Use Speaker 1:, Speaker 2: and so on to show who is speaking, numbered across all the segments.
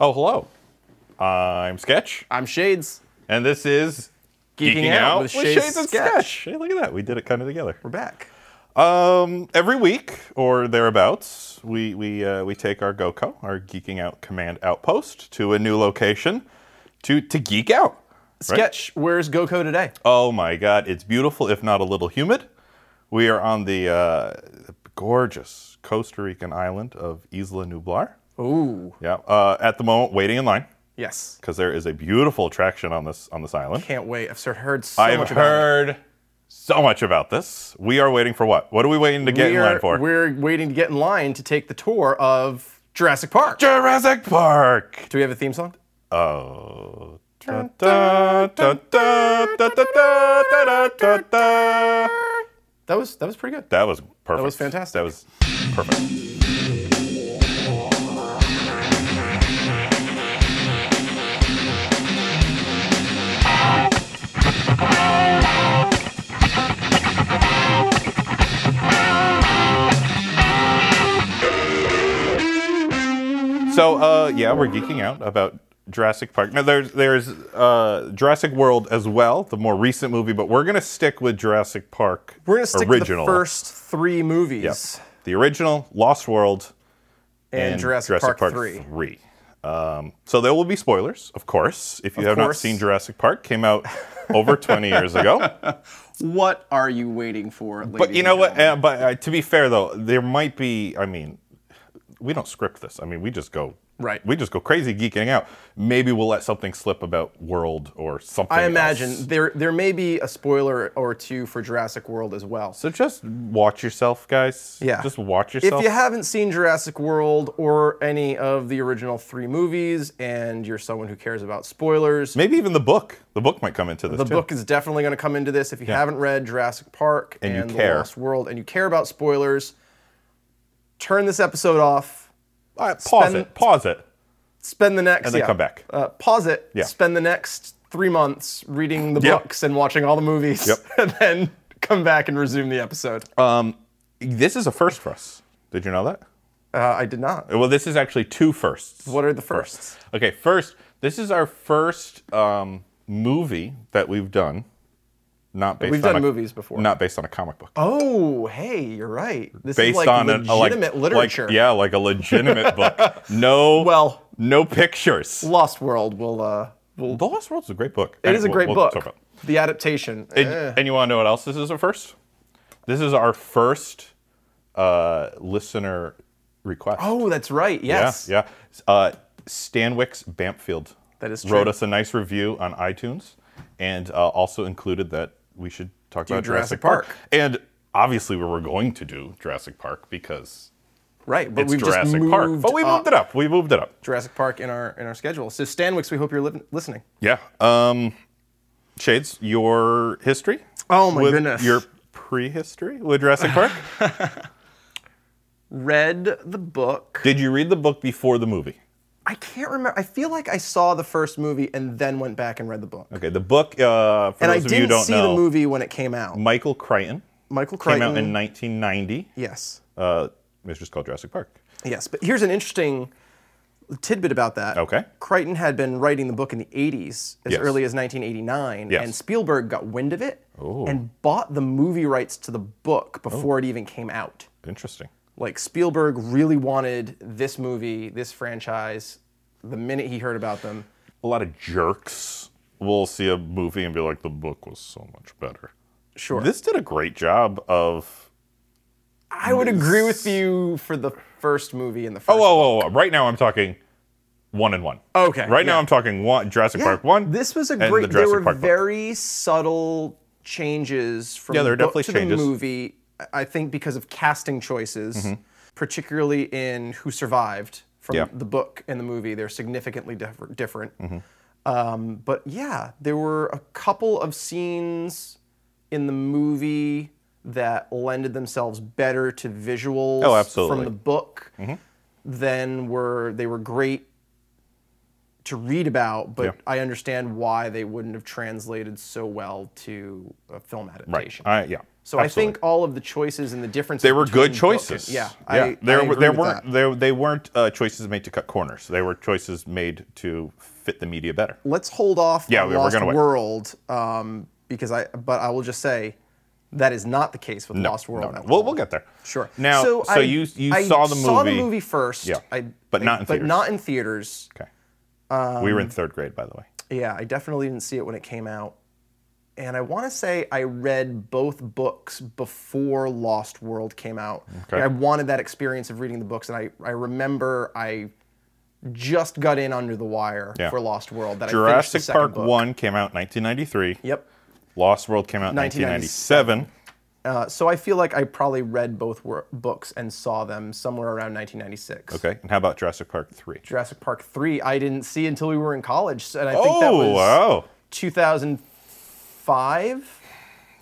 Speaker 1: Oh, hello. I'm Sketch,
Speaker 2: I'm Shades.
Speaker 1: and this is
Speaker 2: Geeking Out with Shades
Speaker 1: and
Speaker 2: Sketch.
Speaker 1: Hey, look at that. We did it kind of together.
Speaker 2: We're back.
Speaker 1: Um, every week or thereabouts, we we uh, we take our GoCo, our Geeking Out command outpost, to a new location to to geek out. right?
Speaker 2: Sketch, where's GoCo today?
Speaker 1: Oh my God, it's beautiful, if not a little humid. We are on the uh, gorgeous Costa Rican island of Isla Nublar.
Speaker 2: Oh. Ooh.
Speaker 1: Yeah, uh, at the moment, waiting in line
Speaker 2: Yes.
Speaker 1: because there is a beautiful attraction on this on this island.
Speaker 2: Can't wait. I've sort of heard so
Speaker 1: I've
Speaker 2: much about
Speaker 1: heard
Speaker 2: it.
Speaker 1: so much about this. We are waiting for what? What are we waiting to get in
Speaker 2: we're,
Speaker 1: line for?
Speaker 2: We're waiting to get in line to take the tour of Jurassic Park.
Speaker 1: Jurassic Park.
Speaker 2: Do we have a theme song?
Speaker 1: Oh. Da, da, da, da, da, da, da, da, da, da.
Speaker 2: That was that was pretty good.
Speaker 1: That was perfect. That
Speaker 2: was fantastic.
Speaker 1: That was perfect. So, uh, yeah, we're geeking out about Jurassic Park. Now, there's there's uh, Jurassic World as well, the more recent movie, but we're gonna stick with Jurassic Park.
Speaker 2: We're gonna stick
Speaker 1: original.
Speaker 2: to the first three
Speaker 1: Yep.
Speaker 2: movies
Speaker 1: The original, Lost World,
Speaker 2: and, Jurassic, Park, three.
Speaker 1: Um, so there will be spoilers, of course. If you have
Speaker 2: course.
Speaker 1: not seen Jurassic Park, came out over 20 years ago.
Speaker 2: What are you waiting for?
Speaker 1: But you know what? Uh, but uh, to be fair, though, there might be. I mean, we don't script this. I mean, we just go.
Speaker 2: Right.
Speaker 1: We just go crazy geeking out. Maybe we'll let something slip about world or something.
Speaker 2: I imagine
Speaker 1: else.
Speaker 2: there there may be a spoiler or two for Jurassic World as well.
Speaker 1: So just watch yourself, guys.
Speaker 2: Yeah.
Speaker 1: Just watch
Speaker 2: If
Speaker 1: yourself.
Speaker 2: you haven't seen Jurassic World or any of the original three movies, and you're someone who cares about spoilers,
Speaker 1: Maybe even the book. The book might come into this.
Speaker 2: the
Speaker 1: too.
Speaker 2: book is definitely going to come into this. If you haven't read Jurassic Park and,
Speaker 1: you
Speaker 2: The
Speaker 1: care.
Speaker 2: Lost World, and you care about spoilers, turn this episode off.
Speaker 1: All right, pause
Speaker 2: spend-
Speaker 1: it. Pause it.
Speaker 2: Spend the next
Speaker 1: And then
Speaker 2: yeah.
Speaker 1: come back.
Speaker 2: Uh, pause it.
Speaker 1: Yeah.
Speaker 2: Spend the next three months reading the
Speaker 1: Yep.
Speaker 2: books and watching all the movies,
Speaker 1: Yep.
Speaker 2: and then come back and resume the episode. Uh,
Speaker 1: Um, This is a first for us. Did you know that?
Speaker 2: Uh, I did not.
Speaker 1: Well, this is actually two firsts.
Speaker 2: What are the firsts?
Speaker 1: Okay, first, this is our first um, movie that we've done, not based
Speaker 2: We've
Speaker 1: on
Speaker 2: done
Speaker 1: a-
Speaker 2: movies before.
Speaker 1: not based on a comic book.
Speaker 2: Oh, hey, you're right. This
Speaker 1: based
Speaker 2: is like
Speaker 1: on
Speaker 2: legitimate
Speaker 1: a, a, like,
Speaker 2: literature.
Speaker 1: like- yeah, like a legitimate book. No,
Speaker 2: Well-
Speaker 1: no pictures.
Speaker 2: Lost World will. Uh, will
Speaker 1: The Lost World's a great book.
Speaker 2: it is a
Speaker 1: We'll-
Speaker 2: great
Speaker 1: we'll
Speaker 2: book.
Speaker 1: talk about it.
Speaker 2: The adaptation.
Speaker 1: And,
Speaker 2: eh.
Speaker 1: and you want to know what else this is a first? This is our first uh, listener request.
Speaker 2: Oh, that's right. Yes.
Speaker 1: Yeah, yeah. Uh, Stanwix Bampfield
Speaker 2: That is
Speaker 1: wrote
Speaker 2: true.
Speaker 1: us a nice review on iTunes, and uh, also included that we should talk about Jurassic,
Speaker 2: Jurassic Park.
Speaker 1: And obviously, we were going to do Jurassic Park because
Speaker 2: Right. But
Speaker 1: it's
Speaker 2: we've
Speaker 1: Jurassic
Speaker 2: just moved
Speaker 1: Park. But we
Speaker 2: up
Speaker 1: moved it up. We moved it up.
Speaker 2: Jurassic Park in our in our schedule. So Stanwix, we hope you're li- listening.
Speaker 1: Yeah. Um, Shades, your history.
Speaker 2: Oh, my
Speaker 1: with
Speaker 2: goodness.
Speaker 1: Your prehistory with Jurassic Park.
Speaker 2: Read the book.
Speaker 1: Did you read the book before the movie?
Speaker 2: I can't remember. I feel like I saw the first movie and then went back and read the book.
Speaker 1: Okay. The book. Uh, for
Speaker 2: and I
Speaker 1: those of you who
Speaker 2: didn't
Speaker 1: don't
Speaker 2: see
Speaker 1: know,
Speaker 2: the movie when it came out.
Speaker 1: Michael Crichton
Speaker 2: Michael
Speaker 1: came
Speaker 2: Crichton.
Speaker 1: out in 1990.
Speaker 2: yes.
Speaker 1: Uh, it's just called Jurassic Park.
Speaker 2: Yes, but here's an interesting tidbit about that.
Speaker 1: Okay.
Speaker 2: Crichton had been writing the book in the 80s, as
Speaker 1: Yes.
Speaker 2: early as 1989,
Speaker 1: Yes.
Speaker 2: and Spielberg got wind of it and bought the movie rights to the book
Speaker 1: Oh.
Speaker 2: before it even came out.
Speaker 1: Interesting.
Speaker 2: Like Spielberg really wanted this movie, this franchise, the minute he heard about them.
Speaker 1: A lot of jerks will see a movie and be like, the book was so much better.
Speaker 2: Sure.
Speaker 1: This did a great job of.
Speaker 2: I would agree with you for the first movie and the first
Speaker 1: Oh, oh, oh, oh. Right now I'm talking one and one.
Speaker 2: Okay,
Speaker 1: Right
Speaker 2: yeah.
Speaker 1: now I'm talking one, Jurassic
Speaker 2: Yeah,
Speaker 1: Park 1.
Speaker 2: This was a
Speaker 1: and the
Speaker 2: great. there
Speaker 1: Jurassic
Speaker 2: were
Speaker 1: Park book.
Speaker 2: very subtle changes from
Speaker 1: Yeah, there were
Speaker 2: the book
Speaker 1: definitely
Speaker 2: to
Speaker 1: changes.
Speaker 2: the movie. I- I think because of casting choices, particularly in Who Survived from
Speaker 1: Mm-hmm. Yeah. Mm-hmm.
Speaker 2: the book and the movie, they're significantly differ- different. Um, but yeah, there were a couple of scenes in the movie that lended themselves better to visuals
Speaker 1: Oh, absolutely.
Speaker 2: from the book than were they were great to read about, but
Speaker 1: Yeah.
Speaker 2: I understand why they wouldn't have translated so well to a film adaptation.
Speaker 1: I, yeah.
Speaker 2: So I think all of the choices and the differences.
Speaker 1: they were good
Speaker 2: between book and-
Speaker 1: choices.
Speaker 2: yeah,
Speaker 1: yeah.
Speaker 2: I,
Speaker 1: there
Speaker 2: I
Speaker 1: were-
Speaker 2: agree
Speaker 1: there
Speaker 2: with
Speaker 1: weren't
Speaker 2: that.
Speaker 1: there they weren't uh, choices made to cut corners. They were choices made to fit the media better.
Speaker 2: Let's hold off
Speaker 1: Yeah,
Speaker 2: on
Speaker 1: we- we're
Speaker 2: Lost
Speaker 1: gonna wait.
Speaker 2: World um, because I. But I will just say that is not the case with
Speaker 1: No,
Speaker 2: Lost World.
Speaker 1: no, no.
Speaker 2: at
Speaker 1: We'll
Speaker 2: all.
Speaker 1: we'll get there.
Speaker 2: Sure.
Speaker 1: Now, so,
Speaker 2: I-
Speaker 1: you you
Speaker 2: I
Speaker 1: saw the movie?
Speaker 2: Saw the movie first.
Speaker 1: Yeah,
Speaker 2: I,
Speaker 1: but not in
Speaker 2: but
Speaker 1: theaters.
Speaker 2: not in theaters.
Speaker 1: Okay. we were in third grade, by the way.
Speaker 2: Yeah, Um, I definitely didn't see it when it came out. And I want to say I read both books before Lost World came out.
Speaker 1: Okay.
Speaker 2: I wanted that experience of reading the books, and I, I remember I just got in under the wire
Speaker 1: Yeah.
Speaker 2: for Lost World. That I finished the
Speaker 1: Jurassic
Speaker 2: second
Speaker 1: Park
Speaker 2: book.
Speaker 1: One came out in 1993.
Speaker 2: Yep.
Speaker 1: Lost World came out in
Speaker 2: 1997.
Speaker 1: 1997.
Speaker 2: Uh, so I feel like I probably read both wor- books and saw them somewhere around 1996.
Speaker 1: Okay. And how about Jurassic Park Three?
Speaker 2: Jurassic Park 3 I didn't see until we were in college, so- and I think that
Speaker 1: Oh,
Speaker 2: was
Speaker 1: wow.
Speaker 2: 2005.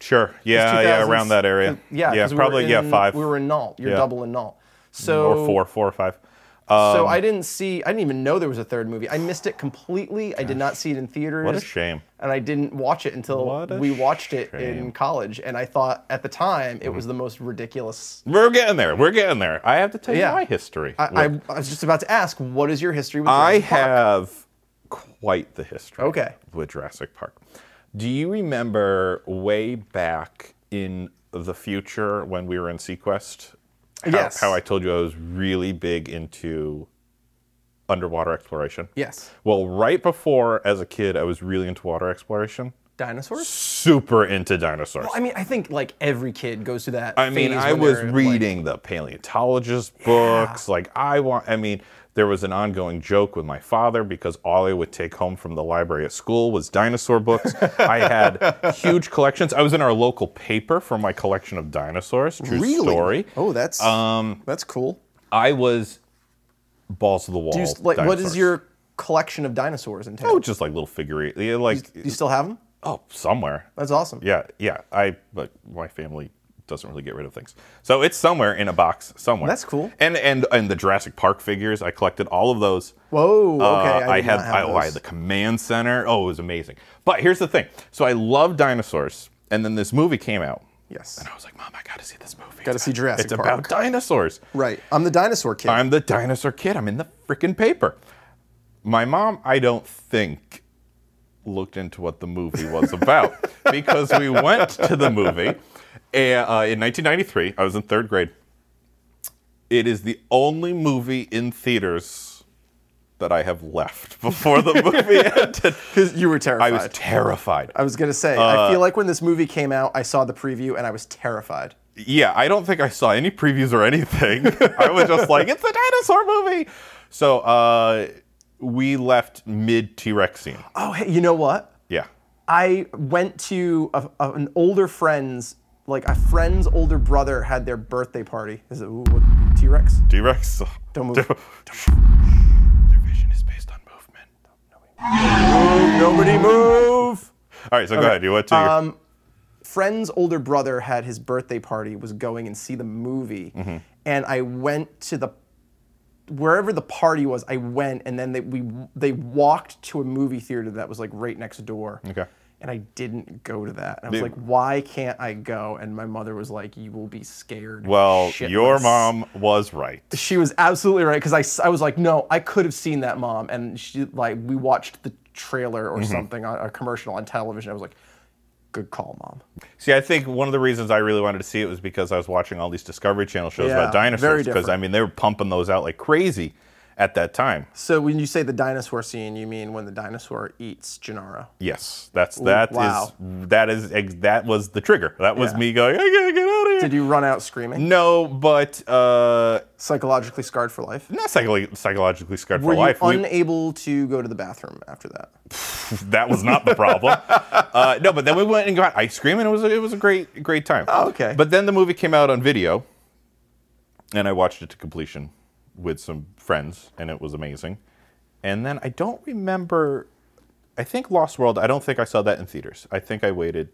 Speaker 1: Sure. Yeah. Yeah.
Speaker 2: 2000s
Speaker 1: Around that area.
Speaker 2: Yeah,
Speaker 1: Yeah.
Speaker 2: 'cause we were
Speaker 1: probably. yeah.
Speaker 2: in-
Speaker 1: Five.
Speaker 2: We were in Null. You're
Speaker 1: Yeah.
Speaker 2: double in Null. So
Speaker 1: or four. Um, Four or five.
Speaker 2: so I didn't see. I didn't even know there was a third movie. I missed it completely. I did not see it in theaters.
Speaker 1: What a shame.
Speaker 2: And I didn't watch it until
Speaker 1: What a
Speaker 2: we watched it
Speaker 1: shame. Mm-hmm.
Speaker 2: in college. And I thought at the time it was the most ridiculous.
Speaker 1: We're getting there. We're getting there. I have to tell
Speaker 2: Yeah.
Speaker 1: you my history.
Speaker 2: I,
Speaker 1: Look,
Speaker 2: I, I was just about to ask, what is your history with?
Speaker 1: I
Speaker 2: Jurassic Park?
Speaker 1: have quite the history.
Speaker 2: Okay.
Speaker 1: With Jurassic Park. Do you remember way back in the future when we were in Sequest? How,
Speaker 2: Yes.
Speaker 1: How I told you I was really big into underwater exploration.
Speaker 2: Yes,
Speaker 1: Well, right before as a kid, I was really into water exploration.
Speaker 2: dinosaurs.
Speaker 1: Super into dinosaurs.
Speaker 2: I mean, I think like every kid goes through that.
Speaker 1: I mean,
Speaker 2: phase
Speaker 1: I
Speaker 2: when
Speaker 1: was
Speaker 2: they're, like-
Speaker 1: reading the paleontologist books. Like, I want, I mean, there was an ongoing joke with my father because all I would take home from the library at school was dinosaur books. I had huge collections. I was in our local paper for my collection of dinosaurs. True
Speaker 2: Really?
Speaker 1: story.
Speaker 2: Oh, that's um, that's cool.
Speaker 1: I was balls to the wall.
Speaker 2: Do you, s- like, what
Speaker 1: dinosaurs.
Speaker 2: is your collection of dinosaurs entail?
Speaker 1: Oh, just like little figurines. Yeah, like,
Speaker 2: Do you still have them?
Speaker 1: oh, somewhere.
Speaker 2: That's awesome.
Speaker 1: Yeah, yeah. I like my family doesn't really get rid of things, so it's somewhere in a box somewhere.
Speaker 2: That's cool.
Speaker 1: And and and the Jurassic Park figures, I collected all of those.
Speaker 2: Whoa. Okay.
Speaker 1: Uh,
Speaker 2: I,
Speaker 1: I,
Speaker 2: did
Speaker 1: had
Speaker 2: Not
Speaker 1: I,
Speaker 2: have
Speaker 1: oh, I had
Speaker 2: those.
Speaker 1: the command center. Oh, it was amazing. But here's the thing. So I love dinosaurs, and then this movie came out,
Speaker 2: yes.
Speaker 1: and I was like, Mom, I got to see this movie.
Speaker 2: Gotta
Speaker 1: It's
Speaker 2: see
Speaker 1: about-
Speaker 2: Jurassic
Speaker 1: It's
Speaker 2: Park."
Speaker 1: about dinosaurs.
Speaker 2: Right. I'm the dinosaur kid.
Speaker 1: I'm the dinosaur kid. I'm in the freaking paper. My mom, I don't think, looked into what the movie was about because we went to the movie and, uh, in 1993. I was in third grade. It is the only movie in theaters that I have left before the movie ended.
Speaker 2: Because you were
Speaker 1: I
Speaker 2: terrified.
Speaker 1: was terrified.
Speaker 2: I was gonna say. I feel like when this movie came out, I saw the preview and I was terrified.
Speaker 1: yeah, I don't think I saw any previews or anything. I was just like, it's a dinosaur movie. So uh, we left mid T Rex scene.
Speaker 2: Oh, hey, you know what?
Speaker 1: Yeah.
Speaker 2: I went to a, a- an older friend's, like a friend's older brother had their birthday party. Is it ooh, what, T-Rex?
Speaker 1: T Rex.
Speaker 2: Don't move.
Speaker 1: Their vision is based on movement.
Speaker 2: Nobody move.
Speaker 1: All right, so go ahead. You want to?
Speaker 2: um, friend's older brother had his birthday party was going and see the movie
Speaker 1: Mm-hmm.
Speaker 2: and i went to the wherever the party was i went and then they we they walked to a movie theater that was like right next door
Speaker 1: Okay.
Speaker 2: and i didn't go to that and i was
Speaker 1: Dude.
Speaker 2: like why can't i go and my mother was like you will be scared
Speaker 1: well, your
Speaker 2: shitless."
Speaker 1: mom was right.
Speaker 2: she was absolutely right because I, s- I was like no i could have seen that mom and she like we watched the trailer
Speaker 1: Mm-hmm.
Speaker 2: or something on a commercial on television i was like good call mom
Speaker 1: See, I think one of the reasons I really wanted to see it was because I was watching all these Discovery Channel shows
Speaker 2: Yeah,
Speaker 1: about
Speaker 2: very
Speaker 1: dinosaurs. Because,
Speaker 2: different.
Speaker 1: I mean, they were pumping those out like crazy at that time.
Speaker 2: So when you say the dinosaur scene, you mean when the dinosaur eats Gennaro.
Speaker 1: Yes, that's that is
Speaker 2: wow.
Speaker 1: that is ex- that was the trigger. That was
Speaker 2: Yeah.
Speaker 1: me going, I gotta get out of here.
Speaker 2: Did you run out screaming?
Speaker 1: no, but uh,
Speaker 2: Psychologically scarred for life?
Speaker 1: not psycholo- psychologically scarred
Speaker 2: Were
Speaker 1: for life.
Speaker 2: you
Speaker 1: We-
Speaker 2: unable to go to the bathroom after that?
Speaker 1: that was not the problem. uh, no, but then we went and got ice cream, and it was a, it was a great great time.
Speaker 2: Oh, okay.
Speaker 1: But then the movie came out on video, and I watched it to completion with some friends, and it was amazing. And then I don't remember. I think Lost World. I don't think I saw that in theaters. I think I waited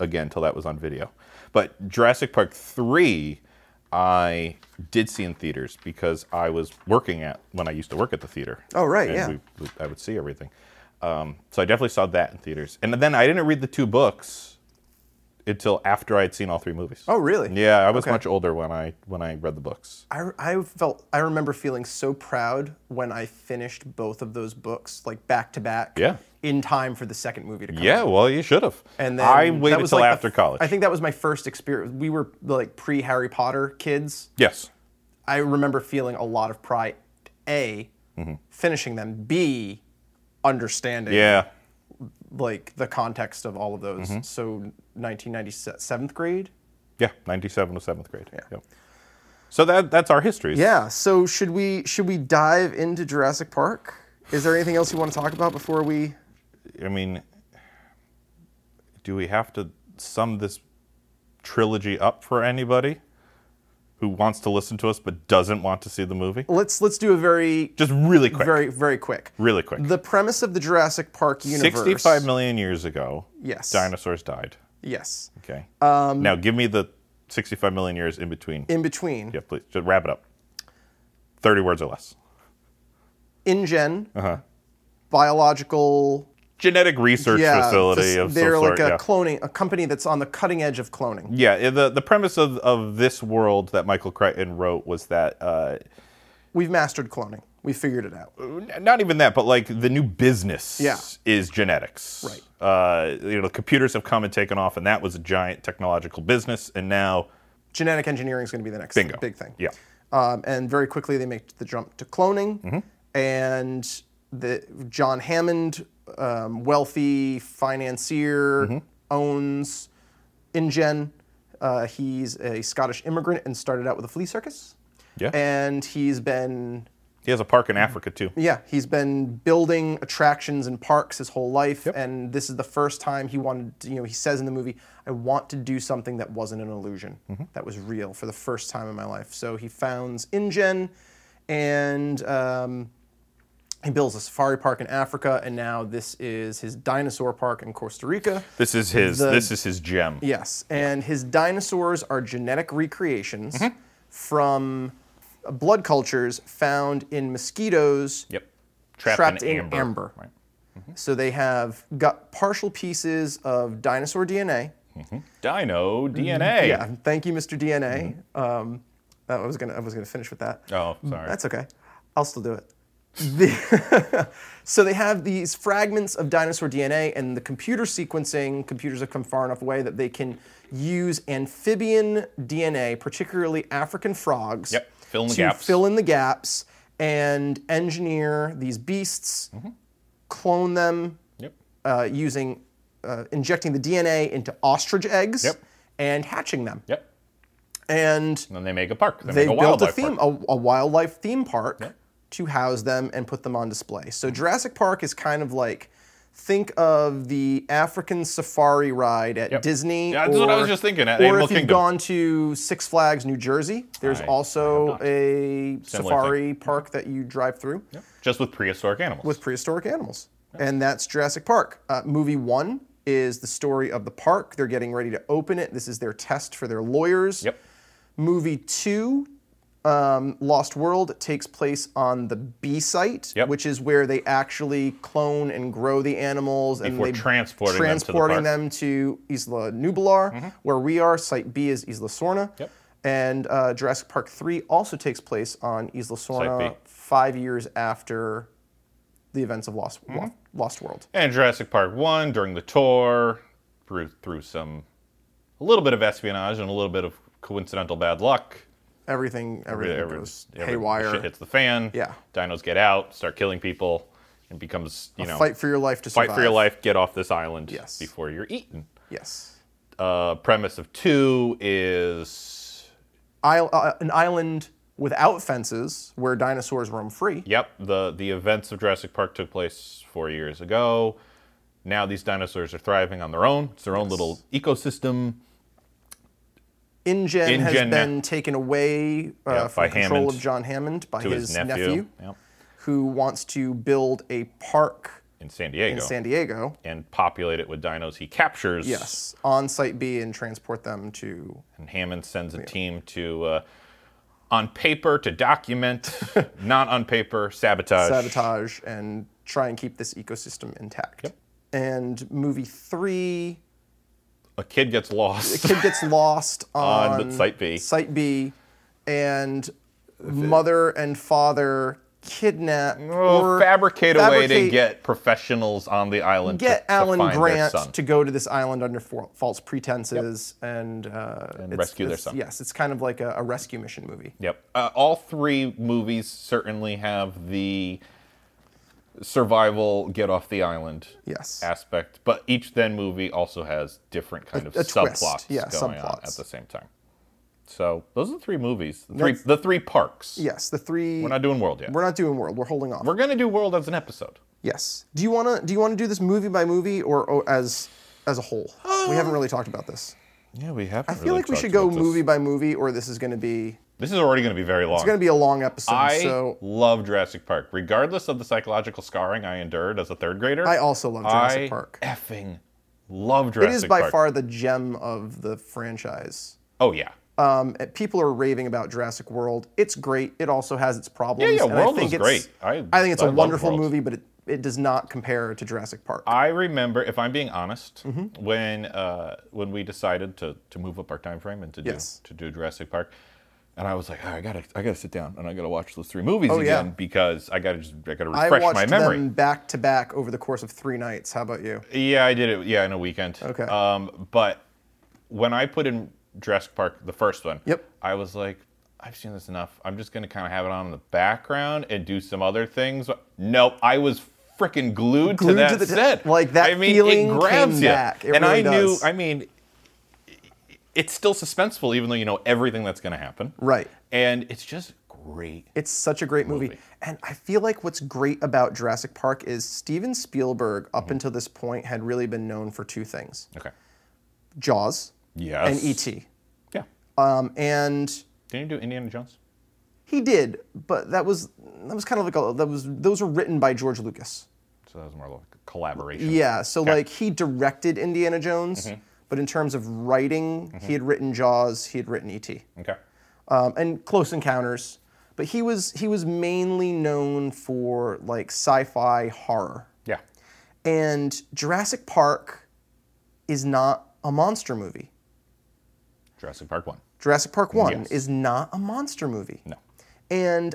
Speaker 1: again till that was on video. But Jurassic Park three, I did see in theaters because I was working at when I used to work at the theater.
Speaker 2: Oh, right,
Speaker 1: And
Speaker 2: yeah.
Speaker 1: we- we- I would see everything. Um, so I definitely saw that in theaters, and then I didn't read the two books until after I had seen all three movies.
Speaker 2: Oh, really?
Speaker 1: Yeah, I was
Speaker 2: Okay.
Speaker 1: much older when I when I read the books.
Speaker 2: I, I felt I remember feeling so proud when I finished both of those books like back to back.
Speaker 1: Yeah.
Speaker 2: In time for the second movie to come.
Speaker 1: Yeah, well, you should have.
Speaker 2: And then
Speaker 1: I
Speaker 2: that
Speaker 1: waited
Speaker 2: was,
Speaker 1: till
Speaker 2: like, the
Speaker 1: after
Speaker 2: f-
Speaker 1: college.
Speaker 2: I think that was my first experience. We were like pre Harry Potter kids.
Speaker 1: yes.
Speaker 2: I remember feeling a lot of pride. A,
Speaker 1: Mm-hmm.
Speaker 2: finishing them. B, understanding
Speaker 1: Yeah.
Speaker 2: like the context of all of those. So 1997, seventh grade.
Speaker 1: Yeah. Ninety-seven was seventh grade. Yeah. So that that's our histories.
Speaker 2: Yeah. So should we should we dive into Jurassic Park? Is there anything else you want to talk about before we?
Speaker 1: I mean, do we have to sum this trilogy up for anybody who wants to listen to us but doesn't want to see the movie?
Speaker 2: Let's let's do a very
Speaker 1: Just really quick.
Speaker 2: very very quick.
Speaker 1: really quick.
Speaker 2: The premise of the Jurassic Park universe.
Speaker 1: 65 million years ago,
Speaker 2: Yes.
Speaker 1: dinosaurs died.
Speaker 2: Yes.
Speaker 1: Okay. Um, now give me the 65 million years in between.
Speaker 2: In between.
Speaker 1: yeah, please. Just wrap it up. 30 words or less.
Speaker 2: InGen. Biological.
Speaker 1: Genetic research
Speaker 2: Yeah.
Speaker 1: facility
Speaker 2: fac-
Speaker 1: of some
Speaker 2: they're like
Speaker 1: sort.
Speaker 2: a
Speaker 1: yeah.
Speaker 2: cloning a company that's on the cutting edge of cloning.
Speaker 1: Yeah, i- the the premise of, of this world that Michael Crichton wrote was that uh,
Speaker 2: We've mastered cloning. We figured it out.
Speaker 1: n- not even that, but like the new business
Speaker 2: Yeah.
Speaker 1: is genetics. Right. Uh, you know, computers have come and taken off, and that was a giant technological business, and now
Speaker 2: Genetic engineering is going to be the next
Speaker 1: Bingo.
Speaker 2: big thing.
Speaker 1: Yeah.
Speaker 2: Um, and very quickly they make the jump to cloning,
Speaker 1: Mm-hmm.
Speaker 2: and the John Hammond, um, wealthy financier,
Speaker 1: Mm-hmm.
Speaker 2: owns InGen. Uh, he's a Scottish immigrant and started out with a flea circus.
Speaker 1: Yeah.
Speaker 2: And he's been
Speaker 1: he has a park in Africa too.
Speaker 2: yeah, he's been building attractions and parks his whole life, and this is the first time he wanted. To, you know, he says in the movie, "I want to do something that wasn't an illusion, that was real for the first time in my life." So he founds InGen, and um, he builds a safari park in Africa, and now this is his dinosaur park in Costa Rica.
Speaker 1: This is his
Speaker 2: The-
Speaker 1: this is his gem.
Speaker 2: Yes, and his dinosaurs are genetic recreations from blood cultures found in mosquitoes
Speaker 1: Yep. Trapped,
Speaker 2: trapped
Speaker 1: in,
Speaker 2: in
Speaker 1: amber.
Speaker 2: amber.
Speaker 1: Right.
Speaker 2: So they have got partial pieces of dinosaur DNA.
Speaker 1: Dino DNA.
Speaker 2: Mm-hmm. Yeah, thank you, Mr. DNA. Um, that- I was gonna, I was gonna finish with that.
Speaker 1: Mm-hmm. Oh, sorry.
Speaker 2: That's okay. I'll still do it. The- so they have these fragments of dinosaur DNA, and the computer sequencing computers have come far enough away that they can use amphibian DNA, particularly African frogs,
Speaker 1: Yep, fill in the
Speaker 2: to
Speaker 1: gaps.
Speaker 2: fill in the gaps and engineer these beasts,
Speaker 1: Mm-hmm.
Speaker 2: clone them
Speaker 1: Yep.
Speaker 2: uh, using uh, injecting the DNA into ostrich eggs
Speaker 1: Yep.
Speaker 2: and hatching them,
Speaker 1: Yep.
Speaker 2: and
Speaker 1: And then they make a park. They,
Speaker 2: they
Speaker 1: make a
Speaker 2: built a
Speaker 1: wildlife
Speaker 2: theme
Speaker 1: park.
Speaker 2: a, a wildlife theme park to house them and put them on display. So
Speaker 1: Mm-hmm.
Speaker 2: Jurassic Park is kind of like think of the African safari ride at
Speaker 1: Yep.
Speaker 2: Disney.
Speaker 1: Yeah, that's what I was just thinking, at Animal
Speaker 2: or if you've
Speaker 1: Kingdom.
Speaker 2: gone to Six Flags, New Jersey, there's
Speaker 1: I- I
Speaker 2: also
Speaker 1: have not.
Speaker 2: a
Speaker 1: Similar
Speaker 2: safari park that you drive through
Speaker 1: Yep. Just with prehistoric animals.
Speaker 2: with prehistoric animals. And that's Jurassic Park. Uh, movie one is the story of the park. They're getting ready to open it. This is their test for their lawyers.
Speaker 1: Yep.
Speaker 2: Movie two, um, Lost World, takes place on the B site,
Speaker 1: Yep.
Speaker 2: which is where they actually clone and grow the animals and
Speaker 1: Before
Speaker 2: they
Speaker 1: transporting them to the
Speaker 2: transporting
Speaker 1: park. Mm-hmm.
Speaker 2: them to Isla Nublar, where we are. Site B is Isla Sorna.
Speaker 1: Yep.
Speaker 2: And uh, Jurassic Park 3 also takes place on Isla Sorna
Speaker 1: B.
Speaker 2: five years after the events of Lost,
Speaker 1: Mm-hmm.
Speaker 2: Lo- Lost World.
Speaker 1: And Jurassic Park 1 during the tour, through, through some, a little bit of espionage and a little bit of coincidental bad luck.
Speaker 2: Everything, everything
Speaker 1: Every-
Speaker 2: goes
Speaker 1: every-
Speaker 2: haywire.
Speaker 1: Shit hits the fan.
Speaker 2: Yeah.
Speaker 1: Dinos get out, start killing people, and becomes, you know,
Speaker 2: Fight for your life to
Speaker 1: fight
Speaker 2: survive.
Speaker 1: for your life, get off this island
Speaker 2: Yes.
Speaker 1: before you're eaten.
Speaker 2: Yes.
Speaker 1: Uh, premise of 2 is,
Speaker 2: Isle, uh, an island without fences where dinosaurs roam free.
Speaker 1: yep, the, the events of Jurassic Park took place four years ago. Now these dinosaurs are thriving on their own. It's their own little ecosystem.
Speaker 2: InGen, has
Speaker 1: InGen now-
Speaker 2: been taken away uh,
Speaker 1: Yeah,
Speaker 2: from
Speaker 1: by
Speaker 2: control
Speaker 1: Hammond
Speaker 2: of John Hammond by
Speaker 1: To his, nephew. Yep.
Speaker 2: who wants to build a park
Speaker 1: in San Diego
Speaker 2: in San Diego.
Speaker 1: and populate it with dinos he captures.
Speaker 2: Yes, on Site B and transport them to
Speaker 1: And Hammond sends a team to, uh, on paper, to document, not on paper, sabotage.
Speaker 2: sabotage and try and keep this ecosystem intact. And movie three,
Speaker 1: A kid gets lost.
Speaker 2: kid gets lost on,
Speaker 1: On Site B.
Speaker 2: Site B, and mother and father kidnap
Speaker 1: Oh,
Speaker 2: or
Speaker 1: fabricate a way to
Speaker 2: fabricate-
Speaker 1: get professionals on the island. to-
Speaker 2: get
Speaker 1: to,
Speaker 2: Alan
Speaker 1: find their son.
Speaker 2: Grant to go to this island under fa- false pretenses and, uh, it's-
Speaker 1: rescue their
Speaker 2: it's-
Speaker 1: son.
Speaker 2: Yes, it's kind of like a, a rescue mission movie.
Speaker 1: Yep. Uh, all three movies certainly have the survival get off the island
Speaker 2: Yes.
Speaker 1: aspect, but each then movie also has different kind of
Speaker 2: a twist,
Speaker 1: subplots
Speaker 2: yeah,
Speaker 1: going on
Speaker 2: subplots.
Speaker 1: at the same time. So those are the three movies, the three,
Speaker 2: That's-
Speaker 1: the three parks.
Speaker 2: Yes, the three.
Speaker 1: We're not doing World yet. We're,
Speaker 2: we're not doing world. We're holding off.
Speaker 1: going to do World as an episode.
Speaker 2: yes. Do you wanna do you wanna do this movie by movie or, or as as a whole? we
Speaker 1: Um,
Speaker 2: haven't really talked about this.
Speaker 1: Yeah, we have.
Speaker 2: I feel like we should go movie by movie, or this is gonna be
Speaker 1: This is already going to be very long.
Speaker 2: it's gonna be a long episode.
Speaker 1: I
Speaker 2: so
Speaker 1: love Jurassic Park, regardless of the psychological scarring I endured as a third grader.
Speaker 2: I also love Jurassic
Speaker 1: I
Speaker 2: Park.
Speaker 1: Effing love
Speaker 2: it
Speaker 1: Jurassic
Speaker 2: is by
Speaker 1: Park.
Speaker 2: far the gem of the franchise.
Speaker 1: Oh yeah.
Speaker 2: Um, and people are raving about Jurassic World. It's great. It also has its problems.
Speaker 1: yeah,
Speaker 2: and
Speaker 1: World
Speaker 2: I
Speaker 1: was
Speaker 2: think it's,
Speaker 1: great. I-
Speaker 2: think it's
Speaker 1: I
Speaker 2: a
Speaker 1: loved
Speaker 2: wonderful
Speaker 1: World.
Speaker 2: movie, but it, it does not compare to Jurassic Park.
Speaker 1: I remember, if I'm being honest,
Speaker 2: Mm-hmm.
Speaker 1: when uh, when we decided to, to move up our time frame and to do
Speaker 2: Yes.
Speaker 1: to do Jurassic Park, and I was like, "Oh, I gotta I gotta sit down and I gotta watch those three movies
Speaker 2: Oh, yeah.
Speaker 1: again because I gotta just I gotta
Speaker 2: I
Speaker 1: refresh
Speaker 2: watched
Speaker 1: my memory.
Speaker 2: them back to back over the course of three nights. How about you?
Speaker 1: Yeah, I did it. Yeah, in a weekend.
Speaker 2: Okay.
Speaker 1: Um, but when I put in Jurassic Park, the first one,
Speaker 2: Yep.
Speaker 1: I was like, I've seen this enough. I'm just gonna kind of have it on in the background and do some other things. Nope, I was freaking glued,
Speaker 2: Glued
Speaker 1: to that
Speaker 2: to the t-
Speaker 1: set.
Speaker 2: like, that
Speaker 1: I mean,
Speaker 2: feeling
Speaker 1: it grabs
Speaker 2: came
Speaker 1: you.
Speaker 2: back. It
Speaker 1: and I
Speaker 2: really
Speaker 1: knew.
Speaker 2: does.
Speaker 1: I mean, it's still suspenseful, even though you know everything that's gonna happen.
Speaker 2: Right.
Speaker 1: And it's just great.
Speaker 2: It's such a great movie.
Speaker 1: Movie.
Speaker 2: And I feel like what's great about Jurassic Park is Steven Spielberg,
Speaker 1: Mm-hmm.
Speaker 2: up until this point, had really been known for two things
Speaker 1: Okay.
Speaker 2: Jaws
Speaker 1: Yes.
Speaker 2: and E E.T.
Speaker 1: Yeah.
Speaker 2: Um, and
Speaker 1: Didn't you do Indiana Jones?
Speaker 2: he did, but that was that was kind of like a, that was those were written by George Lucas.
Speaker 1: So that was more like a collaboration.
Speaker 2: Yeah, so like he directed Indiana Jones,
Speaker 1: Mm-hmm.
Speaker 2: but in terms of writing, he had written Jaws, he had written E.T.
Speaker 1: Okay.
Speaker 2: um, and Close Encounters. But he was he was mainly known for like sci-fi horror,
Speaker 1: Yeah.
Speaker 2: and Jurassic Park is not a monster movie.
Speaker 1: Jurassic Park one.
Speaker 2: Jurassic Park One
Speaker 1: Yes.
Speaker 2: is not a monster movie.
Speaker 1: No.
Speaker 2: And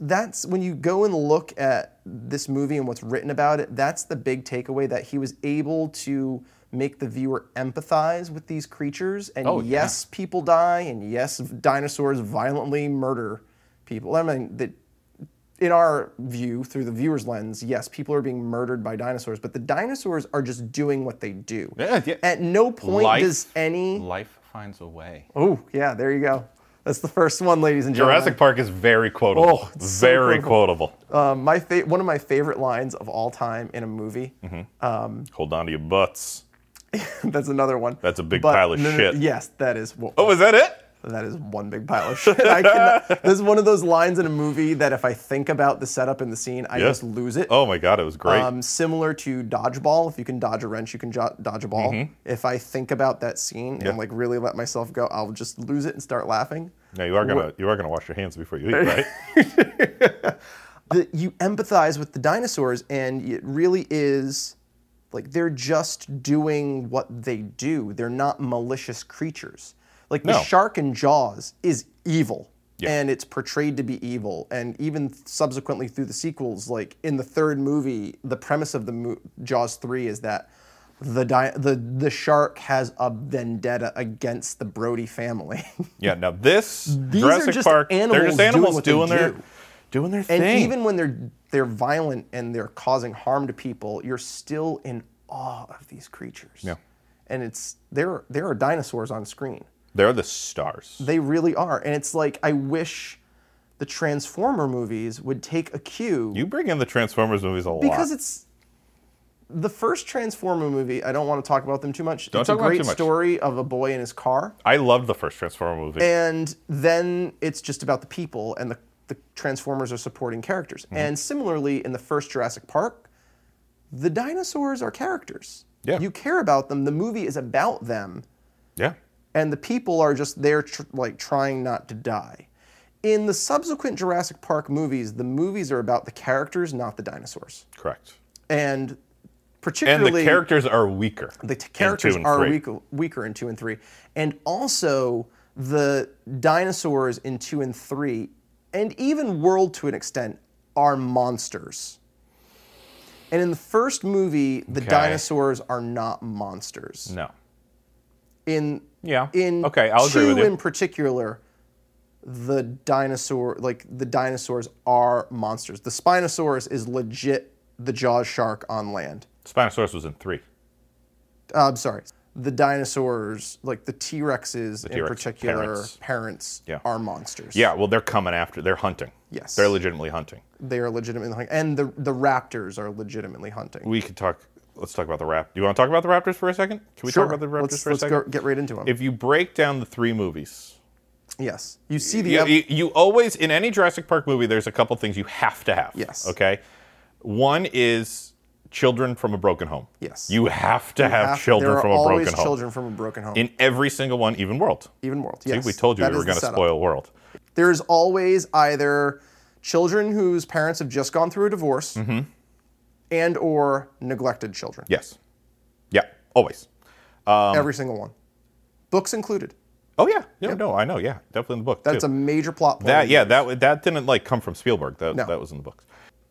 Speaker 2: that's when you go and look at this movie and what's written about it, that's the big takeaway that he was able to make the viewer empathize with these creatures. And
Speaker 1: Oh, yeah.
Speaker 2: yes, people die, and yes, dinosaurs violently murder people. I mean, that in our view, through the viewer's lens, yes, people are being murdered by dinosaurs, but the dinosaurs are just doing what they do.
Speaker 1: Yeah, yeah.
Speaker 2: At no point
Speaker 1: Life-
Speaker 2: does any.
Speaker 1: Life finds a way.
Speaker 2: Oh, yeah, there you go. That's the first one, ladies and gentlemen.
Speaker 1: Jurassic Park is very quotable.
Speaker 2: Oh, it's so
Speaker 1: very quotable.
Speaker 2: Um, my fa- one of my favorite lines of all time in a movie.
Speaker 1: Hold on to your butts.
Speaker 2: That's another one.
Speaker 1: Mm-hmm. That's a big pile of shit.
Speaker 2: Yes, that is. Well,
Speaker 1: Oh, is that it?
Speaker 2: that is one big pile of shit. I cannot, this is one of those lines in a movie that if I think about the setup and the scene, I
Speaker 1: Yeah.
Speaker 2: just lose it.
Speaker 1: Oh my god, it was great.
Speaker 2: Um, similar to dodgeball, if you can dodge a wrench, you can jo- dodge a ball. If I think about that scene
Speaker 1: Mm-hmm. Yeah.
Speaker 2: and like really let myself go, I'll just lose it and start laughing.
Speaker 1: now you are gonna you are gonna wash your hands before you eat, right?
Speaker 2: the, you empathize with the dinosaurs, and it really is like they're just doing what they do. They're not malicious creatures. Like
Speaker 1: No.
Speaker 2: the shark in Jaws is evil,
Speaker 1: Yeah.
Speaker 2: and it's portrayed to be evil. And even subsequently through the sequels, like in the third movie, the premise of the mo- Jaws three is that. The, di- the the shark has a vendetta against the Brody family.
Speaker 1: yeah. Now this
Speaker 2: are
Speaker 1: Jurassic
Speaker 2: just
Speaker 1: Park, they're
Speaker 2: animals
Speaker 1: just
Speaker 2: doing
Speaker 1: animals
Speaker 2: what they
Speaker 1: doing, their
Speaker 2: do.
Speaker 1: doing their
Speaker 2: And
Speaker 1: thing.
Speaker 2: even when they're they're violent and they're causing harm to people, you're still in awe of these creatures.
Speaker 1: Yeah.
Speaker 2: And it's there there are dinosaurs on screen.
Speaker 1: They're the stars.
Speaker 2: They really are. And it's like I wish the Transformer movies would take a cue
Speaker 1: you bring in the Transformers movies a
Speaker 2: because
Speaker 1: lot.
Speaker 2: it's the first Transformer movie, I don't want to talk about them too much. it's
Speaker 1: talk about
Speaker 2: a
Speaker 1: 'em
Speaker 2: great
Speaker 1: too much.
Speaker 2: story of a boy in his car.
Speaker 1: I loved the first Transformer movie.
Speaker 2: and then it's just about the people and the, the transformers are supporting characters and similarly in the first jurassic park the dinosaurs are characters.
Speaker 1: Yeah.
Speaker 2: You care about them. The movie is about them,
Speaker 1: Yeah.
Speaker 2: and the people are just there, tr- like trying not to die. In the subsequent Jurassic Park movies, the movies are about the characters, not the dinosaurs,
Speaker 1: Correct.
Speaker 2: and
Speaker 1: And
Speaker 2: particularly
Speaker 1: the characters are weaker.
Speaker 2: the
Speaker 1: in
Speaker 2: t-
Speaker 1: two
Speaker 2: characters
Speaker 1: and
Speaker 2: are
Speaker 1: three.
Speaker 2: weaker, weaker in two and three, and also the dinosaurs in two and three, and even World to an extent, are monsters. And in the first movie, the
Speaker 1: Okay.
Speaker 2: dinosaurs are not monsters.
Speaker 1: No.
Speaker 2: In
Speaker 1: Yeah.
Speaker 2: in
Speaker 1: okay, I'll
Speaker 2: two
Speaker 1: agree with you.
Speaker 2: in particular, the dinosaur like the dinosaurs are monsters. The Spinosaurus is legit the jaws shark on land.
Speaker 1: Spinosaurus was in three.
Speaker 2: uh, I'm sorry, the dinosaurs, like the T Rexes in
Speaker 1: T-Rex
Speaker 2: particular,
Speaker 1: parents.
Speaker 2: parents,
Speaker 1: Yeah.
Speaker 2: are monsters.
Speaker 1: Yeah, well, they're coming after. They're hunting.
Speaker 2: Yes.
Speaker 1: They're legitimately hunting.
Speaker 2: They are legitimately hunting. And the, the raptors are legitimately hunting.
Speaker 1: We could talk. Let's talk about the Raptors. Do you want to talk about the Raptors for a second? Can we
Speaker 2: Sure.
Speaker 1: talk about the Raptors
Speaker 2: let's
Speaker 1: for
Speaker 2: let's
Speaker 1: a second?
Speaker 2: Go, get right into them.
Speaker 1: If you break down the three movies,
Speaker 2: yes. You see the.
Speaker 1: you,
Speaker 2: ev-
Speaker 1: you, you always in any Jurassic Park movie, there's a couple things you have to have.
Speaker 2: Yes.
Speaker 1: Okay. One is children from a broken home.
Speaker 2: Yes.
Speaker 1: You have to have,
Speaker 2: af-
Speaker 1: children
Speaker 2: there
Speaker 1: from
Speaker 2: are
Speaker 1: a
Speaker 2: always
Speaker 1: broken home
Speaker 2: children from a broken home.
Speaker 1: in every single one, even World.
Speaker 2: even world.
Speaker 1: See,
Speaker 2: Yes.
Speaker 1: we told you
Speaker 2: That
Speaker 1: we
Speaker 2: is
Speaker 1: were
Speaker 2: the
Speaker 1: going to
Speaker 2: setup.
Speaker 1: spoil World.
Speaker 2: There's always either children whose parents have just gone through a divorce
Speaker 1: Mm-hmm.
Speaker 2: and or neglected children.
Speaker 1: Yes. Yeah. Always. Um,
Speaker 2: Every single one. Books included.
Speaker 1: Oh yeah. No, no, I know. Yeah, definitely in the book.
Speaker 2: That's
Speaker 1: too.
Speaker 2: a major plot point.
Speaker 1: That yeah, that wa- that didn't like come from Spielberg. That
Speaker 2: No.
Speaker 1: that was in the books.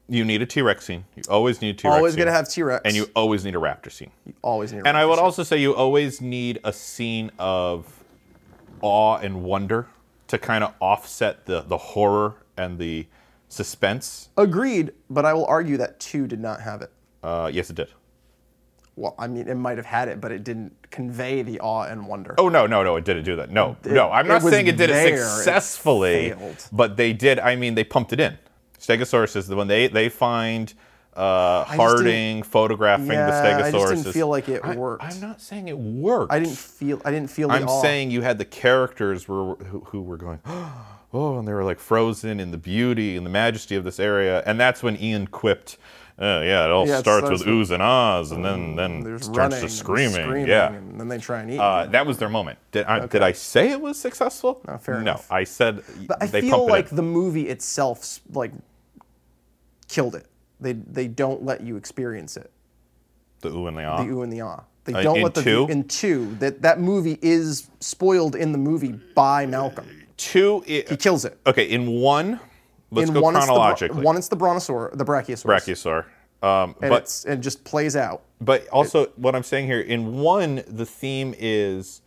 Speaker 1: You need a T Rex scene. You always need a T Rex.
Speaker 2: Always
Speaker 1: scene.
Speaker 2: going to have T Rex.
Speaker 1: And you always need a raptor scene.
Speaker 2: always need. a
Speaker 1: And I
Speaker 2: raptor
Speaker 1: would
Speaker 2: scene.
Speaker 1: also say you always need a scene of awe and wonder to kind of offset the the horror and the suspense.
Speaker 2: agreed, but I will argue that two did not have it.
Speaker 1: Uh, yes, it did.
Speaker 2: Well, I mean, it might have had it, but it didn't convey the awe and wonder.
Speaker 1: Oh no, no, no! It didn't do that. No, no. I'm
Speaker 2: it
Speaker 1: not
Speaker 2: was
Speaker 1: saying it did
Speaker 2: there,
Speaker 1: it
Speaker 2: it
Speaker 1: successfully,
Speaker 2: failed.
Speaker 1: but they did. I mean, they pumped it in. Stegosaurus is the one they they find uh,
Speaker 2: didn't-
Speaker 1: Harding photographing the
Speaker 2: Yeah,
Speaker 1: Stegosaurus.
Speaker 2: I just didn't
Speaker 1: is-
Speaker 2: feel like it
Speaker 1: I-
Speaker 2: worked.
Speaker 1: I'm not saying it worked.
Speaker 2: I didn't feel. I didn't feel the
Speaker 1: I'm
Speaker 2: awe.
Speaker 1: saying you had the characters were, who, who were going, oh, and they were like frozen in the beauty and the majesty of this area. And that's when Ian quipped, uh, yeah, it all
Speaker 2: Yeah, it
Speaker 1: starts
Speaker 2: starts
Speaker 1: with oohs and ahs, and then then
Speaker 2: There's
Speaker 1: starts
Speaker 2: running,
Speaker 1: to
Speaker 2: and
Speaker 1: screaming.
Speaker 2: screaming,
Speaker 1: Yeah,
Speaker 2: and then they try and eat.
Speaker 1: uh, that was their moment. Did I, did I say it was successful? No,
Speaker 2: fair
Speaker 1: No,
Speaker 2: enough.
Speaker 1: I said
Speaker 2: but I
Speaker 1: they
Speaker 2: feel
Speaker 1: pumped
Speaker 2: like
Speaker 1: it. in.
Speaker 2: the movie itself, s- like, killed it. They they don't let you experience it.
Speaker 1: the ooh and the
Speaker 2: The
Speaker 1: ah.
Speaker 2: ooh and the ah. They
Speaker 1: Uh,
Speaker 2: don't
Speaker 1: in
Speaker 2: let the
Speaker 1: two?
Speaker 2: in two that that movie is spoiled in the movie by Malcolm.
Speaker 1: Two. i-
Speaker 2: He kills it.
Speaker 1: okay, in one, let's
Speaker 2: in
Speaker 1: go
Speaker 2: one, It's the,
Speaker 1: chronologically.
Speaker 2: bro- one, it's the brontosaur, the brachiosaurus,
Speaker 1: Brachiosaur. Um,
Speaker 2: and
Speaker 1: but
Speaker 2: it's, it just plays out.
Speaker 1: But also, what I'm saying here in one, the theme is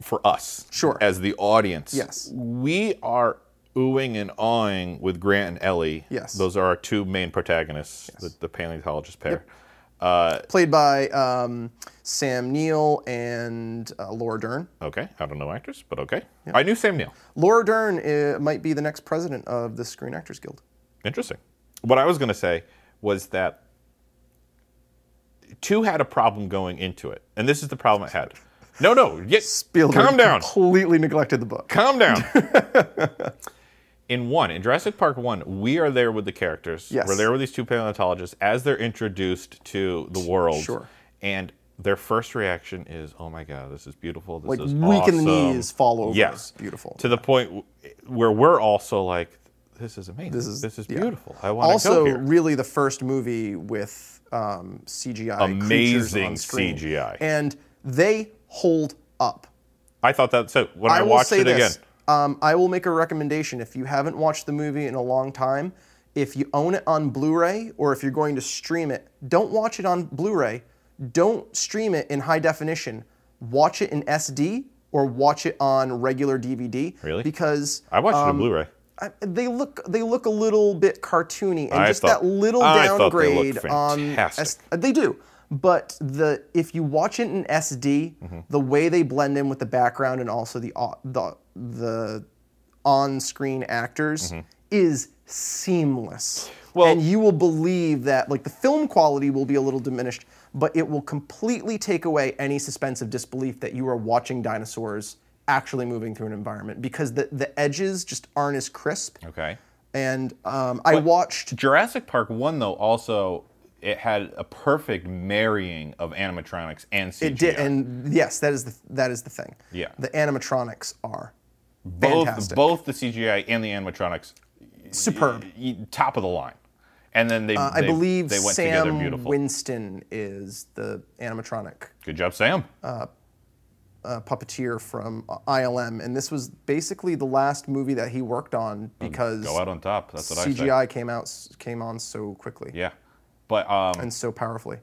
Speaker 1: for us,
Speaker 2: Sure.
Speaker 1: as the audience.
Speaker 2: Yes.
Speaker 1: we are oohing and awing with Grant and Ellie.
Speaker 2: Yes.
Speaker 1: those are our two main protagonists, the, the paleontologist pair. Uh,
Speaker 2: Played by um, Sam Neill and uh, Laura Dern.
Speaker 1: okay, I don't know actors, but okay, I knew Sam Neill.
Speaker 2: Laura Dern uh, might be the next president of the Screen Actors Guild.
Speaker 1: Interesting. What I was going to say was that two had a problem going into it, and this is the problem it had. No, no, yes,
Speaker 2: Spielberg
Speaker 1: calm down.
Speaker 2: completely neglected the book.
Speaker 1: Calm down. in one, in Jurassic Park one, we are there with the characters.
Speaker 2: Yes.
Speaker 1: We're there with these two paleontologists as they're introduced to the world.
Speaker 2: Sure.
Speaker 1: And their first reaction is, "Oh my God, this is beautiful. This
Speaker 2: Like
Speaker 1: is
Speaker 2: weak in
Speaker 1: awesome."
Speaker 2: the knees, fall over.
Speaker 1: Yes,
Speaker 2: beautiful.
Speaker 1: To the point w- where we're also like, "This is amazing. This
Speaker 2: is-
Speaker 1: is,
Speaker 2: yeah.
Speaker 1: beautiful. I want to
Speaker 2: Also,
Speaker 1: go here."
Speaker 2: really the first movie with um, CGI. creatures
Speaker 1: Amazing
Speaker 2: on screen.
Speaker 1: CGI.
Speaker 2: and they hold up.
Speaker 1: I thought that. So when I,
Speaker 2: will
Speaker 1: watched
Speaker 2: say
Speaker 1: it
Speaker 2: this.
Speaker 1: again,
Speaker 2: Um, I will make a recommendation if you haven't watched the movie in a long time. If you own it on Blu-ray or if you're going to stream it, don't watch it on Blu-ray. Don't stream it in high definition. Watch it in SD or watch it on regular DVD.
Speaker 1: Really?
Speaker 2: Because
Speaker 1: I watched it on
Speaker 2: um,
Speaker 1: Blu-ray.
Speaker 2: I, they look they look a little bit cartoony and
Speaker 1: I
Speaker 2: just
Speaker 1: thought-
Speaker 2: that little
Speaker 1: I thought they
Speaker 2: downgrade
Speaker 1: looked
Speaker 2: on
Speaker 1: fantastic.
Speaker 2: S- they do but the if you watch it in SD
Speaker 1: Mm-hmm.
Speaker 2: the way they blend in with the background and also the au- the the on-screen actors is seamless
Speaker 1: Mm-hmm. Well-
Speaker 2: and you will believe that like the film quality will be a little diminished but it will completely take away any suspense of disbelief that you are watching dinosaurs actually moving through an environment because the, the edges just aren't as crisp
Speaker 1: Okay.
Speaker 2: and um, I watched
Speaker 1: Jurassic Park one though also it had a perfect marrying of animatronics and CGI.
Speaker 2: It did, and yes, that is the that is the thing.
Speaker 1: Yeah.
Speaker 2: the animatronics are
Speaker 1: both
Speaker 2: fantastic.
Speaker 1: both the CGI and the animatronics
Speaker 2: Superb.
Speaker 1: y- y- top of the line. And then they,
Speaker 2: Uh, I
Speaker 1: they-
Speaker 2: believe
Speaker 1: they went together
Speaker 2: Sam
Speaker 1: beautiful.
Speaker 2: Winston is the animatronic
Speaker 1: Good job, Sam.
Speaker 2: uh, puppeteer from uh, ILM, and this was basically the last movie that he worked on because
Speaker 1: Hmm. Go out on top. That's what I say.
Speaker 2: CGI came out s- came on so quickly
Speaker 1: Yeah, but um,
Speaker 2: and so powerfully.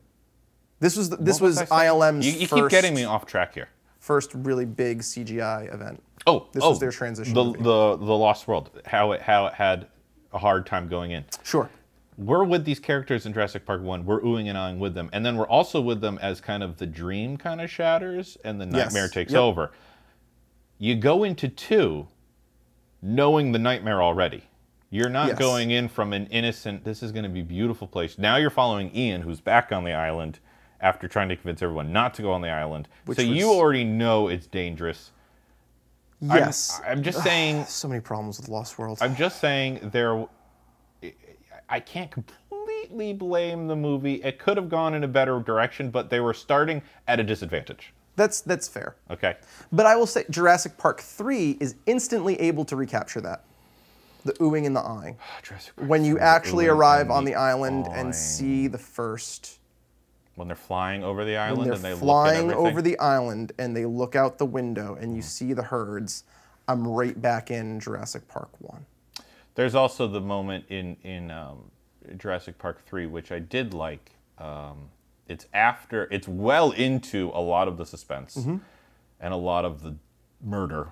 Speaker 2: This was the, this
Speaker 1: what
Speaker 2: was,
Speaker 1: I saying?
Speaker 2: ILM's
Speaker 1: You, you
Speaker 2: first,
Speaker 1: keep getting me off track here.
Speaker 2: first really big CGI event.
Speaker 1: Oh,
Speaker 2: This
Speaker 1: oh,
Speaker 2: was their transition
Speaker 1: The,
Speaker 2: movie.
Speaker 1: the the Lost World. How it how it had a hard time going in.
Speaker 2: Sure.
Speaker 1: We're with these characters in Jurassic Park One. We're oohing and ahhing with them, and then we're also with them as kind of the dream kind of shatters, and the
Speaker 2: Yes.
Speaker 1: nightmare takes
Speaker 2: Yep.
Speaker 1: over. You go into two, knowing the nightmare already. You're not
Speaker 2: Yes.
Speaker 1: going in from an innocent. This is going to be a beautiful place. Now you're following Ian, who's back on the island after trying to convince everyone not to go on the island. so you
Speaker 2: was-
Speaker 1: already know it's dangerous. I'm-
Speaker 2: Yes.
Speaker 1: I'm just saying
Speaker 2: so many problems with Lost World.
Speaker 1: I'm just saying there. I can't completely blame the movie. It could have gone in a better direction, but they were starting at a disadvantage.
Speaker 2: that's that's fair.
Speaker 1: Okay.
Speaker 2: But I will say Jurassic Park 3 is instantly able to recapture that. The oohing and the eyeing. When you actually arrive on the island and see the first
Speaker 1: when they're flying over the island
Speaker 2: they're
Speaker 1: and they
Speaker 2: flying
Speaker 1: look at
Speaker 2: over the island and they look out the window and
Speaker 1: Hmm.
Speaker 2: you see the herds, I'm right back in Jurassic Park 1.
Speaker 1: There's also the moment in in um, Jurassic Park three, which I did like. Um, it's after. It's well into a lot of the suspense
Speaker 2: Mm-hmm.
Speaker 1: and a lot of the murder.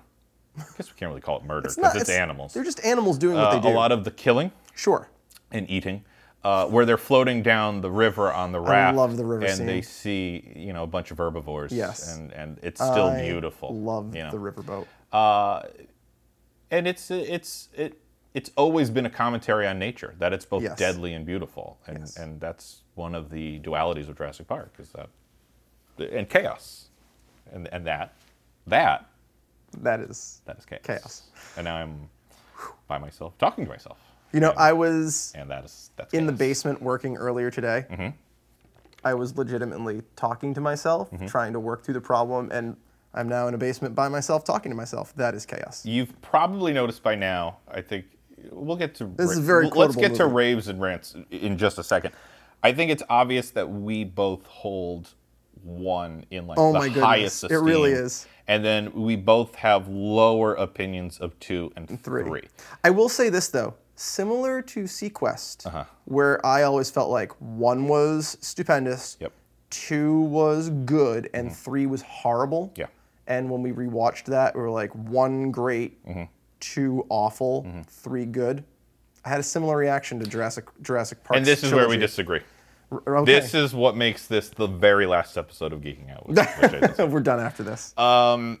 Speaker 1: I guess we can't really call it murder because it's, animals.
Speaker 2: They're just animals doing what
Speaker 1: Uh,
Speaker 2: they do.
Speaker 1: A lot of the killing
Speaker 2: sure.
Speaker 1: and eating, uh, where they're floating down the river on the raft.
Speaker 2: love the river
Speaker 1: And
Speaker 2: scene.
Speaker 1: they see, you know, a bunch of herbivores.
Speaker 2: Yes.
Speaker 1: And, and it's still
Speaker 2: I
Speaker 1: beautiful.
Speaker 2: Love
Speaker 1: you know.
Speaker 2: the riverboat.
Speaker 1: And it's it's it it's always been a commentary on nature that it's both
Speaker 2: Yes.
Speaker 1: deadly and beautiful, and and that's one of the dualities of Jurassic Park is that, and chaos, and and that, that
Speaker 2: That is.
Speaker 1: that is chaos.
Speaker 2: Chaos.
Speaker 1: And now I'm by myself talking to myself,
Speaker 2: You know, I was
Speaker 1: and that is that's
Speaker 2: in the
Speaker 1: chaos.
Speaker 2: basement working earlier today.
Speaker 1: Mm-hmm.
Speaker 2: I was legitimately talking to myself,
Speaker 1: Mm-hmm.
Speaker 2: trying to work through the problem, and I'm now in a basement by myself talking to myself. That is chaos.
Speaker 1: You've probably noticed by now. I think we'll get to
Speaker 2: This is a very
Speaker 1: Let's
Speaker 2: quotable
Speaker 1: get to
Speaker 2: movie.
Speaker 1: raves and rants in just a second. I think it's obvious that we both hold one in like
Speaker 2: Oh
Speaker 1: the
Speaker 2: my goodness.
Speaker 1: highest
Speaker 2: It
Speaker 1: esteem.
Speaker 2: really is.
Speaker 1: And then we both have lower opinions of two and three.
Speaker 2: Three. I will say this though, similar to Sequest,
Speaker 1: Uh-huh.
Speaker 2: where I always felt like one was stupendous,
Speaker 1: Yep. Mm-hmm.
Speaker 2: two was good, and three was horrible.
Speaker 1: Yeah.
Speaker 2: And when we rewatched that, we were like one great,
Speaker 1: Mm-hmm.
Speaker 2: two awful, three good. I had a similar reaction to Jurassic Jurassic Park.
Speaker 1: And this is where we disagree. This is what makes this the very last episode of Geeking Out. With, which I just-
Speaker 2: We're done after this. Um,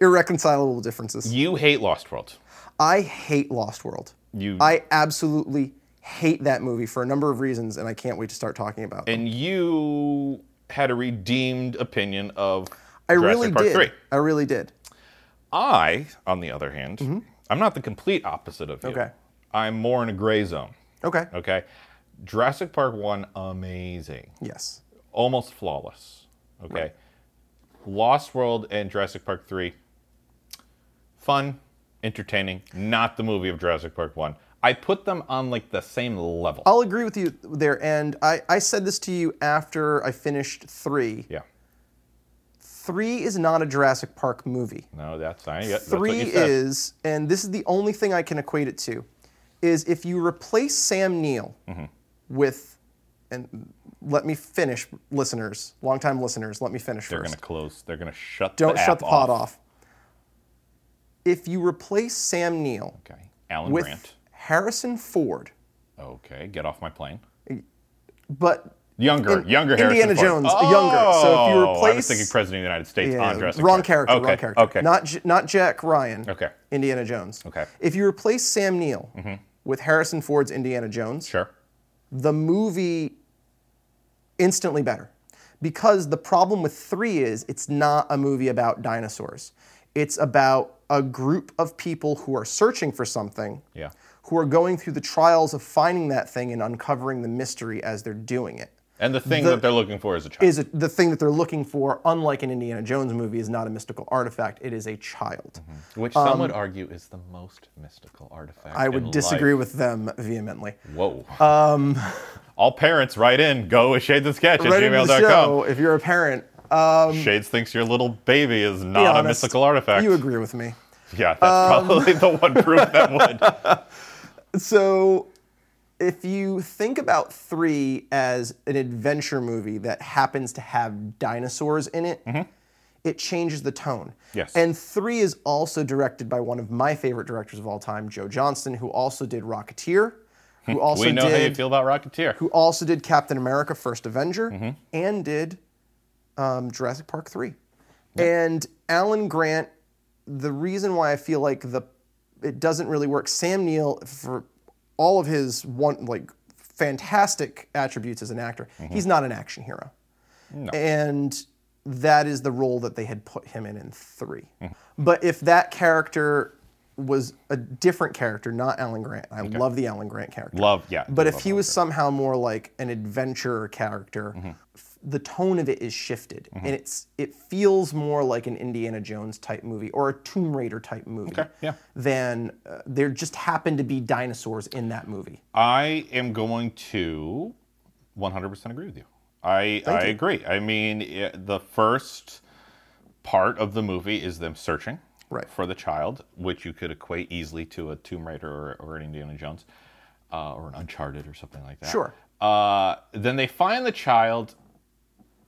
Speaker 2: Irreconcilable differences.
Speaker 1: you hate Lost World.
Speaker 2: I hate Lost World.
Speaker 1: You-
Speaker 2: I absolutely hate that movie for a number of reasons, and I can't wait to start talking about them.
Speaker 1: And you had a redeemed opinion of
Speaker 2: I
Speaker 1: Jurassic
Speaker 2: really
Speaker 1: Park
Speaker 2: did.
Speaker 1: 3.
Speaker 2: I really did.
Speaker 1: I, on the other hand, I'm not the complete opposite of you.
Speaker 2: Mm-hmm. Okay.
Speaker 1: I'm more in a gray zone.
Speaker 2: Okay.
Speaker 1: Okay. Jurassic Park 1, amazing.
Speaker 2: Yes.
Speaker 1: Almost flawless. Okay. Lost World and Jurassic Park 3, fun, entertaining, not the movie of Jurassic Park 1. I put them on like the same level.
Speaker 2: I'll agree with you there, and I, I said this to you after I finished three.
Speaker 1: Yeah.
Speaker 2: Three is not a Jurassic Park movie.
Speaker 1: No, that's not. Yeah, that's what
Speaker 2: Three
Speaker 1: you said.
Speaker 2: is, and this is the only thing I can equate it to, is if you replace Sam Neill
Speaker 1: Mm-hmm.
Speaker 2: with, and let me finish, listeners, longtime listeners, let me finish
Speaker 1: They're
Speaker 2: first.
Speaker 1: going to close. They're going to shut
Speaker 2: Don't
Speaker 1: the
Speaker 2: shut
Speaker 1: app
Speaker 2: the pod off. If you replace Sam Neill
Speaker 1: Okay. Alan
Speaker 2: with
Speaker 1: Grant.
Speaker 2: Harrison Ford,
Speaker 1: Okay. Get off my plane.
Speaker 2: but
Speaker 1: Younger,
Speaker 2: In-
Speaker 1: younger
Speaker 2: Indiana
Speaker 1: Harrison Ford.
Speaker 2: Jones, younger. So if you
Speaker 1: Oh, I
Speaker 2: replace-
Speaker 1: was thinking President of the United States
Speaker 2: Yeah,
Speaker 1: on Jurassic
Speaker 2: wrong
Speaker 1: Park.
Speaker 2: character,
Speaker 1: okay.
Speaker 2: wrong character.
Speaker 1: Okay.
Speaker 2: Not J- not Jack Ryan.
Speaker 1: Okay.
Speaker 2: Indiana Jones.
Speaker 1: Okay. Mm-hmm.
Speaker 2: If you replace Sam Neill with Harrison Ford's Indiana Jones,
Speaker 1: sure.
Speaker 2: the movie instantly better. Because the problem with 3 is it's not a movie about dinosaurs. It's about a group of people who are searching for something.
Speaker 1: Yeah.
Speaker 2: Who are going through the trials of finding that thing and uncovering the mystery as they're doing it.
Speaker 1: And the thing
Speaker 2: The-
Speaker 1: that they're looking for is a child.
Speaker 2: is a, the thing that they're looking for, unlike an Indiana Jones movie, is not a mystical artifact. It is a child.
Speaker 1: which some would argue is the most mystical artifact.
Speaker 2: um, I
Speaker 1: in
Speaker 2: would
Speaker 1: life.
Speaker 2: disagree with them vehemently.
Speaker 1: Whoa. Um, All parents, write in. Go with shade the sketch at
Speaker 2: Right into the
Speaker 1: gmail.com.
Speaker 2: show, if you're a parent,
Speaker 1: Shades thinks your little baby is
Speaker 2: be
Speaker 1: not a
Speaker 2: honest,
Speaker 1: mystical artifact.
Speaker 2: You Um, agree with me.
Speaker 1: Yeah, that's probably the one proof that would.
Speaker 2: So, if you think about three as an adventure movie that happens to have dinosaurs in it, it changes the tone.
Speaker 1: Mm-hmm. Yes.
Speaker 2: And three is also directed by one of my favorite directors of all time, Joe Johnston, who also did Rocketeer, who also
Speaker 1: Hmm. We know
Speaker 2: did
Speaker 1: how you feel about Rocketeer.
Speaker 2: who also did Captain America: First Avenger
Speaker 1: Mm-hmm.
Speaker 2: and did um, Jurassic Park three. And Alan Grant, the reason why I feel like the it doesn't really work. Sam Neill for all of his one like fantastic attributes as an actor,
Speaker 1: Mm-hmm.
Speaker 2: he's not an action hero, and that is the role that they had put him in in 3
Speaker 1: Mm-hmm.
Speaker 2: But if that character was a different character, not Alan Grant. I love the Alan Grant character.
Speaker 1: Love, yeah.
Speaker 2: But
Speaker 1: love
Speaker 2: if he was somehow more like an adventurer character,
Speaker 1: Mm-hmm.
Speaker 2: f- the tone of it is shifted, and it's it feels more like an Indiana Jones type movie or a Tomb Raider type movie.
Speaker 1: Okay, yeah.
Speaker 2: Than uh, there just happened to be dinosaurs in that movie.
Speaker 1: I am going to 100% agree with you. I I agree. I mean, i the first part of the movie is them searching
Speaker 2: Right.
Speaker 1: for the child, which you could equate easily to a Tomb Raider or, or an Indiana Jones uh, or an Uncharted or something like that.
Speaker 2: Sure.
Speaker 1: Uh, then they find the child,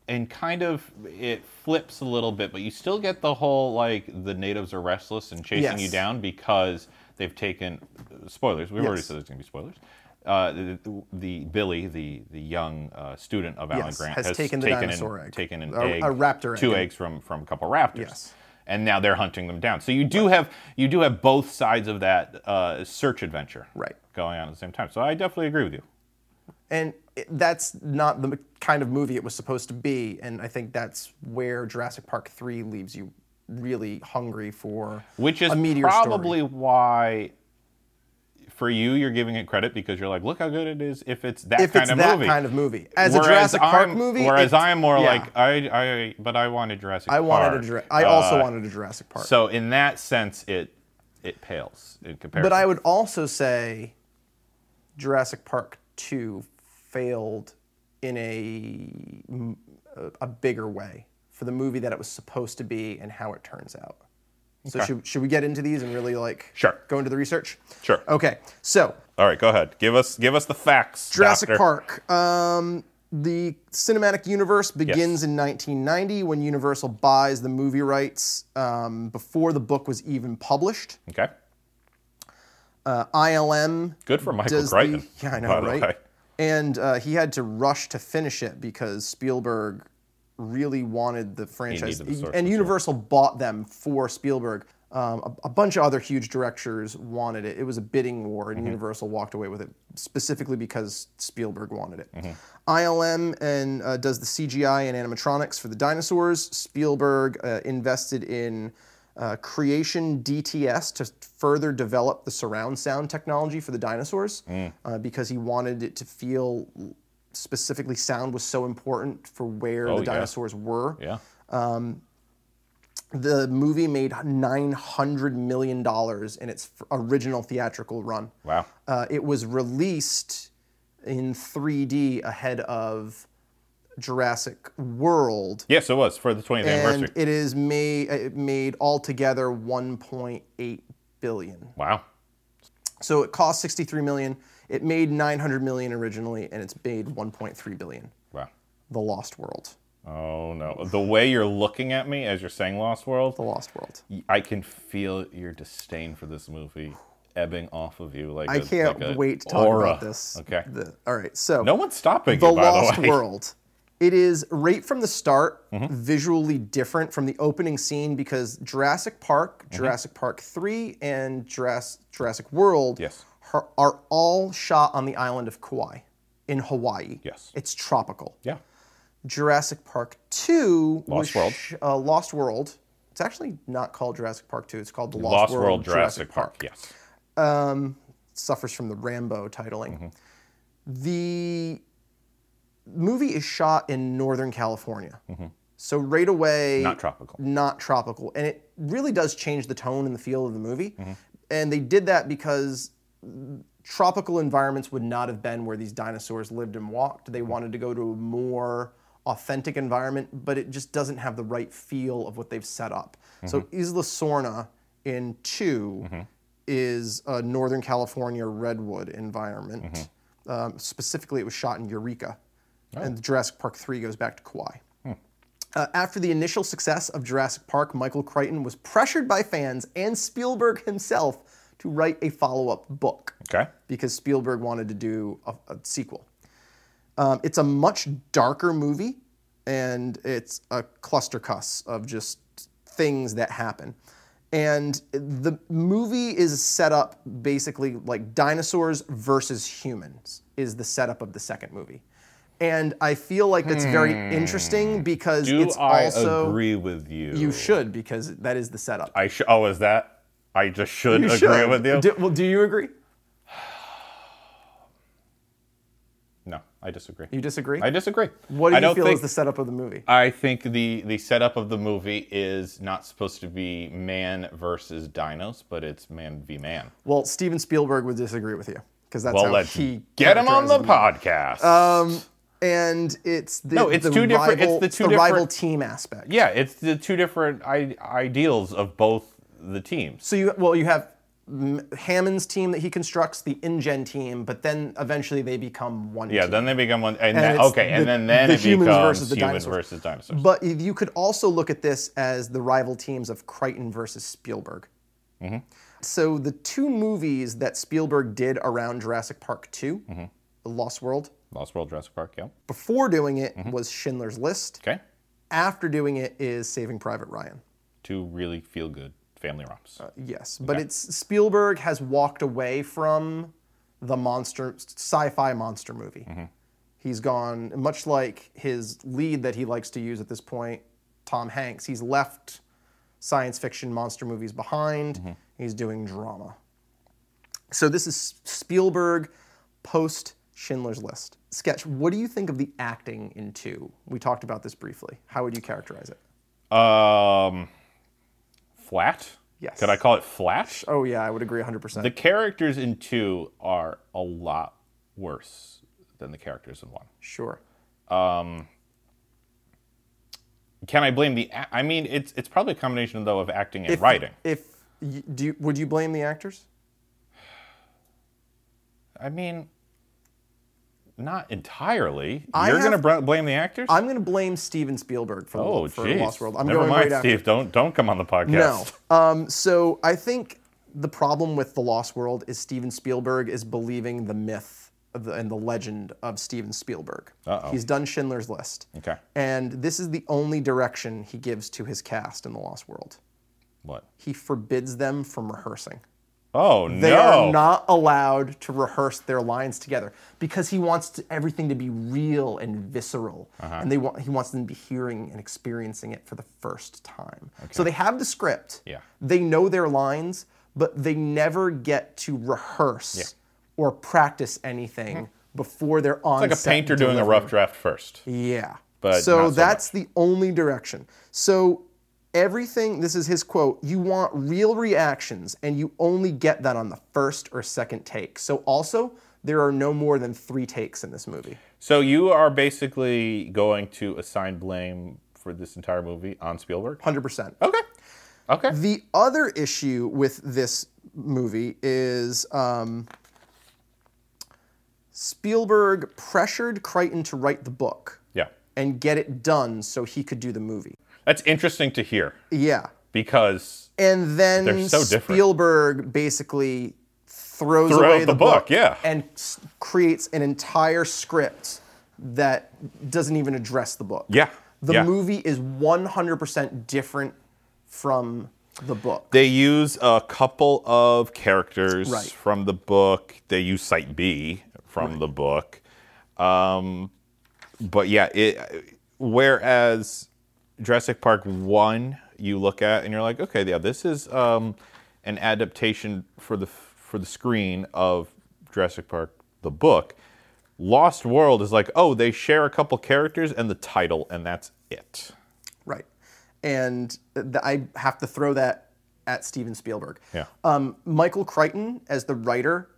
Speaker 1: and kind of it flips a little bit, but you still get the whole like the natives are restless and chasing you
Speaker 2: Yes.
Speaker 1: down because they've taken spoilers. We've already
Speaker 2: Yes.
Speaker 1: said there's going to be spoilers. Uh, the, the, the Billy, the the young uh, student of Alan
Speaker 2: Yes,
Speaker 1: Grant,
Speaker 2: has taken the
Speaker 1: an-
Speaker 2: dinosaur egg.
Speaker 1: taken an
Speaker 2: A-
Speaker 1: egg,
Speaker 2: a raptor
Speaker 1: two
Speaker 2: egg.
Speaker 1: eggs from from a couple raptors.
Speaker 2: Yes.
Speaker 1: And now they're hunting them down. So you do have you do have both sides of that uh, search adventure
Speaker 2: Right.
Speaker 1: going on at the same time. So I definitely agree with you.
Speaker 2: And it, that's not the m- kind of movie it was supposed to be, and I think that's where Jurassic Park three leaves you really hungry for
Speaker 1: Which is
Speaker 2: a meteor
Speaker 1: probably
Speaker 2: story.
Speaker 1: why, for you, you're giving it credit because you're like, look how good it is if it's that
Speaker 2: if
Speaker 1: kind
Speaker 2: it's
Speaker 1: of
Speaker 2: that
Speaker 1: movie.
Speaker 2: kind of movie as a
Speaker 1: Whereas
Speaker 2: Jurassic Park
Speaker 1: I'm-
Speaker 2: movie.
Speaker 1: Whereas
Speaker 2: it-
Speaker 1: I'm more
Speaker 2: yeah.
Speaker 1: like, I, I, but I wanted Jurassic
Speaker 2: I
Speaker 1: Park. Uh,
Speaker 2: wanted a Jura- I also wanted a Jurassic Park.
Speaker 1: So in that sense, it it pales in comparison.
Speaker 2: But I would also say Jurassic Park 2 failed in a, a bigger way for the movie that it was supposed to be and how it turns out. So should, should we get into these and really like
Speaker 1: Sure.
Speaker 2: go into the research?
Speaker 1: Sure.
Speaker 2: Okay. So
Speaker 1: All right, go ahead. Give us give us the facts.
Speaker 2: Jurassic
Speaker 1: doctor.
Speaker 2: Park. Um, the cinematic universe begins in 1990 when Universal buys the movie rights um, before the book was even published.
Speaker 1: Okay.
Speaker 2: Uh, ILM
Speaker 1: Good for Michael
Speaker 2: does the-
Speaker 1: Crichton.
Speaker 2: yeah, I know,
Speaker 1: by the
Speaker 2: right?
Speaker 1: way.
Speaker 2: And uh, he had to rush to finish it because Spielberg really wanted the franchise,
Speaker 1: needed the source
Speaker 2: and
Speaker 1: material.
Speaker 2: Universal bought them for Spielberg. Um, a, a bunch of other huge directors wanted it. It was a bidding war,
Speaker 1: Mm-hmm.
Speaker 2: and Universal walked away with it specifically because Spielberg wanted it.
Speaker 1: Mm-hmm.
Speaker 2: ILM and uh, does the CGI and animatronics for the dinosaurs. Spielberg uh, invested in uh, Creation DTS to further develop the surround sound technology for the dinosaurs
Speaker 1: Mm.
Speaker 2: uh, because he wanted it to feel specifically sound was so important for where
Speaker 1: Oh,
Speaker 2: the
Speaker 1: yeah.
Speaker 2: dinosaurs were.
Speaker 1: Yeah.
Speaker 2: The movie made $900 million in its f- original theatrical run.
Speaker 1: Wow.
Speaker 2: Uh, it was released in 3D ahead of Jurassic World.
Speaker 1: Yes, it was for the 20th
Speaker 2: And
Speaker 1: anniversary.
Speaker 2: it is made, it made altogether 1.8 billion.
Speaker 1: Wow.
Speaker 2: So it cost 63 million. It made 900 million originally, and it's made 1.3 billion.
Speaker 1: Wow.
Speaker 2: The Lost World.
Speaker 1: Oh no. The way you're looking at me as you're saying Lost World,
Speaker 2: The Lost World.
Speaker 1: I can feel your disdain for this movie ebbing off of you. Like
Speaker 2: I
Speaker 1: a-
Speaker 2: can't
Speaker 1: like a
Speaker 2: wait to talk
Speaker 1: aura.
Speaker 2: about this.
Speaker 1: Okay.
Speaker 2: The- all right. So
Speaker 1: no one's stopping
Speaker 2: the
Speaker 1: you, by
Speaker 2: Lost
Speaker 1: the way. Mm-hmm.
Speaker 2: World. It is right from the start, visually different from the opening scene because Jurassic Park,
Speaker 1: Mm-hmm.
Speaker 2: Jurassic Park Three, and Jurass- Jurassic World
Speaker 1: Yes.
Speaker 2: are, are all shot on the island of Kauai, in Hawaii.
Speaker 1: Yes.
Speaker 2: It's tropical.
Speaker 1: Yeah.
Speaker 2: Jurassic Park 2 was
Speaker 1: Lost World.
Speaker 2: sh- uh, Lost World. It's actually not called Jurassic Park 2. It's called The
Speaker 1: Lost
Speaker 2: Lost,
Speaker 1: World, Jurassic, Park. Yes. Mm-hmm.
Speaker 2: Suffers from the Rambo titling. The movie is shot in Northern California. So right away,
Speaker 1: Mm-hmm. Not tropical.
Speaker 2: not tropical, and it really does change the tone and the feel of the movie.
Speaker 1: Mm-hmm.
Speaker 2: And they did that because tropical environments would not have been where these dinosaurs lived and walked. They wanted to go to a more authentic environment, but it just doesn't have the right feel of what they've set up. So Isla Sorna in 2 is a Northern California redwood environment. Um, specifically, it was shot in Eureka, and Jurassic Park 3 goes back to Kauai. Uh, after the initial success of Jurassic Park, Michael Crichton was pressured by fans and Spielberg himself to write a follow up book
Speaker 1: Okay.
Speaker 2: because Spielberg wanted to do a, a sequel. Um, it's a much darker movie, and it's a cluster cuss of just things that happen. And the movie is set up basically like dinosaurs versus humans is the setup of the second movie. And I feel like that's very interesting because
Speaker 1: Hmm. Do
Speaker 2: it's
Speaker 1: I
Speaker 2: also
Speaker 1: agree with you?
Speaker 2: you should because that is the setup.
Speaker 1: I sh- oh, is that? I just should agree
Speaker 2: should.
Speaker 1: with you.
Speaker 2: Do, well, do you agree?
Speaker 1: no, I disagree.
Speaker 2: You disagree?
Speaker 1: I disagree.
Speaker 2: what do
Speaker 1: I
Speaker 2: you
Speaker 1: don't
Speaker 2: feel
Speaker 1: think,
Speaker 2: is the setup of the movie?
Speaker 1: I think the the setup of the movie is not supposed to be man versus dinos, but it's man v man.
Speaker 2: Well, Steven Spielberg would disagree with you because that's
Speaker 1: Well,
Speaker 2: how
Speaker 1: let's
Speaker 2: he
Speaker 1: get him on the
Speaker 2: characterizes
Speaker 1: podcast.
Speaker 2: it. Um, and it's the
Speaker 1: No, it's
Speaker 2: the
Speaker 1: two different- it's
Speaker 2: rival-
Speaker 1: the two
Speaker 2: rival
Speaker 1: different-
Speaker 2: team aspect.
Speaker 1: yeah, it's the two different I- ideals of both the teams.
Speaker 2: So you well you have M- Hammond's team that he constructs, the InGen team, but then eventually they become one.
Speaker 1: Yeah,
Speaker 2: team.
Speaker 1: then they become one. And,
Speaker 2: And
Speaker 1: then,
Speaker 2: it's
Speaker 1: okay,
Speaker 2: the-
Speaker 1: and then then
Speaker 2: the
Speaker 1: it
Speaker 2: humans
Speaker 1: becomes
Speaker 2: versus the
Speaker 1: human
Speaker 2: dinosaurs.
Speaker 1: versus dinosaurs.
Speaker 2: But if you could also look at this as the rival teams of Crichton versus Spielberg.
Speaker 1: Mm-hmm.
Speaker 2: So the two movies that Spielberg did around Jurassic Park 2
Speaker 1: Mm-hmm.
Speaker 2: The Lost World,
Speaker 1: Lost World, Jurassic Park. Yeah.
Speaker 2: before doing it
Speaker 1: Mm-hmm.
Speaker 2: was Schindler's List.
Speaker 1: Okay.
Speaker 2: after doing it is Saving Private Ryan.
Speaker 1: Two really feel good family romps.
Speaker 2: Uh, Yes, but it's Spielberg has walked away from the monster sci-fi monster movie. He's gone much like his lead that he likes to use at this point, Tom Hanks. He's left science fiction monster movies behind. He's doing drama. So this is Spielberg post Schindler's List. Sketch, what do you think of the acting in 2? We talked about this briefly. How would you characterize it?
Speaker 1: Um, flat.
Speaker 2: Yes.
Speaker 1: Could I call it flat?
Speaker 2: Oh yeah, I would agree 100%.
Speaker 1: The characters in two are a lot worse than the characters in one.
Speaker 2: sure.
Speaker 1: Can I blame the? a- I mean, it's it's probably a combination though of acting and writing.
Speaker 2: If y- do you, would you blame the actors?
Speaker 1: I mean, not entirely.
Speaker 2: I
Speaker 1: You're
Speaker 2: have-
Speaker 1: gonna br- blame the actors?
Speaker 2: I'm going to blame Steven Spielberg for,
Speaker 1: oh,
Speaker 2: for
Speaker 1: jeez.
Speaker 2: Lost World. I'm
Speaker 1: Never
Speaker 2: going
Speaker 1: mind,
Speaker 2: right
Speaker 1: Steve. Don't don't come on the podcast.
Speaker 2: after. No. Um, so I think the problem with the Lost World is Steven Spielberg is believing the myth of the, and the legend of Steven Spielberg.
Speaker 1: Uh-oh.
Speaker 2: He's done Schindler's List.
Speaker 1: Okay.
Speaker 2: And this is the only direction he gives to his cast in the Lost World.
Speaker 1: What?
Speaker 2: He forbids them from rehearsing.
Speaker 1: Oh
Speaker 2: They
Speaker 1: no.
Speaker 2: are not allowed to rehearse their lines together because he wants to, everything to be real and visceral,
Speaker 1: Uh-huh.
Speaker 2: and they want he wants them to be hearing and experiencing it for the first time. So they have the script.
Speaker 1: Yeah.
Speaker 2: They know their lines, but they never get to rehearse or practice anything before they're on.
Speaker 1: Hmm. It's like a
Speaker 2: set
Speaker 1: painter doing a
Speaker 2: delivering.
Speaker 1: rough draft first.
Speaker 2: Yeah.
Speaker 1: But
Speaker 2: so
Speaker 1: not so
Speaker 2: that's the only direction. So everything this is his quote, you want real reactions and you only get that on the first or second take. So also there are no more than 3 takes in this movie.
Speaker 1: So you are basically going to assign blame for this entire movie on Spielberg.
Speaker 2: 100%.
Speaker 1: Okay. Okay.
Speaker 2: The other issue with this movie is um, Spielberg pressured Crichton to write the book
Speaker 1: Yeah.
Speaker 2: and get it done so he could do the movie.
Speaker 1: That's interesting to hear
Speaker 2: Yeah.
Speaker 1: because
Speaker 2: and then
Speaker 1: They're so different.
Speaker 2: Spielberg basically throws
Speaker 1: Throw
Speaker 2: away
Speaker 1: out
Speaker 2: the,
Speaker 1: the book, yeah.
Speaker 2: and s- creates an entire script that doesn't even address the book.
Speaker 1: Yeah,
Speaker 2: the
Speaker 1: yeah.
Speaker 2: movie is 100% different from the book.
Speaker 1: they use a couple of characters
Speaker 2: Right.
Speaker 1: from the book. They use Site B from the book. Um, but yeah, it, whereas Jurassic Park 1, you look at and you're like, okay, yeah, this is um, an adaptation for the for the screen of Jurassic Park the book. Lost World is like, oh, they share a couple characters and the title, and that's it.
Speaker 2: Right. And th- I have to throw that at Steven Spielberg.
Speaker 1: Yeah.
Speaker 2: Um, Michael Crichton, as the writer,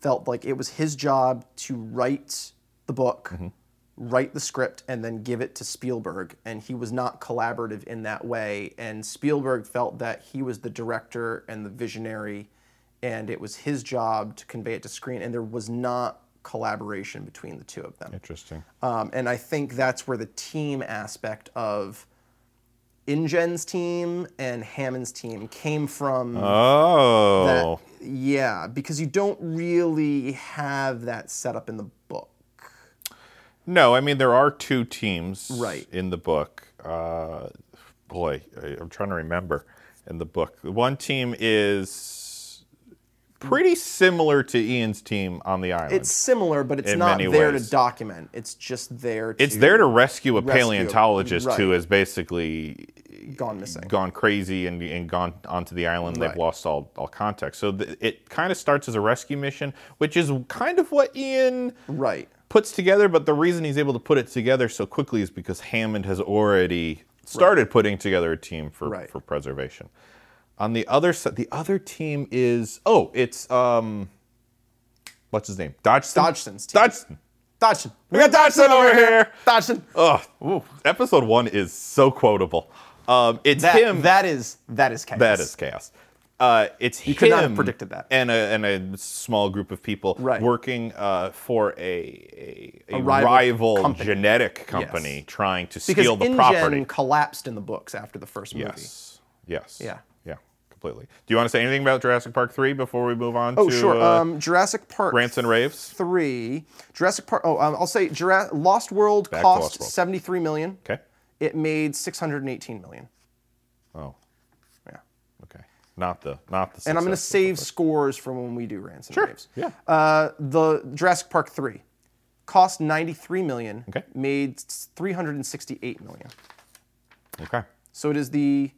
Speaker 2: felt like it was his job to write the book, write the script, and then give it to Spielberg. And he was not collaborative in that way. And Spielberg felt that he was the director and the visionary, and it was his job to convey it to screen. And there was not collaboration between the two of them.
Speaker 1: Interesting.
Speaker 2: Um, and I think that's where the team aspect of InGen's team and Hammond's team came from. that-
Speaker 1: Oh.
Speaker 2: yeah, because you don't really have that set up in the book.
Speaker 1: No, I mean there are two teams
Speaker 2: Right.
Speaker 1: in the book. Uh, boy, I, I'm trying to remember in the book. One team is pretty similar to Ian's team on the island.
Speaker 2: It's similar, but it's
Speaker 1: In
Speaker 2: not
Speaker 1: many
Speaker 2: there
Speaker 1: ways.
Speaker 2: to document. It's just there to.
Speaker 1: It's there to rescue a
Speaker 2: Rescue,
Speaker 1: paleontologist who
Speaker 2: right.
Speaker 1: has basically
Speaker 2: gone missing.
Speaker 1: gone crazy and, and gone onto the island.
Speaker 2: Right.
Speaker 1: They've lost all, all contact. So th- it kind of starts as a rescue mission, which is kind of what Ian
Speaker 2: Right.
Speaker 1: puts together. But the reason he's able to put it together so quickly is because Hammond has already started putting together a team for,
Speaker 2: Right.
Speaker 1: for preservation. On the other side, the other team is oh, it's um, what's his name? Dodgson.
Speaker 2: Dodgson's team.
Speaker 1: Dodgson.
Speaker 2: Dodson.
Speaker 1: We got Dodson over here.
Speaker 2: Dodson.
Speaker 1: Oh, episode one is so quotable. Um, it's
Speaker 2: That,
Speaker 1: him.
Speaker 2: that is that is chaos.
Speaker 1: that is chaos. Uh, it's you him
Speaker 2: could not have predicted that.
Speaker 1: and a, and a small group of people
Speaker 2: Right.
Speaker 1: working uh, for a a, a, rival,
Speaker 2: rival company.
Speaker 1: genetic company
Speaker 2: Yes.
Speaker 1: trying to
Speaker 2: because
Speaker 1: steal the
Speaker 2: InGen
Speaker 1: property.
Speaker 2: collapsed in the books after the first movie.
Speaker 1: Yes, yes,
Speaker 2: Yeah.
Speaker 1: yeah, completely. Do you want to say anything about Jurassic Park three before we move on?
Speaker 2: Oh,
Speaker 1: to,
Speaker 2: sure.
Speaker 1: Uh,
Speaker 2: um, Jurassic Park.
Speaker 1: rants and raves.
Speaker 2: three. Jurassic Park. Oh, um, I'll say Jura- Lost World
Speaker 1: Back to
Speaker 2: cost
Speaker 1: Lost World.
Speaker 2: seventy-three million.
Speaker 1: Okay.
Speaker 2: It made six hundred and eighteen million.
Speaker 1: Oh,
Speaker 2: Yeah.
Speaker 1: okay. Not the not the.
Speaker 2: And I'm going to
Speaker 1: success of the
Speaker 2: save scores from when we do rants and raves.
Speaker 1: Yeah.
Speaker 2: Uh, the Jurassic Park three cost ninety-three million.
Speaker 1: Okay.
Speaker 2: Made three hundred and sixty-eight million.
Speaker 1: first. Okay.
Speaker 2: So it is the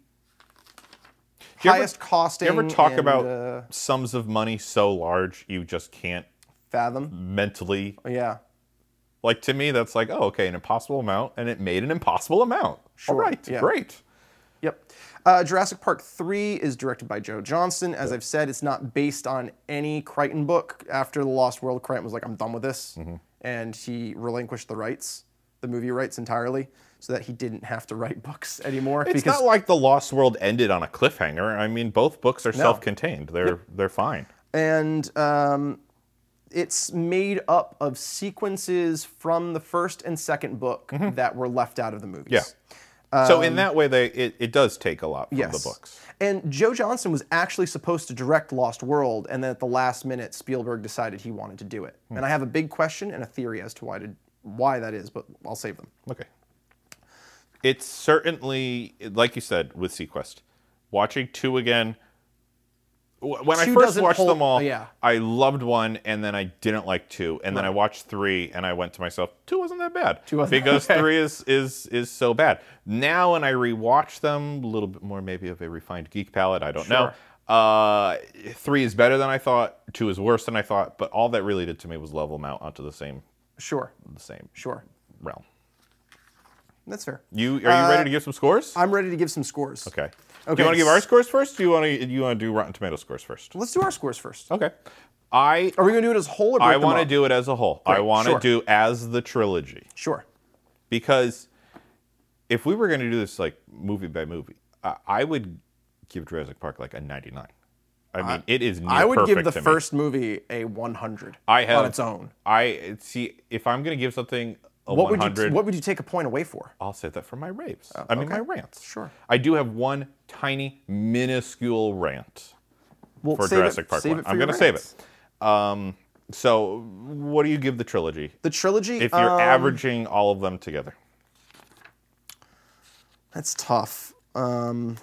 Speaker 1: Do you ever-
Speaker 2: highest costing.
Speaker 1: You ever talk
Speaker 2: and,
Speaker 1: about
Speaker 2: uh,
Speaker 1: sums of money so large you just can't
Speaker 2: Fathom?
Speaker 1: mentally
Speaker 2: Yeah.
Speaker 1: like to me that's like oh okay an impossible amount and it made an impossible amount. All
Speaker 2: Sure,
Speaker 1: right,
Speaker 2: yeah.
Speaker 1: great.
Speaker 2: Yep. Uh, Jurassic Park 3 is directed by Joe Johnston. As I've said, it's not based on any Crichton book. After The Lost World, Crichton was like, I'm done with this.
Speaker 1: Mm-hmm.
Speaker 2: And he relinquished the rights, the movie rights entirely, so that he didn't have to write books anymore.
Speaker 1: It's not like the Lost World ended on a cliffhanger. I mean, both books are self-contained. They're they're fine.
Speaker 2: and um, it's made up of sequences from the first and second book that were left out of the movies.
Speaker 1: Mm-hmm. Yeah. so in that way, they it, it does take a lot from
Speaker 2: um, Yes.
Speaker 1: the books.
Speaker 2: And Joe Johnston was actually supposed to direct Lost World, and then at the last minute, Spielberg decided he wanted to do it. And I have a big question and a theory as to why did, why that is, but I'll save them.
Speaker 1: Okay. It's certainly like you said with Sequest. Watching two again. wh- When
Speaker 2: Two
Speaker 1: I first
Speaker 2: doesn't
Speaker 1: watched
Speaker 2: hold-
Speaker 1: them all,
Speaker 2: yeah.
Speaker 1: I loved one, and then I didn't like two, and then I watched three, and I went to myself, two wasn't that bad, two
Speaker 2: wasn't-
Speaker 1: because three is is is so bad. Now when I rewatch them, a little bit more maybe of a refined geek palette, I don't
Speaker 2: Sure.
Speaker 1: know. Uh, three is better than I thought. Two is worse than I thought. But all that really did to me was level them out onto the same
Speaker 2: Sure,
Speaker 1: the same
Speaker 2: sure,
Speaker 1: realm.
Speaker 2: that's fair.
Speaker 1: You are you ready to give some scores?
Speaker 2: I'm ready to give some scores.
Speaker 1: Okay. Do
Speaker 2: Uh, Okay,
Speaker 1: you want to give our
Speaker 2: s-
Speaker 1: scores first? Do you want to you want to do Rotten Tomato scores first?
Speaker 2: Let's do our scores first.
Speaker 1: Okay. I
Speaker 2: Are we going to do it as a whole or break
Speaker 1: I
Speaker 2: them
Speaker 1: want to
Speaker 2: up?
Speaker 1: do it as a whole. I
Speaker 2: Great,
Speaker 1: want to
Speaker 2: sure.
Speaker 1: do as the trilogy
Speaker 2: Sure.
Speaker 1: because if we were going to do this like movie by movie, I, I would give Jurassic Park like a 99. I mean, it is near
Speaker 2: I would give
Speaker 1: perfect
Speaker 2: the
Speaker 1: to me.
Speaker 2: first movie a 100
Speaker 1: I have
Speaker 2: on its own.
Speaker 1: I see if I'm going to give something a
Speaker 2: What would,
Speaker 1: 100
Speaker 2: you, what would you take a point away for?
Speaker 1: I'll save that for my raves. I mean, my rants.
Speaker 2: Sure.
Speaker 1: I do have one tiny, minuscule rant
Speaker 2: Well,
Speaker 1: for
Speaker 2: save it-
Speaker 1: Jurassic Park
Speaker 2: save
Speaker 1: 1.
Speaker 2: it for
Speaker 1: I'm
Speaker 2: your
Speaker 1: going to save
Speaker 2: rants.
Speaker 1: it. Um, so, what do you give the trilogy?
Speaker 2: The trilogy.
Speaker 1: If you're
Speaker 2: um,
Speaker 1: averaging all of them together,
Speaker 2: That's tough. Um,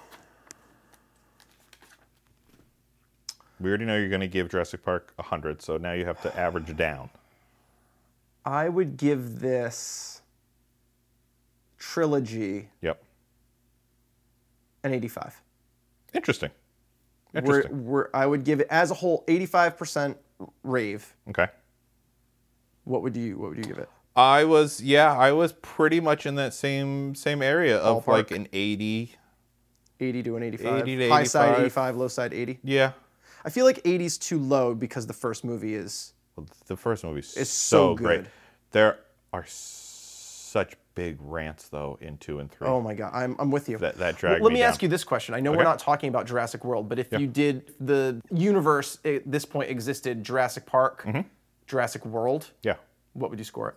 Speaker 1: we already know you're going to give Jurassic Park 100, so now you have to average down.
Speaker 2: I would give this trilogy
Speaker 1: Yep.
Speaker 2: an 85.
Speaker 1: Interesting.
Speaker 2: We're,
Speaker 1: Interesting.
Speaker 2: we're, I would give it as a whole 85% rave,
Speaker 1: okay.
Speaker 2: What would you What would you give it?
Speaker 1: I was yeah, I was pretty much in that same same area of like an 80.
Speaker 2: 80 to an 85.
Speaker 1: 80 to
Speaker 2: High side
Speaker 1: 85.
Speaker 2: 85, low side 80.
Speaker 1: Yeah.
Speaker 2: I feel like 80's too low because the first movie is
Speaker 1: Well, the first movie is
Speaker 2: It's so
Speaker 1: so
Speaker 2: good.
Speaker 1: great. There are such big rants though in 2 and 3.
Speaker 2: Oh my god, I'm, I'm with you.
Speaker 1: That- that dragged
Speaker 2: Let
Speaker 1: me
Speaker 2: me
Speaker 1: down.
Speaker 2: ask you this question. I know we're
Speaker 1: Okay.
Speaker 2: not talking about Jurassic World, but if you did the universe at this point existed Jurassic Park, Jurassic World,
Speaker 1: Mm-hmm. Yeah.
Speaker 2: what would you score it?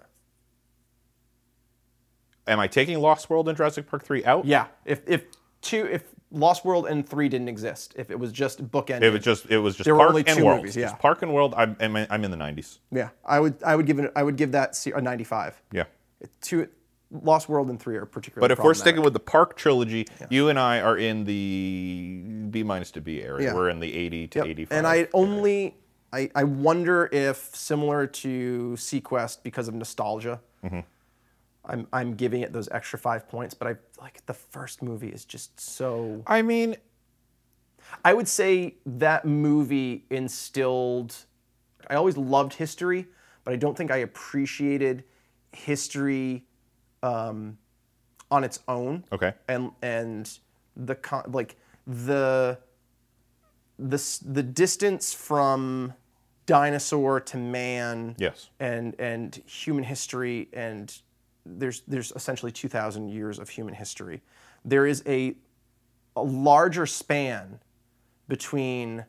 Speaker 1: Am I taking Lost World and Jurassic Park 3 out?
Speaker 2: Yeah, if if two if Lost World and three didn't exist, if it was just bookended,
Speaker 1: It was just it was just
Speaker 2: There were
Speaker 1: Park
Speaker 2: only
Speaker 1: and
Speaker 2: two
Speaker 1: World.
Speaker 2: movies, yeah.
Speaker 1: Just Park and World. I'm I'm, I'm in the 90s.
Speaker 2: yeah, I would I would give it I would give that se- a 95.
Speaker 1: Yeah.
Speaker 2: Two Lost World and three are particularly.
Speaker 1: But if we're sticking with the Park trilogy, you and I are in the B minus to B area.
Speaker 2: Yeah.
Speaker 1: We're in the 80 to
Speaker 2: Yep.
Speaker 1: 85.
Speaker 2: And I only, I, I wonder if similar to Sequest because of nostalgia,
Speaker 1: Mm-hmm.
Speaker 2: I'm, I'm giving it those extra five points. But I like the first movie is just so.
Speaker 1: I mean,
Speaker 2: I would say that movie instilled. I always loved history, but I don't think I appreciated history um, on its own
Speaker 1: okay.
Speaker 2: and and the con- like the the s- the distance from dinosaur to man
Speaker 1: Yes.
Speaker 2: and and human history and there's there's essentially 2000 years of human history there is a a larger span between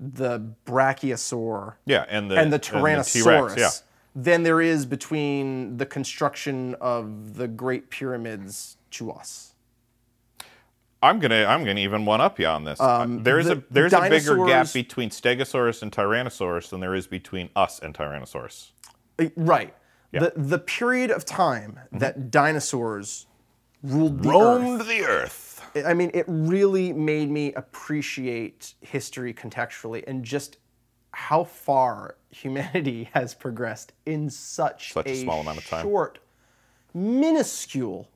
Speaker 2: the brachiosaur
Speaker 1: Yeah, and the
Speaker 2: and the
Speaker 1: T-Rex,
Speaker 2: Tyrannosaurus
Speaker 1: yeah.
Speaker 2: than there is between the construction of the Great Pyramids to us.
Speaker 1: I'm gonna I'm gonna even one up you on this. Uh, there's
Speaker 2: Um, the
Speaker 1: a there's a bigger gap
Speaker 2: dinosaurs-
Speaker 1: between Stegosaurus and Tyrannosaurus than there is between us and Tyrannosaurus.
Speaker 2: Uh, Right. The, the period of time that dinosaurs ruled the
Speaker 1: Mm-hmm. Roamed the earth.
Speaker 2: earth, I mean, it really made me appreciate history contextually and just how far humanity has progressed in such,
Speaker 1: Such a small amount of time. Mm-hmm.
Speaker 2: short, minuscule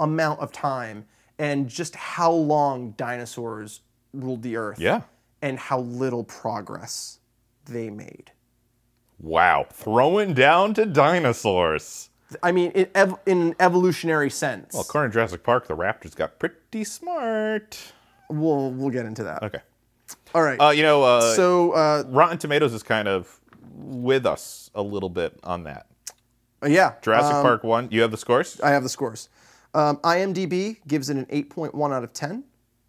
Speaker 2: amount of time, and just how long dinosaurs ruled the earth.
Speaker 1: Yeah.
Speaker 2: And how little progress they made.
Speaker 1: Wow. Throwing down to dinosaurs.
Speaker 2: I mean, in, ev- in an evolutionary sense.
Speaker 1: According to Jurassic Park, the raptors got pretty smart.
Speaker 2: We'll we'll get into that.
Speaker 1: Okay.
Speaker 2: All right.
Speaker 1: Uh, you know, uh,
Speaker 2: so uh,
Speaker 1: Rotten Tomatoes is kind of with us a little bit on that.
Speaker 2: yeah,
Speaker 1: Jurassic
Speaker 2: um,
Speaker 1: Park one. You have the scores.
Speaker 2: I have the scores. Um, IMDb gives it an 8.1 out of 10.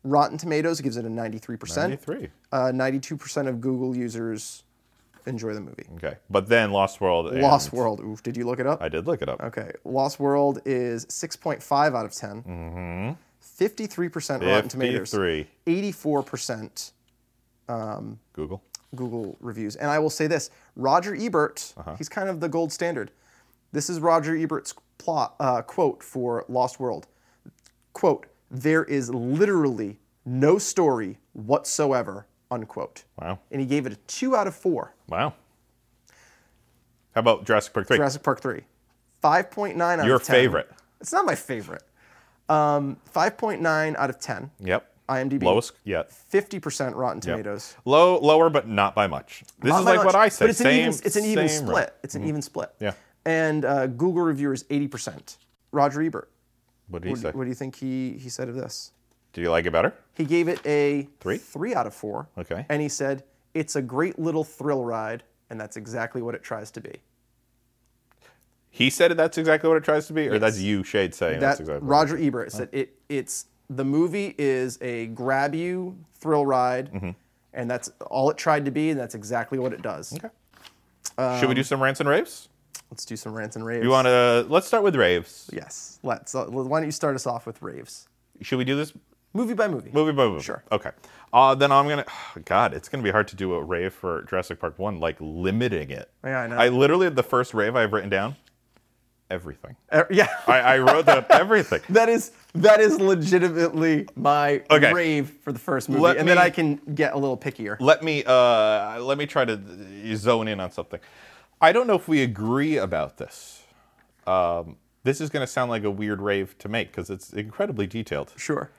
Speaker 2: Rotten Tomatoes gives it a 93%.
Speaker 1: 93.
Speaker 2: Uh, 92% of Google users enjoy the movie.
Speaker 1: Okay. But then Lost World. and-
Speaker 2: Lost World. Oof, did you look it up?
Speaker 1: I did look it up.
Speaker 2: okay. Lost World is 6.5 out of 10. Mm-hmm. 53% Rotten Tomatoes.
Speaker 1: 53.
Speaker 2: 84%
Speaker 1: Google.
Speaker 2: Google reviews. And I will say this Roger Ebert,
Speaker 1: Uh-huh.
Speaker 2: he's kind of the gold standard. This is Roger Ebert's plot, uh, quote for Lost World quote, there is literally no story whatsoever, unquote.
Speaker 1: Wow.
Speaker 2: And he gave it a two out of four.
Speaker 1: Wow. How about Jurassic Park 3?
Speaker 2: Jurassic Park 3. 5.9 out
Speaker 1: Your
Speaker 2: of 10.
Speaker 1: favorite.
Speaker 2: It's not my favorite. Um, 5.9 out of 10.
Speaker 1: Yep.
Speaker 2: IMDb.
Speaker 1: Lowest yet.
Speaker 2: 50% Rotten Tomatoes.
Speaker 1: Low, lower, but not by much. This
Speaker 2: Not
Speaker 1: is
Speaker 2: by
Speaker 1: like what
Speaker 2: much,
Speaker 1: I say.
Speaker 2: Oh But it's
Speaker 1: same,
Speaker 2: an even, it's an even
Speaker 1: same
Speaker 2: split.
Speaker 1: rate.
Speaker 2: It's an even split.
Speaker 1: Yeah.
Speaker 2: And uh, Google reviewers 80%. Roger Ebert,
Speaker 1: What did he say?
Speaker 2: what do you think he, he said of this?
Speaker 1: Do you like it better?
Speaker 2: He gave it a
Speaker 1: Three?
Speaker 2: out of four.
Speaker 1: Okay.
Speaker 2: And he said, it's a great little thrill ride, and that's exactly what it tries to be.
Speaker 1: He said it, that's exactly what it tries to be, or that's you, Shade, saying that's
Speaker 2: That
Speaker 1: exactly. what
Speaker 2: Roger Ebert said it it's the movie is a grab you thrill ride,
Speaker 1: Mm-hmm.
Speaker 2: and that's all it tried to be, and that's exactly what it does.
Speaker 1: Okay. it- Should
Speaker 2: um,
Speaker 1: we do some rants and raves?
Speaker 2: Let's do some rants and raves.
Speaker 1: You want to? Let's start with raves.
Speaker 2: Yes. Let's. uh, why don't you start us off with raves?
Speaker 1: Should we do this
Speaker 2: Movie by movie.
Speaker 1: movie by movie? Sure. Okay. Uh, then I'm gonna. God, it's gonna be hard to do a rave for Jurassic Park One, like limiting it.
Speaker 2: Yeah, I know.
Speaker 1: I literally the first rave I've written down. Everything.
Speaker 2: Uh, yeah.
Speaker 1: I, I wrote down everything.
Speaker 2: That is that is legitimately my
Speaker 1: Okay.
Speaker 2: rave for the first movie,
Speaker 1: Let
Speaker 2: and then
Speaker 1: me-
Speaker 2: I can get a little pickier.
Speaker 1: let me uh, let me try to zone in on something. I don't know if we agree about this. Um, this is going to sound like a weird rave to make because it's incredibly detailed.
Speaker 2: Sure.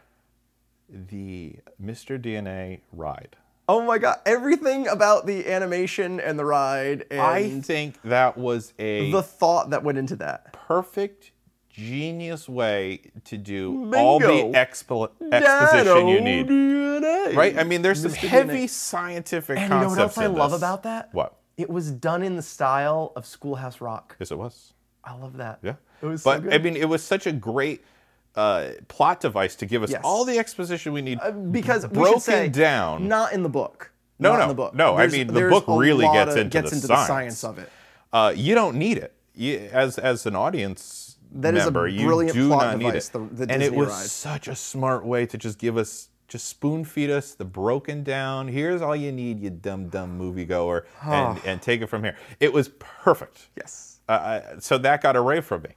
Speaker 1: The Mr. DNA ride.
Speaker 2: Oh my god, everything about the animation and the ride
Speaker 1: I
Speaker 2: and
Speaker 1: think that was a
Speaker 2: the thought that went into that.
Speaker 1: perfect, genius way to do all the
Speaker 2: Bingo.
Speaker 1: expo- exposition you need.
Speaker 2: need.
Speaker 1: Right? I mean, there's some
Speaker 2: Mr.
Speaker 1: heavy
Speaker 2: DNA.
Speaker 1: scientific
Speaker 2: And you know
Speaker 1: concepts
Speaker 2: what else I
Speaker 1: in
Speaker 2: love
Speaker 1: this.
Speaker 2: about that?
Speaker 1: What?
Speaker 2: It was done in the style of Schoolhouse Rock.
Speaker 1: Yes, it was.
Speaker 2: I love that.
Speaker 1: Yeah.
Speaker 2: It was
Speaker 1: but
Speaker 2: so good.
Speaker 1: I mean, it was such a great uh, plot device to give us
Speaker 2: Yes. Uh,
Speaker 1: all the exposition we need.
Speaker 2: because we
Speaker 1: broken
Speaker 2: should say,
Speaker 1: down.
Speaker 2: not in the book.
Speaker 1: No,
Speaker 2: not
Speaker 1: no,
Speaker 2: in the book.
Speaker 1: no, I
Speaker 2: There's-
Speaker 1: mean, the
Speaker 2: there's
Speaker 1: book
Speaker 2: a
Speaker 1: really
Speaker 2: lot
Speaker 1: gets
Speaker 2: of-
Speaker 1: into
Speaker 2: gets
Speaker 1: the
Speaker 2: into the
Speaker 1: science.
Speaker 2: science of it.
Speaker 1: Uh, you don't need it you, as as an audience
Speaker 2: That is a
Speaker 1: member.
Speaker 2: brilliant
Speaker 1: you do
Speaker 2: plot
Speaker 1: not need
Speaker 2: device,
Speaker 1: it.
Speaker 2: the- the
Speaker 1: and it
Speaker 2: Disney
Speaker 1: was
Speaker 2: ride.
Speaker 1: such a smart way to just give us just spoon feed us the broken down. Here's all you need, you dumb dumb moviegoer,
Speaker 2: Ah.
Speaker 1: and and take it from here. It was perfect.
Speaker 2: Yes.
Speaker 1: Uh, I- so that got a rave from me.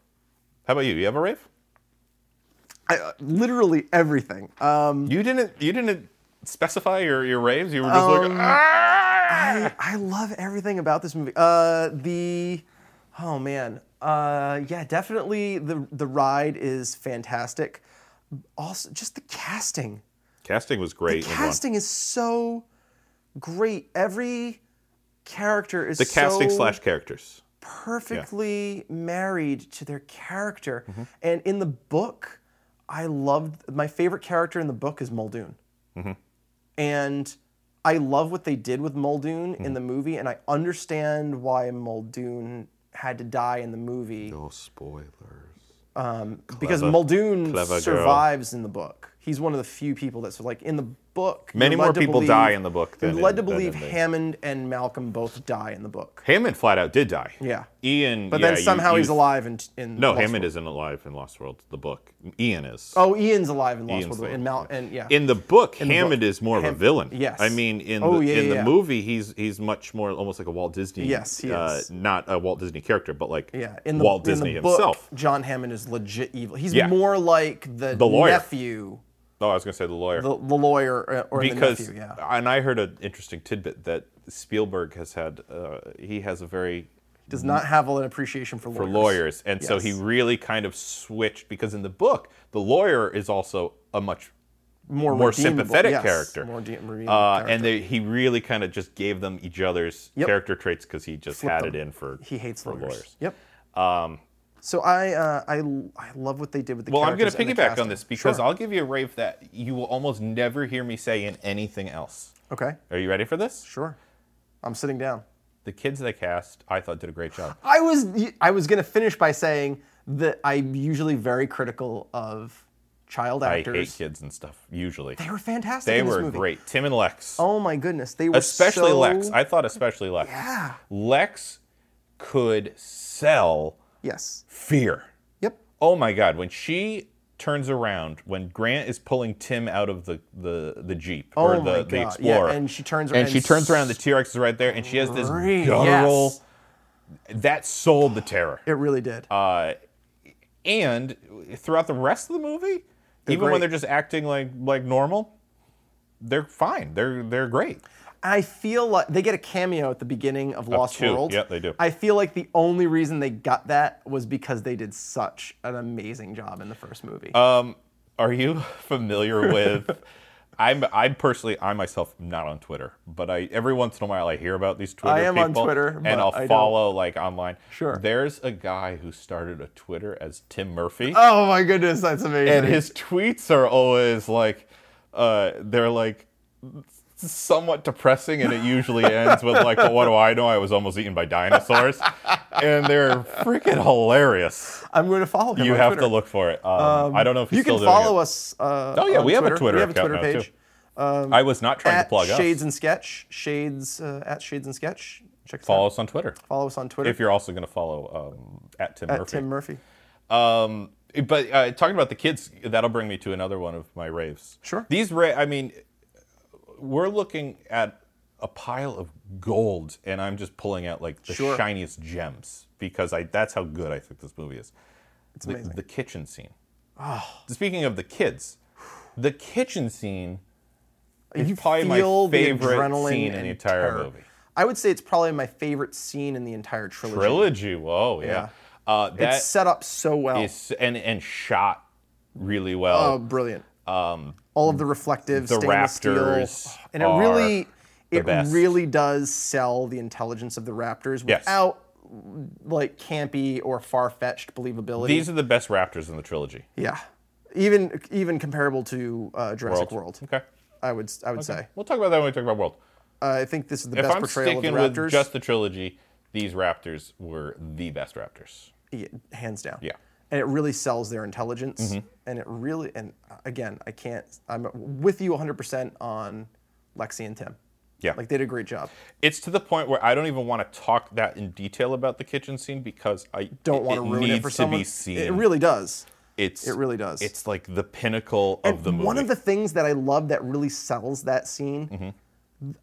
Speaker 1: How about you? You have a rave?
Speaker 2: I, uh, literally everything. Um,
Speaker 1: You didn't. You didn't specify your, your raves. You were just
Speaker 2: Um,
Speaker 1: like, "Ah!"
Speaker 2: I, I love everything about this movie. Uh, the, oh man, uh, yeah, definitely the the ride is fantastic. Also, just the casting.
Speaker 1: casting was great. in one.
Speaker 2: Casting is so great. Every character is
Speaker 1: the casting
Speaker 2: so
Speaker 1: slash characters.
Speaker 2: perfectly married to their character.
Speaker 1: Mm-hmm.
Speaker 2: And in the book, I loved my favorite character in the book is Muldoon.
Speaker 1: Mm-hmm.
Speaker 2: And I love what they did with Muldoon
Speaker 1: Mm-hmm.
Speaker 2: in the movie, and I understand why Muldoon had to die in the movie
Speaker 1: No spoilers.
Speaker 2: because
Speaker 1: Clever-
Speaker 2: Muldoon
Speaker 1: clever girl.
Speaker 2: survives in the book. He's one of the few people that's like in the book. you're
Speaker 1: Many more
Speaker 2: led to
Speaker 1: people
Speaker 2: believe-
Speaker 1: die in the book
Speaker 2: You're
Speaker 1: than
Speaker 2: led
Speaker 1: in-
Speaker 2: to
Speaker 1: than in
Speaker 2: believe
Speaker 1: the-
Speaker 2: Hammond and Malcolm both die in the book.
Speaker 1: Hammond flat out did die.
Speaker 2: Yeah.
Speaker 1: Ian.
Speaker 2: But
Speaker 1: yeah,
Speaker 2: then
Speaker 1: you-
Speaker 2: somehow
Speaker 1: you
Speaker 2: he's alive in, in
Speaker 1: No,
Speaker 2: Lost
Speaker 1: Hammond
Speaker 2: World.
Speaker 1: isn't alive in Lost World, the book. Ian is.
Speaker 2: Oh, Ian's alive in Lost
Speaker 1: Ian's
Speaker 2: World,
Speaker 1: alive,
Speaker 2: and Mal, and yeah,
Speaker 1: In the book,
Speaker 2: the
Speaker 1: Hammond
Speaker 2: book.
Speaker 1: is more of a
Speaker 2: Ham-
Speaker 1: villain.
Speaker 2: Yes.
Speaker 1: I mean, in
Speaker 2: Oh,
Speaker 1: the
Speaker 2: yeah,
Speaker 1: in
Speaker 2: yeah,
Speaker 1: the
Speaker 2: yeah.
Speaker 1: movie, he's he's much more almost like a Walt Disney.
Speaker 2: Yes, he
Speaker 1: uh,
Speaker 2: is.
Speaker 1: Not a Walt Disney character, but like
Speaker 2: yeah. In the
Speaker 1: Walt
Speaker 2: in
Speaker 1: Disney
Speaker 2: the book,
Speaker 1: himself.
Speaker 2: John Hammond is legit evil. He's
Speaker 1: Yeah.
Speaker 2: more like the,
Speaker 1: The lawyer.
Speaker 2: nephew,
Speaker 1: Oh, I was gonna say the lawyer.
Speaker 2: the, the lawyer, uh, or
Speaker 1: because
Speaker 2: the nephew. Yeah,
Speaker 1: and I heard an interesting tidbit that Spielberg has had. Uh, he has a very
Speaker 2: does not have an appreciation for lawyers.
Speaker 1: for lawyers, and so he
Speaker 2: Yes.
Speaker 1: really kind of switched because in the book, the lawyer is also a much
Speaker 2: more
Speaker 1: more
Speaker 2: redeemable.
Speaker 1: sympathetic
Speaker 2: Yes,
Speaker 1: character.
Speaker 2: more de- redeemable
Speaker 1: Uh,
Speaker 2: character.
Speaker 1: And they, he really kind of just gave them each other's
Speaker 2: Yep.
Speaker 1: character traits because he just
Speaker 2: Flipped
Speaker 1: had
Speaker 2: them.
Speaker 1: it in for
Speaker 2: he hates
Speaker 1: for
Speaker 2: lawyers.
Speaker 1: lawyers. Um,
Speaker 2: Yep. so I, uh, I I love what they did with the.
Speaker 1: Well, I'm going
Speaker 2: characters
Speaker 1: to
Speaker 2: and the
Speaker 1: piggyback on
Speaker 2: casting.
Speaker 1: this because
Speaker 2: Sure.
Speaker 1: I'll give you a rave that you will almost never hear me say in anything else.
Speaker 2: okay,
Speaker 1: Are you ready for this?
Speaker 2: sure. I'm sitting down.
Speaker 1: The kids they cast, I thought did a great job.
Speaker 2: I was I was gonna finish by saying that I'm usually very critical of child
Speaker 1: I
Speaker 2: actors.
Speaker 1: hate kids and stuff usually.
Speaker 2: They were fantastic.
Speaker 1: They
Speaker 2: in this
Speaker 1: were
Speaker 2: movie.
Speaker 1: great. Tim and Lex.
Speaker 2: Oh my goodness, they were
Speaker 1: especially
Speaker 2: so-
Speaker 1: Lex. I thought especially Lex.
Speaker 2: Yeah.
Speaker 1: Lex could sell
Speaker 2: yes.
Speaker 1: fear.
Speaker 2: Yep.
Speaker 1: Oh my God! When she turns around, when Grant is pulling Tim out of the the, the jeep or
Speaker 2: Oh
Speaker 1: the,
Speaker 2: my
Speaker 1: the
Speaker 2: God.
Speaker 1: Explorer,
Speaker 2: Yeah, and she turns
Speaker 1: and
Speaker 2: around
Speaker 1: she
Speaker 2: and
Speaker 1: turns around, the T Rex is right there, and she has this
Speaker 2: Scream.
Speaker 1: guttural that sold the terror.
Speaker 2: It really did.
Speaker 1: Uh, and throughout the rest of the movie, even when
Speaker 2: great.
Speaker 1: they're just acting like like normal, they're fine. They're they're great.
Speaker 2: I feel like they get a cameo at the beginning of Lost
Speaker 1: two.
Speaker 2: World.
Speaker 1: Yep, they do.
Speaker 2: I feel like the only reason they got that was because they did such an amazing job in the first movie.
Speaker 1: Um, are you familiar with? I'm I'm personally I myself am not on Twitter, but I every once in a while I hear about these Twitter
Speaker 2: I am on
Speaker 1: people,
Speaker 2: Twitter,
Speaker 1: and
Speaker 2: but
Speaker 1: I'll
Speaker 2: I don't-
Speaker 1: follow like online.
Speaker 2: Sure.
Speaker 1: There's a guy who started a Twitter as Tim Murphy,
Speaker 2: oh my goodness, that's amazing.
Speaker 1: and his tweets are always like, uh, they're like somewhat depressing, and it usually ends with like, well, "What do I know? I was almost eaten by dinosaurs," and they're freaking hilarious.
Speaker 2: I'm going to follow him.
Speaker 1: You
Speaker 2: on
Speaker 1: have
Speaker 2: Twitter.
Speaker 1: to look for it. Um, I don't know if he's
Speaker 2: You
Speaker 1: still
Speaker 2: can
Speaker 1: doing it.
Speaker 2: follow us. Uh,
Speaker 1: Oh yeah,
Speaker 2: on
Speaker 1: we have a Twitter
Speaker 2: We have a Twitter
Speaker 1: account now,
Speaker 2: page.
Speaker 1: I was not trying to
Speaker 2: At
Speaker 1: plug
Speaker 2: Shades
Speaker 1: us.
Speaker 2: and Sketch. Shades uh, at Shades and Sketch. Check us
Speaker 1: Follow
Speaker 2: out.
Speaker 1: us on Twitter.
Speaker 2: Follow us on Twitter.
Speaker 1: If you're also going to follow um, at Tim
Speaker 2: at
Speaker 1: Murphy.
Speaker 2: Tim Murphy.
Speaker 1: Um, but uh, talking about the kids, that'll bring me to another one of my raves.
Speaker 2: Sure.
Speaker 1: These ra- I mean, we're looking at a pile of gold, and I'm just pulling out like the
Speaker 2: Sure.
Speaker 1: shiniest gems because I that's how good I think this movie is. It's
Speaker 2: amazing.
Speaker 1: The, the kitchen scene. Oh. Speaking of the kids, the kitchen scene is
Speaker 2: You
Speaker 1: probably
Speaker 2: feel
Speaker 1: my
Speaker 2: the
Speaker 1: favorite
Speaker 2: adrenaline
Speaker 1: scene in
Speaker 2: and
Speaker 1: the entire
Speaker 2: terror.
Speaker 1: movie.
Speaker 2: I would say it's probably my favorite scene in the entire trilogy.
Speaker 1: Trilogy. Whoa, yeah. Uh, that
Speaker 2: It's
Speaker 1: is
Speaker 2: set up so well.
Speaker 1: and and shot really
Speaker 2: oh,
Speaker 1: well.
Speaker 2: brilliant. Um, All of the reflective
Speaker 1: the
Speaker 2: stainless
Speaker 1: Raptors
Speaker 2: steel, and it
Speaker 1: are-
Speaker 2: really
Speaker 1: the
Speaker 2: it
Speaker 1: best.
Speaker 2: really does sell the intelligence of the Raptors
Speaker 1: Yes.
Speaker 2: without like campy or far fetched believability.
Speaker 1: These are the best Raptors in the trilogy.
Speaker 2: yeah, even even comparable to uh, Jurassic World.
Speaker 1: Okay.
Speaker 2: I would I would say
Speaker 1: We'll talk about that when we talk about World.
Speaker 2: uh, I think this is the
Speaker 1: If
Speaker 2: best
Speaker 1: I'm
Speaker 2: portrayal of the
Speaker 1: sticking with
Speaker 2: Raptors,
Speaker 1: just the trilogy, these Raptors were the best Raptors.
Speaker 2: Yeah, hands down.
Speaker 1: Yeah. Mm-hmm.
Speaker 2: and it really sells their intelligence, and it really and uh, again I can't I'm with you 100 percent on Lexi and Tim.
Speaker 1: Yeah.
Speaker 2: like they did a great job.
Speaker 1: It's to the point where I don't even want to talk that in detail about the kitchen scene because I
Speaker 2: Don't want to ruin
Speaker 1: needs
Speaker 2: it for
Speaker 1: to
Speaker 2: someone.
Speaker 1: be seen.
Speaker 2: It really does.
Speaker 1: it's
Speaker 2: it really does.
Speaker 1: It's like the pinnacle of the movie. Mm-hmm.
Speaker 2: One of the things that I love that really sells that scene,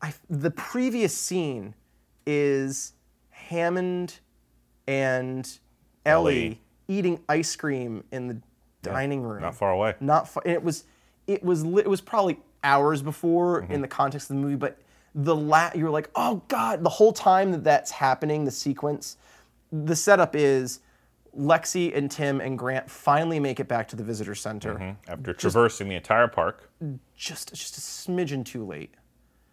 Speaker 2: I, the previous scene is Hammond and Ellie,
Speaker 1: Ellie.
Speaker 2: eating ice cream in the dining room.
Speaker 1: not far away.
Speaker 2: Not far. And it was, it was, li- it was probably hours before
Speaker 1: Mm-hmm.
Speaker 2: in the context of the movie, but the la- you were like, oh god, the whole time that that's happening, the sequence, the setup is. Lexi and Tim and Grant finally make it back to the visitor center
Speaker 1: after traversing the entire park.
Speaker 2: just just a smidgen too late,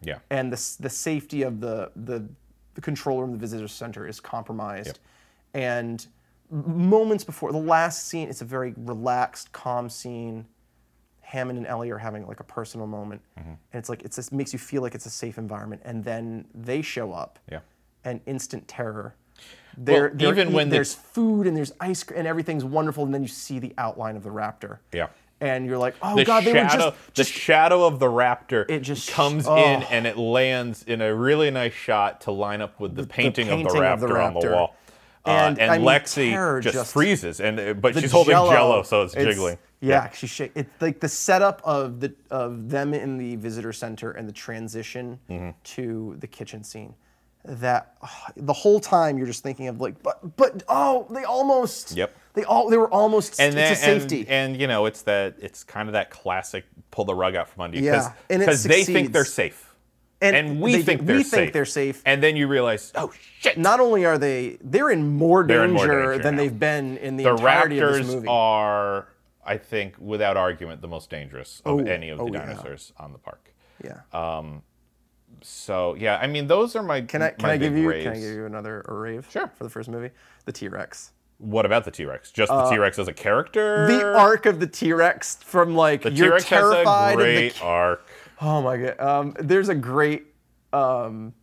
Speaker 1: Yeah.
Speaker 2: and the s- the safety of the the, the control room, the visitor center, is compromised, and m- moments before the last scene, it's a very relaxed, calm scene. Hammond and Ellie are having like a personal moment,
Speaker 1: Mm-hmm.
Speaker 2: and it's like it's just makes you feel like it's a safe environment, and then they show up,
Speaker 1: Yeah.
Speaker 2: and instant terror. They're, they're
Speaker 1: even
Speaker 2: eat-
Speaker 1: when the-
Speaker 2: there's food and there's ice cream and everything's wonderful, and then you see the outline of the raptor.
Speaker 1: Yeah.
Speaker 2: And you're like, oh
Speaker 1: The
Speaker 2: god, they
Speaker 1: shadow,
Speaker 2: were just,
Speaker 1: the
Speaker 2: just
Speaker 1: shadow of the raptor
Speaker 2: It just-
Speaker 1: comes
Speaker 2: oh.
Speaker 1: in and it lands in a really nice shot to line up with the, painting, of, the
Speaker 2: painting of the
Speaker 1: raptor on the
Speaker 2: raptor.
Speaker 1: wall. Uh,
Speaker 2: And,
Speaker 1: and
Speaker 2: I mean,
Speaker 1: Lexi
Speaker 2: terror
Speaker 1: just,
Speaker 2: just-
Speaker 1: freezes, and uh, but
Speaker 2: the
Speaker 1: she's holding Jello, so it's jiggling.
Speaker 2: Yeah, she's shak- It's like the setup of the of them in the visitor center and the transition
Speaker 1: Mm-hmm.
Speaker 2: to the kitchen scene. That ah, the whole time you're just thinking of like, but but oh, they almost.
Speaker 1: Yep.
Speaker 2: They all they were almost.
Speaker 1: and then
Speaker 2: it's a safety.
Speaker 1: And, and, you know, it's that it's kind of that classic pull the rug out from under you
Speaker 2: Yeah, and it
Speaker 1: because they think
Speaker 2: succeeds.
Speaker 1: they're safe, and,
Speaker 2: And
Speaker 1: we
Speaker 2: they do-
Speaker 1: think
Speaker 2: we
Speaker 1: they're
Speaker 2: think
Speaker 1: safe.
Speaker 2: they're safe.
Speaker 1: and then you realize, oh shit,
Speaker 2: Not only are they they're in more danger,
Speaker 1: They're in more danger
Speaker 2: than
Speaker 1: now.
Speaker 2: they've been in the,
Speaker 1: the
Speaker 2: entirety of this
Speaker 1: Raptors
Speaker 2: movie.
Speaker 1: are, I think, without argument, the most dangerous of
Speaker 2: Oh,
Speaker 1: any of the
Speaker 2: oh, yeah.
Speaker 1: dinosaurs on the park.
Speaker 2: yeah.
Speaker 1: um, So yeah, I mean, those are my
Speaker 2: can I can
Speaker 1: my
Speaker 2: I give
Speaker 1: big
Speaker 2: you
Speaker 1: raves.
Speaker 2: can I give you another a rave?
Speaker 1: Sure.
Speaker 2: For the first movie, the T Rex.
Speaker 1: What about the T Rex? Just the T Rex as a character?
Speaker 2: Uh, the arc of the T-Rex from like
Speaker 1: The
Speaker 2: you're
Speaker 1: T-Rex has a
Speaker 2: terrified of the
Speaker 1: great arc.
Speaker 2: oh my god um, there's a great um,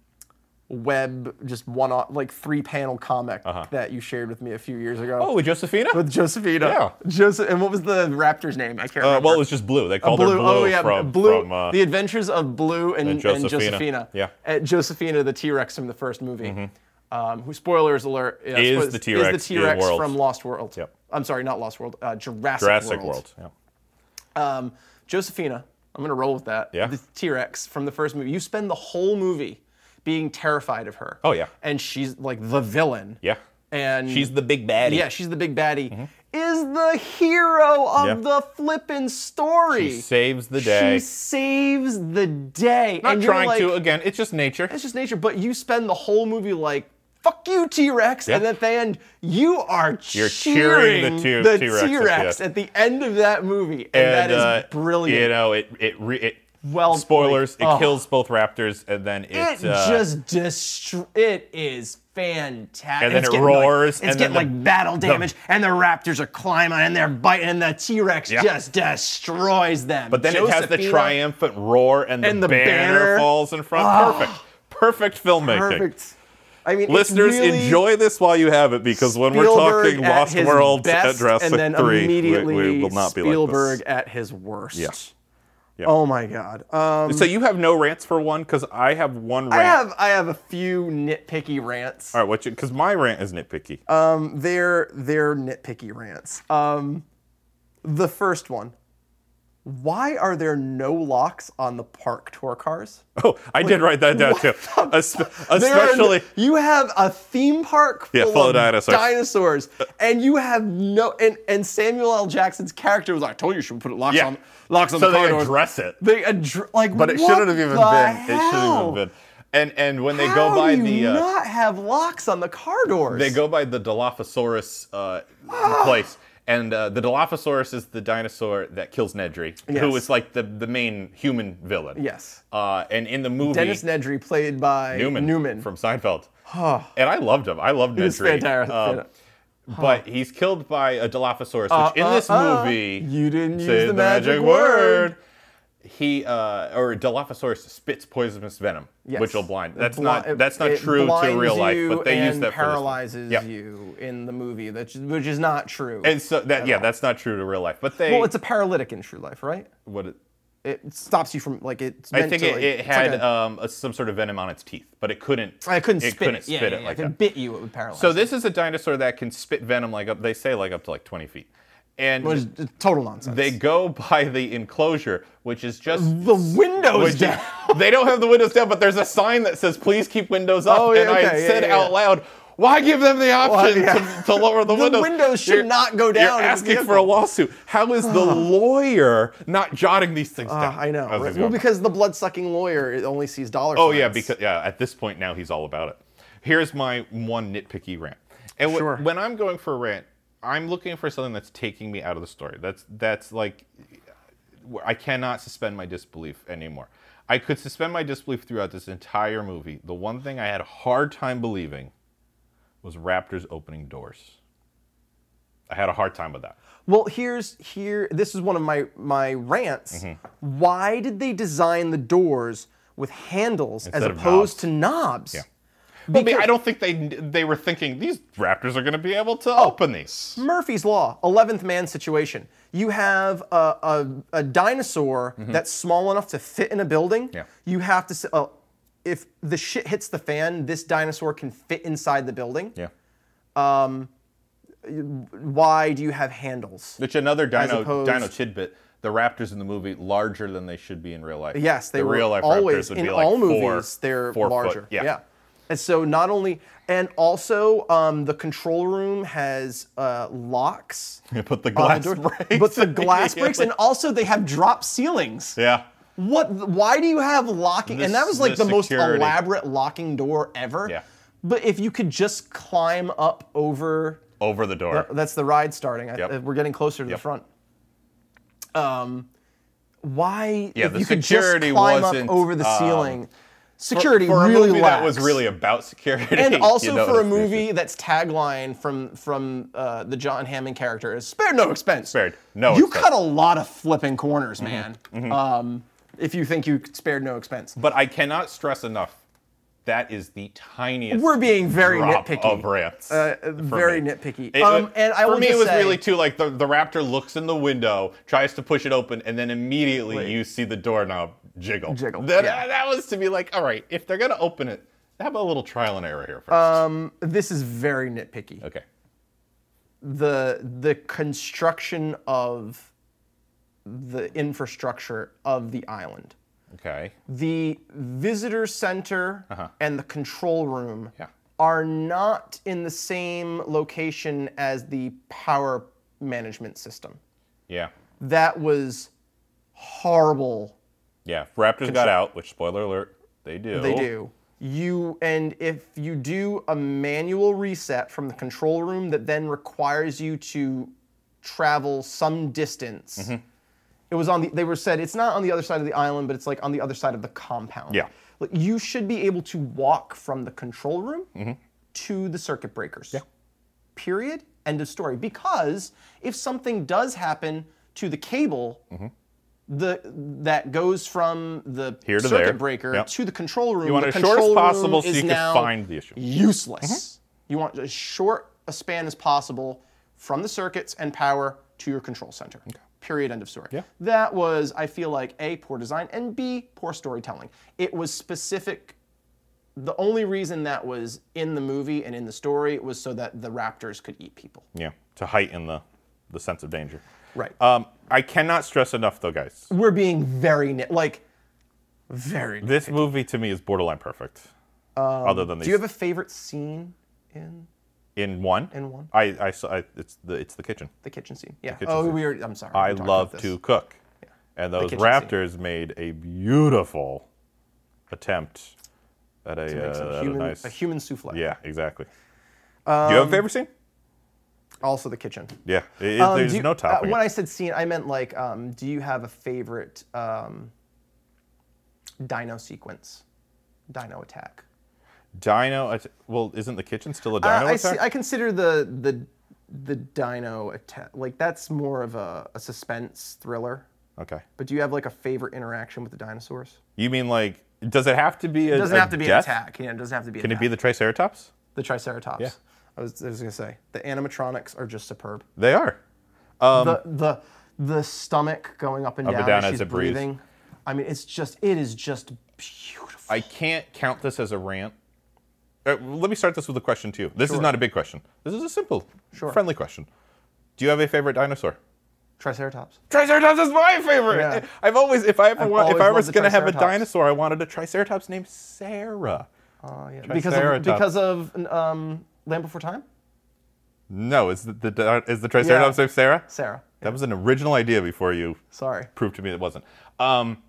Speaker 2: web just one off like three panel comic that you shared with me a few years ago
Speaker 1: Uh-huh. Oh, with Josephina.
Speaker 2: with Josephina
Speaker 1: Yeah.
Speaker 2: Joseph and what was the raptor's name I can't
Speaker 1: uh,
Speaker 2: remember
Speaker 1: well, it was just Blue. They called her Blue
Speaker 2: oh yeah
Speaker 1: from
Speaker 2: Blue
Speaker 1: from, uh,
Speaker 2: the adventures of Blue and, and Josephina,
Speaker 1: Josephina. Yeah. Mm-hmm.
Speaker 2: Uh, Josephina the T-Rex from the first movie um, who spoilers alert uh,
Speaker 1: Is
Speaker 2: spoilers-
Speaker 1: the T-Rex
Speaker 2: is the T-Rex
Speaker 1: in World.
Speaker 2: from Lost World
Speaker 1: Yep.
Speaker 2: I'm sorry not Lost World uh, Jurassic,
Speaker 1: Jurassic World. Yeah.
Speaker 2: Um, Josephina, I'm gonna roll with that.
Speaker 1: Yeah.
Speaker 2: The T-Rex from the first movie. You spend the whole movie being terrified of her.
Speaker 1: Oh, yeah.
Speaker 2: And she's like the villain.
Speaker 1: Yeah.
Speaker 2: And
Speaker 1: She's the big baddie.
Speaker 2: yeah, she's the big baddie. Is the hero of
Speaker 1: Yeah.
Speaker 2: the flippin' story.
Speaker 1: She saves the day.
Speaker 2: She saves the day.
Speaker 1: Not
Speaker 2: and you're
Speaker 1: trying to
Speaker 2: like,
Speaker 1: again. It's just nature.
Speaker 2: It's just nature. But you spend the whole movie like. Fuck you, T Rex! And
Speaker 1: Yeah.
Speaker 2: at the end, you are
Speaker 1: You're cheering the two
Speaker 2: cheering, the
Speaker 1: T-Rexes,
Speaker 2: T Rex
Speaker 1: yeah.
Speaker 2: at the end of that movie, and, that is
Speaker 1: uh,
Speaker 2: brilliant.
Speaker 1: You know, it it re, it
Speaker 2: Well,
Speaker 1: spoilers.
Speaker 2: like,
Speaker 1: it
Speaker 2: oh.
Speaker 1: kills both raptors, and then it,
Speaker 2: It
Speaker 1: uh,
Speaker 2: just destroy. It is fantastic.
Speaker 1: And then
Speaker 2: it's
Speaker 1: it
Speaker 2: getting, like-
Speaker 1: roars, and
Speaker 2: it's getting
Speaker 1: then the-
Speaker 2: like battle damage, and the raptors are climbing and they're biting, and the T Rex
Speaker 1: Yeah.
Speaker 2: just destroys them.
Speaker 1: But then it has the triumphant roar, and the,
Speaker 2: And the
Speaker 1: banner,
Speaker 2: banner. Ah,
Speaker 1: falls in front. Perfect, perfect filmmaking.
Speaker 2: Perfect. I mean,
Speaker 1: Listeners,
Speaker 2: it's really
Speaker 1: enjoy this while you have it, because when we're
Speaker 2: Spielberg
Speaker 1: talking
Speaker 2: at
Speaker 1: Lost
Speaker 2: his
Speaker 1: World
Speaker 2: best,
Speaker 1: at Jurassic
Speaker 2: and then
Speaker 1: Three, we,
Speaker 2: immediately
Speaker 1: we will not be
Speaker 2: Spielberg
Speaker 1: like this.
Speaker 2: at his worst.
Speaker 1: Yeah. Yeah.
Speaker 2: Oh my God. Um,
Speaker 1: So you have no rants for one, because I have one rant.
Speaker 2: I have I have a few nitpicky rants.
Speaker 1: All right, what? Because my rant is nitpicky.
Speaker 2: Uh, their their nitpicky rants. Um, the first one. Why are there no locks on the park tour cars?
Speaker 1: oh, I did write that down too. Espe-
Speaker 2: There are n-
Speaker 1: Especially,
Speaker 2: you have a theme park full,
Speaker 1: Yeah, full of
Speaker 2: of
Speaker 1: dinosaurs.
Speaker 2: dinosaurs, and you have no. And, and Samuel L. Jackson's character was like, "I told you, you should put locks
Speaker 1: Yeah.
Speaker 2: on locks on
Speaker 1: so
Speaker 2: the
Speaker 1: they
Speaker 2: car doors."
Speaker 1: address it.
Speaker 2: They addr- like,
Speaker 1: But it
Speaker 2: what
Speaker 1: shouldn't have even been.
Speaker 2: the
Speaker 1: It shouldn't have
Speaker 2: hell?
Speaker 1: even been. And and when they
Speaker 2: How
Speaker 1: go by
Speaker 2: do you
Speaker 1: the uh,
Speaker 2: not have locks on the car doors? Ah!
Speaker 1: they go by the Dilophosaurus uh, place, And uh, the Dilophosaurus is the dinosaur that kills Nedry,
Speaker 2: Yes.
Speaker 1: who is like the, the main human villain.
Speaker 2: Yes.
Speaker 1: Uh, and in the movie,
Speaker 2: Dennis Nedry, played by
Speaker 1: Newman,
Speaker 2: Newman.
Speaker 1: from Seinfeld. and I loved him. I loved Nedry.
Speaker 2: was fantastic.
Speaker 1: Um, but he's killed by a Dilophosaurus, which
Speaker 2: Uh,
Speaker 1: in
Speaker 2: uh,
Speaker 1: this
Speaker 2: uh,
Speaker 1: movie,
Speaker 2: you didn't
Speaker 1: say
Speaker 2: use the magic word.
Speaker 1: He uh, or Dilophosaurus spits poisonous venom,
Speaker 2: Yes.
Speaker 1: which will blind.
Speaker 2: It
Speaker 1: That's
Speaker 2: bli-
Speaker 1: not
Speaker 2: it-
Speaker 1: that's not
Speaker 2: it
Speaker 1: true to
Speaker 2: blinds
Speaker 1: real life,
Speaker 2: you
Speaker 1: but they use
Speaker 2: and
Speaker 1: that
Speaker 2: paralyzes
Speaker 1: for this one. Yeah.
Speaker 2: you in the movie, that which is not true.
Speaker 1: And so that yeah, that's not true to real life, but they
Speaker 2: well, it's a paralytic in true life, right?
Speaker 1: what it,
Speaker 2: It stops you from like it's.
Speaker 1: I
Speaker 2: meant
Speaker 1: think
Speaker 2: to,
Speaker 1: it,
Speaker 2: like-
Speaker 1: it
Speaker 2: it's
Speaker 1: had
Speaker 2: Like a-
Speaker 1: um, a, some sort of venom on its teeth, but it couldn't.
Speaker 2: I couldn't
Speaker 1: it
Speaker 2: spit.
Speaker 1: couldn't
Speaker 2: it. Yeah,
Speaker 1: spit
Speaker 2: yeah,
Speaker 1: it
Speaker 2: yeah.
Speaker 1: like
Speaker 2: if
Speaker 1: that.
Speaker 2: it bit you, it would paralyze.
Speaker 1: So
Speaker 2: you.
Speaker 1: this is a dinosaur that can spit venom like up. They say like up to like twenty feet, and
Speaker 2: Which is total nonsense.
Speaker 1: they go by the enclosure, which is just
Speaker 2: the windows
Speaker 1: Which
Speaker 2: down.
Speaker 1: is- they don't have the windows down, but there's a sign that says "Please keep windows up."
Speaker 2: Oh, yeah,
Speaker 1: and I
Speaker 2: okay, yeah,
Speaker 1: said
Speaker 2: yeah, yeah.
Speaker 1: out loud, "Why give them the option
Speaker 2: Why-
Speaker 1: to, to lower the,
Speaker 2: The
Speaker 1: windows?"
Speaker 2: windows should not go down in
Speaker 1: You're
Speaker 2: the
Speaker 1: asking for a
Speaker 2: vehicle.
Speaker 1: lawsuit. How is the lawyer not jotting these things
Speaker 2: Ah,
Speaker 1: down?
Speaker 2: I know.
Speaker 1: How's
Speaker 2: right?
Speaker 1: this
Speaker 2: Well,
Speaker 1: going?
Speaker 2: because the blood sucking lawyer it only sees dollar.
Speaker 1: oh
Speaker 2: signs.
Speaker 1: yeah, because yeah, at this point now he's all about it. Here's my one nitpicky rant. And wh-
Speaker 2: Sure.
Speaker 1: when I'm going for a rant, I'm looking for something that's taking me out of the story. That's that's like where I cannot suspend my disbelief anymore. I could suspend my disbelief throughout this entire movie. The one thing I had a hard time believing was raptors opening doors. I had a hard time with that.
Speaker 2: Well, here's here. This is one of my my rants.
Speaker 1: Mm-hmm.
Speaker 2: Why did they design the doors with handles as
Speaker 1: Instead of
Speaker 2: opposed
Speaker 1: knobs.
Speaker 2: to knobs? Yeah.
Speaker 1: Well, I, mean, I don't think they they were thinking these raptors are going to be able to open these.
Speaker 2: Murphy's Law, 11th man situation. You have a, a, a dinosaur that's small enough to fit in a building.
Speaker 1: Mm-hmm. Yeah.
Speaker 2: You have to, s- uh, if the shit hits the fan, this dinosaur can fit inside the building.
Speaker 1: Yeah.
Speaker 2: Why do you have handles?
Speaker 1: Which another dino
Speaker 2: opposed-
Speaker 1: dino tidbit. The raptors in the movie larger than they should be in real life.
Speaker 2: Yes, they
Speaker 1: the
Speaker 2: were
Speaker 1: real life
Speaker 2: always
Speaker 1: raptors would
Speaker 2: in
Speaker 1: be like
Speaker 2: all
Speaker 1: four-
Speaker 2: movies. They're
Speaker 1: four foot.
Speaker 2: larger.
Speaker 1: Yeah.
Speaker 2: And so not only, and also um, the control room has uh, locks.
Speaker 1: but the
Speaker 2: on
Speaker 1: glass
Speaker 2: the door,
Speaker 1: breaks.
Speaker 2: But the glass breaks,
Speaker 1: immediately.
Speaker 2: and also they have drop ceilings.
Speaker 1: yeah,
Speaker 2: What? Why do you have locking?
Speaker 1: This-
Speaker 2: and that was like
Speaker 1: this
Speaker 2: the most
Speaker 1: security.
Speaker 2: elaborate locking door ever.
Speaker 1: Yeah.
Speaker 2: But if you could just climb up over,
Speaker 1: over the door.
Speaker 2: that's the ride starting. I-
Speaker 1: Yep.
Speaker 2: uh, we're getting closer to
Speaker 1: Yep.
Speaker 2: the front. Um, why?
Speaker 1: Yeah,
Speaker 2: if
Speaker 1: the
Speaker 2: you could just
Speaker 1: security
Speaker 2: climb up
Speaker 1: wasn't,
Speaker 2: over the
Speaker 1: um,
Speaker 2: ceiling. Security
Speaker 1: for a
Speaker 2: really
Speaker 1: movie that was
Speaker 2: lacks.
Speaker 1: really about security,
Speaker 2: And
Speaker 1: you
Speaker 2: also
Speaker 1: know,
Speaker 2: for a
Speaker 1: that's the issue.
Speaker 2: movie that's tagline from from uh, the John Hammond character is spared no expense.
Speaker 1: Spared no
Speaker 2: You
Speaker 1: expense. Mm-hmm.
Speaker 2: cut a lot of flipping corners, man. Um, if you think you spared no expense.
Speaker 1: But I cannot stress enough that is the tiniest.
Speaker 2: We're being very
Speaker 1: drop
Speaker 2: nitpicky.
Speaker 1: of rants.
Speaker 2: Uh,
Speaker 1: for
Speaker 2: very
Speaker 1: me.
Speaker 2: nitpicky.
Speaker 1: It- uh,
Speaker 2: um, and I
Speaker 1: for
Speaker 2: will
Speaker 1: me,
Speaker 2: just
Speaker 1: it was
Speaker 2: say,
Speaker 1: really too like the, the raptor looks in the window, tries to push it open, and then immediately
Speaker 2: Wait.
Speaker 1: you see the doorknob jiggle.
Speaker 2: Jiggle,
Speaker 1: That,
Speaker 2: yeah.
Speaker 1: that was to be like, all right, if they're gonna open it, have a little trial and error here first.
Speaker 2: Uh, this is very nitpicky.
Speaker 1: okay.
Speaker 2: The the construction of the infrastructure of the island,
Speaker 1: Okay.
Speaker 2: the visitor center and the control room
Speaker 1: Yeah.
Speaker 2: are not in the same location as the power management system.
Speaker 1: Yeah.
Speaker 2: That was horrible
Speaker 1: Yeah. Raptors got out, which spoiler alert, they do.
Speaker 2: They do. You and if you do a manual reset from the control room that then requires you to travel some distance.
Speaker 1: Mm-hmm.
Speaker 2: It was on the they were said it's not on the other side of the island, but it's like on the other side of the compound.
Speaker 1: Yeah.
Speaker 2: Like, You should be able to walk from the control room
Speaker 1: Mm-hmm.
Speaker 2: to the circuit breakers. Yeah. Period. End of story. Because if something does happen to the cable,
Speaker 1: Mm-hmm.
Speaker 2: the that goes from the
Speaker 1: Here to
Speaker 2: circuit
Speaker 1: there.
Speaker 2: breaker
Speaker 1: Yep.
Speaker 2: to the control room.
Speaker 1: You want
Speaker 2: the
Speaker 1: as short as
Speaker 2: control
Speaker 1: possible
Speaker 2: room
Speaker 1: so
Speaker 2: is
Speaker 1: you can
Speaker 2: now
Speaker 1: find the issue. Mm-hmm.
Speaker 2: Useless. You want as short a span as possible from the circuits and power to your control center. Period. End of story.
Speaker 1: Yeah.
Speaker 2: That was, I feel like, A, poor design, and B, poor storytelling. It was specific. The only reason that was in the movie and in the story was so that the raptors could eat people.
Speaker 1: Yeah. To heighten the, the sense of danger.
Speaker 2: Right.
Speaker 1: Um, I cannot stress enough though, guys.
Speaker 2: Uh, We're being very, nit- like, very. nit-
Speaker 1: This movie to me is borderline perfect. Other than these
Speaker 2: Um, Do you have a favorite scene in
Speaker 1: In one.
Speaker 2: In one.
Speaker 1: I, I, saw- I it's the it's the kitchen.
Speaker 2: the kitchen scene? Yeah.
Speaker 1: kitchen
Speaker 2: oh,
Speaker 1: scene.
Speaker 2: we were. I'm sorry. we
Speaker 1: I
Speaker 2: talked about
Speaker 1: love
Speaker 2: this.
Speaker 1: to cook, and those
Speaker 2: kitchen scene.
Speaker 1: raptors made a beautiful attempt at a,
Speaker 2: Make some
Speaker 1: uh, at a
Speaker 2: human- Um,
Speaker 1: nice.
Speaker 2: a human souffle.
Speaker 1: yeah, exactly. Do you have a favorite scene?
Speaker 2: Also, the kitchen.
Speaker 1: Yeah, it- it-
Speaker 2: Um,
Speaker 1: there's
Speaker 2: do you-
Speaker 1: no
Speaker 2: uh,
Speaker 1: topping.
Speaker 2: when
Speaker 1: it.
Speaker 2: I said scene, I meant like, um, do you have a favorite um, dino sequence? Dino attack.
Speaker 1: Dino. att- Well, isn't the kitchen still a dino
Speaker 2: Uh, I,
Speaker 1: attack?
Speaker 2: see- I consider the the the dino attack like that's more of a, a suspense thriller.
Speaker 1: okay.
Speaker 2: But do you have like a favorite interaction with the dinosaurs?
Speaker 1: You mean like? Does it have to be a?
Speaker 2: It doesn't
Speaker 1: a
Speaker 2: have to be
Speaker 1: death?
Speaker 2: an attack. You know, it doesn't have to be.
Speaker 1: Can it be the Triceratops?
Speaker 2: the Triceratops? I was, I was gonna say the animatronics are just superb.
Speaker 1: They are.
Speaker 2: the the the stomach going up and down,
Speaker 1: Um, and
Speaker 2: as
Speaker 1: down as
Speaker 2: she's
Speaker 1: it breathes.
Speaker 2: breathing. I mean, it's just it is just beautiful.
Speaker 1: I can't count this as a rant. Uh, let me start this with a question to you. This is not a big question. This is a simple,
Speaker 2: Sure.
Speaker 1: friendly question. Do you have a favorite dinosaur?
Speaker 2: Triceratops.
Speaker 1: Triceratops is my favorite.
Speaker 2: Yeah.
Speaker 1: I've always, if I ever, wa- if
Speaker 2: always
Speaker 1: I
Speaker 2: loved
Speaker 1: was
Speaker 2: the
Speaker 1: gonna have a
Speaker 2: Triceratops.
Speaker 1: dinosaur, I wanted a Triceratops named Sarah.
Speaker 2: Oh yeah, because of
Speaker 1: Triceratops.
Speaker 2: because of um, Land Before Time.
Speaker 1: No, is the, the di- is the Triceratops named Sarah?
Speaker 2: Sarah.
Speaker 1: That was an original idea before you
Speaker 2: Sorry.
Speaker 1: proved to me it wasn't. Um,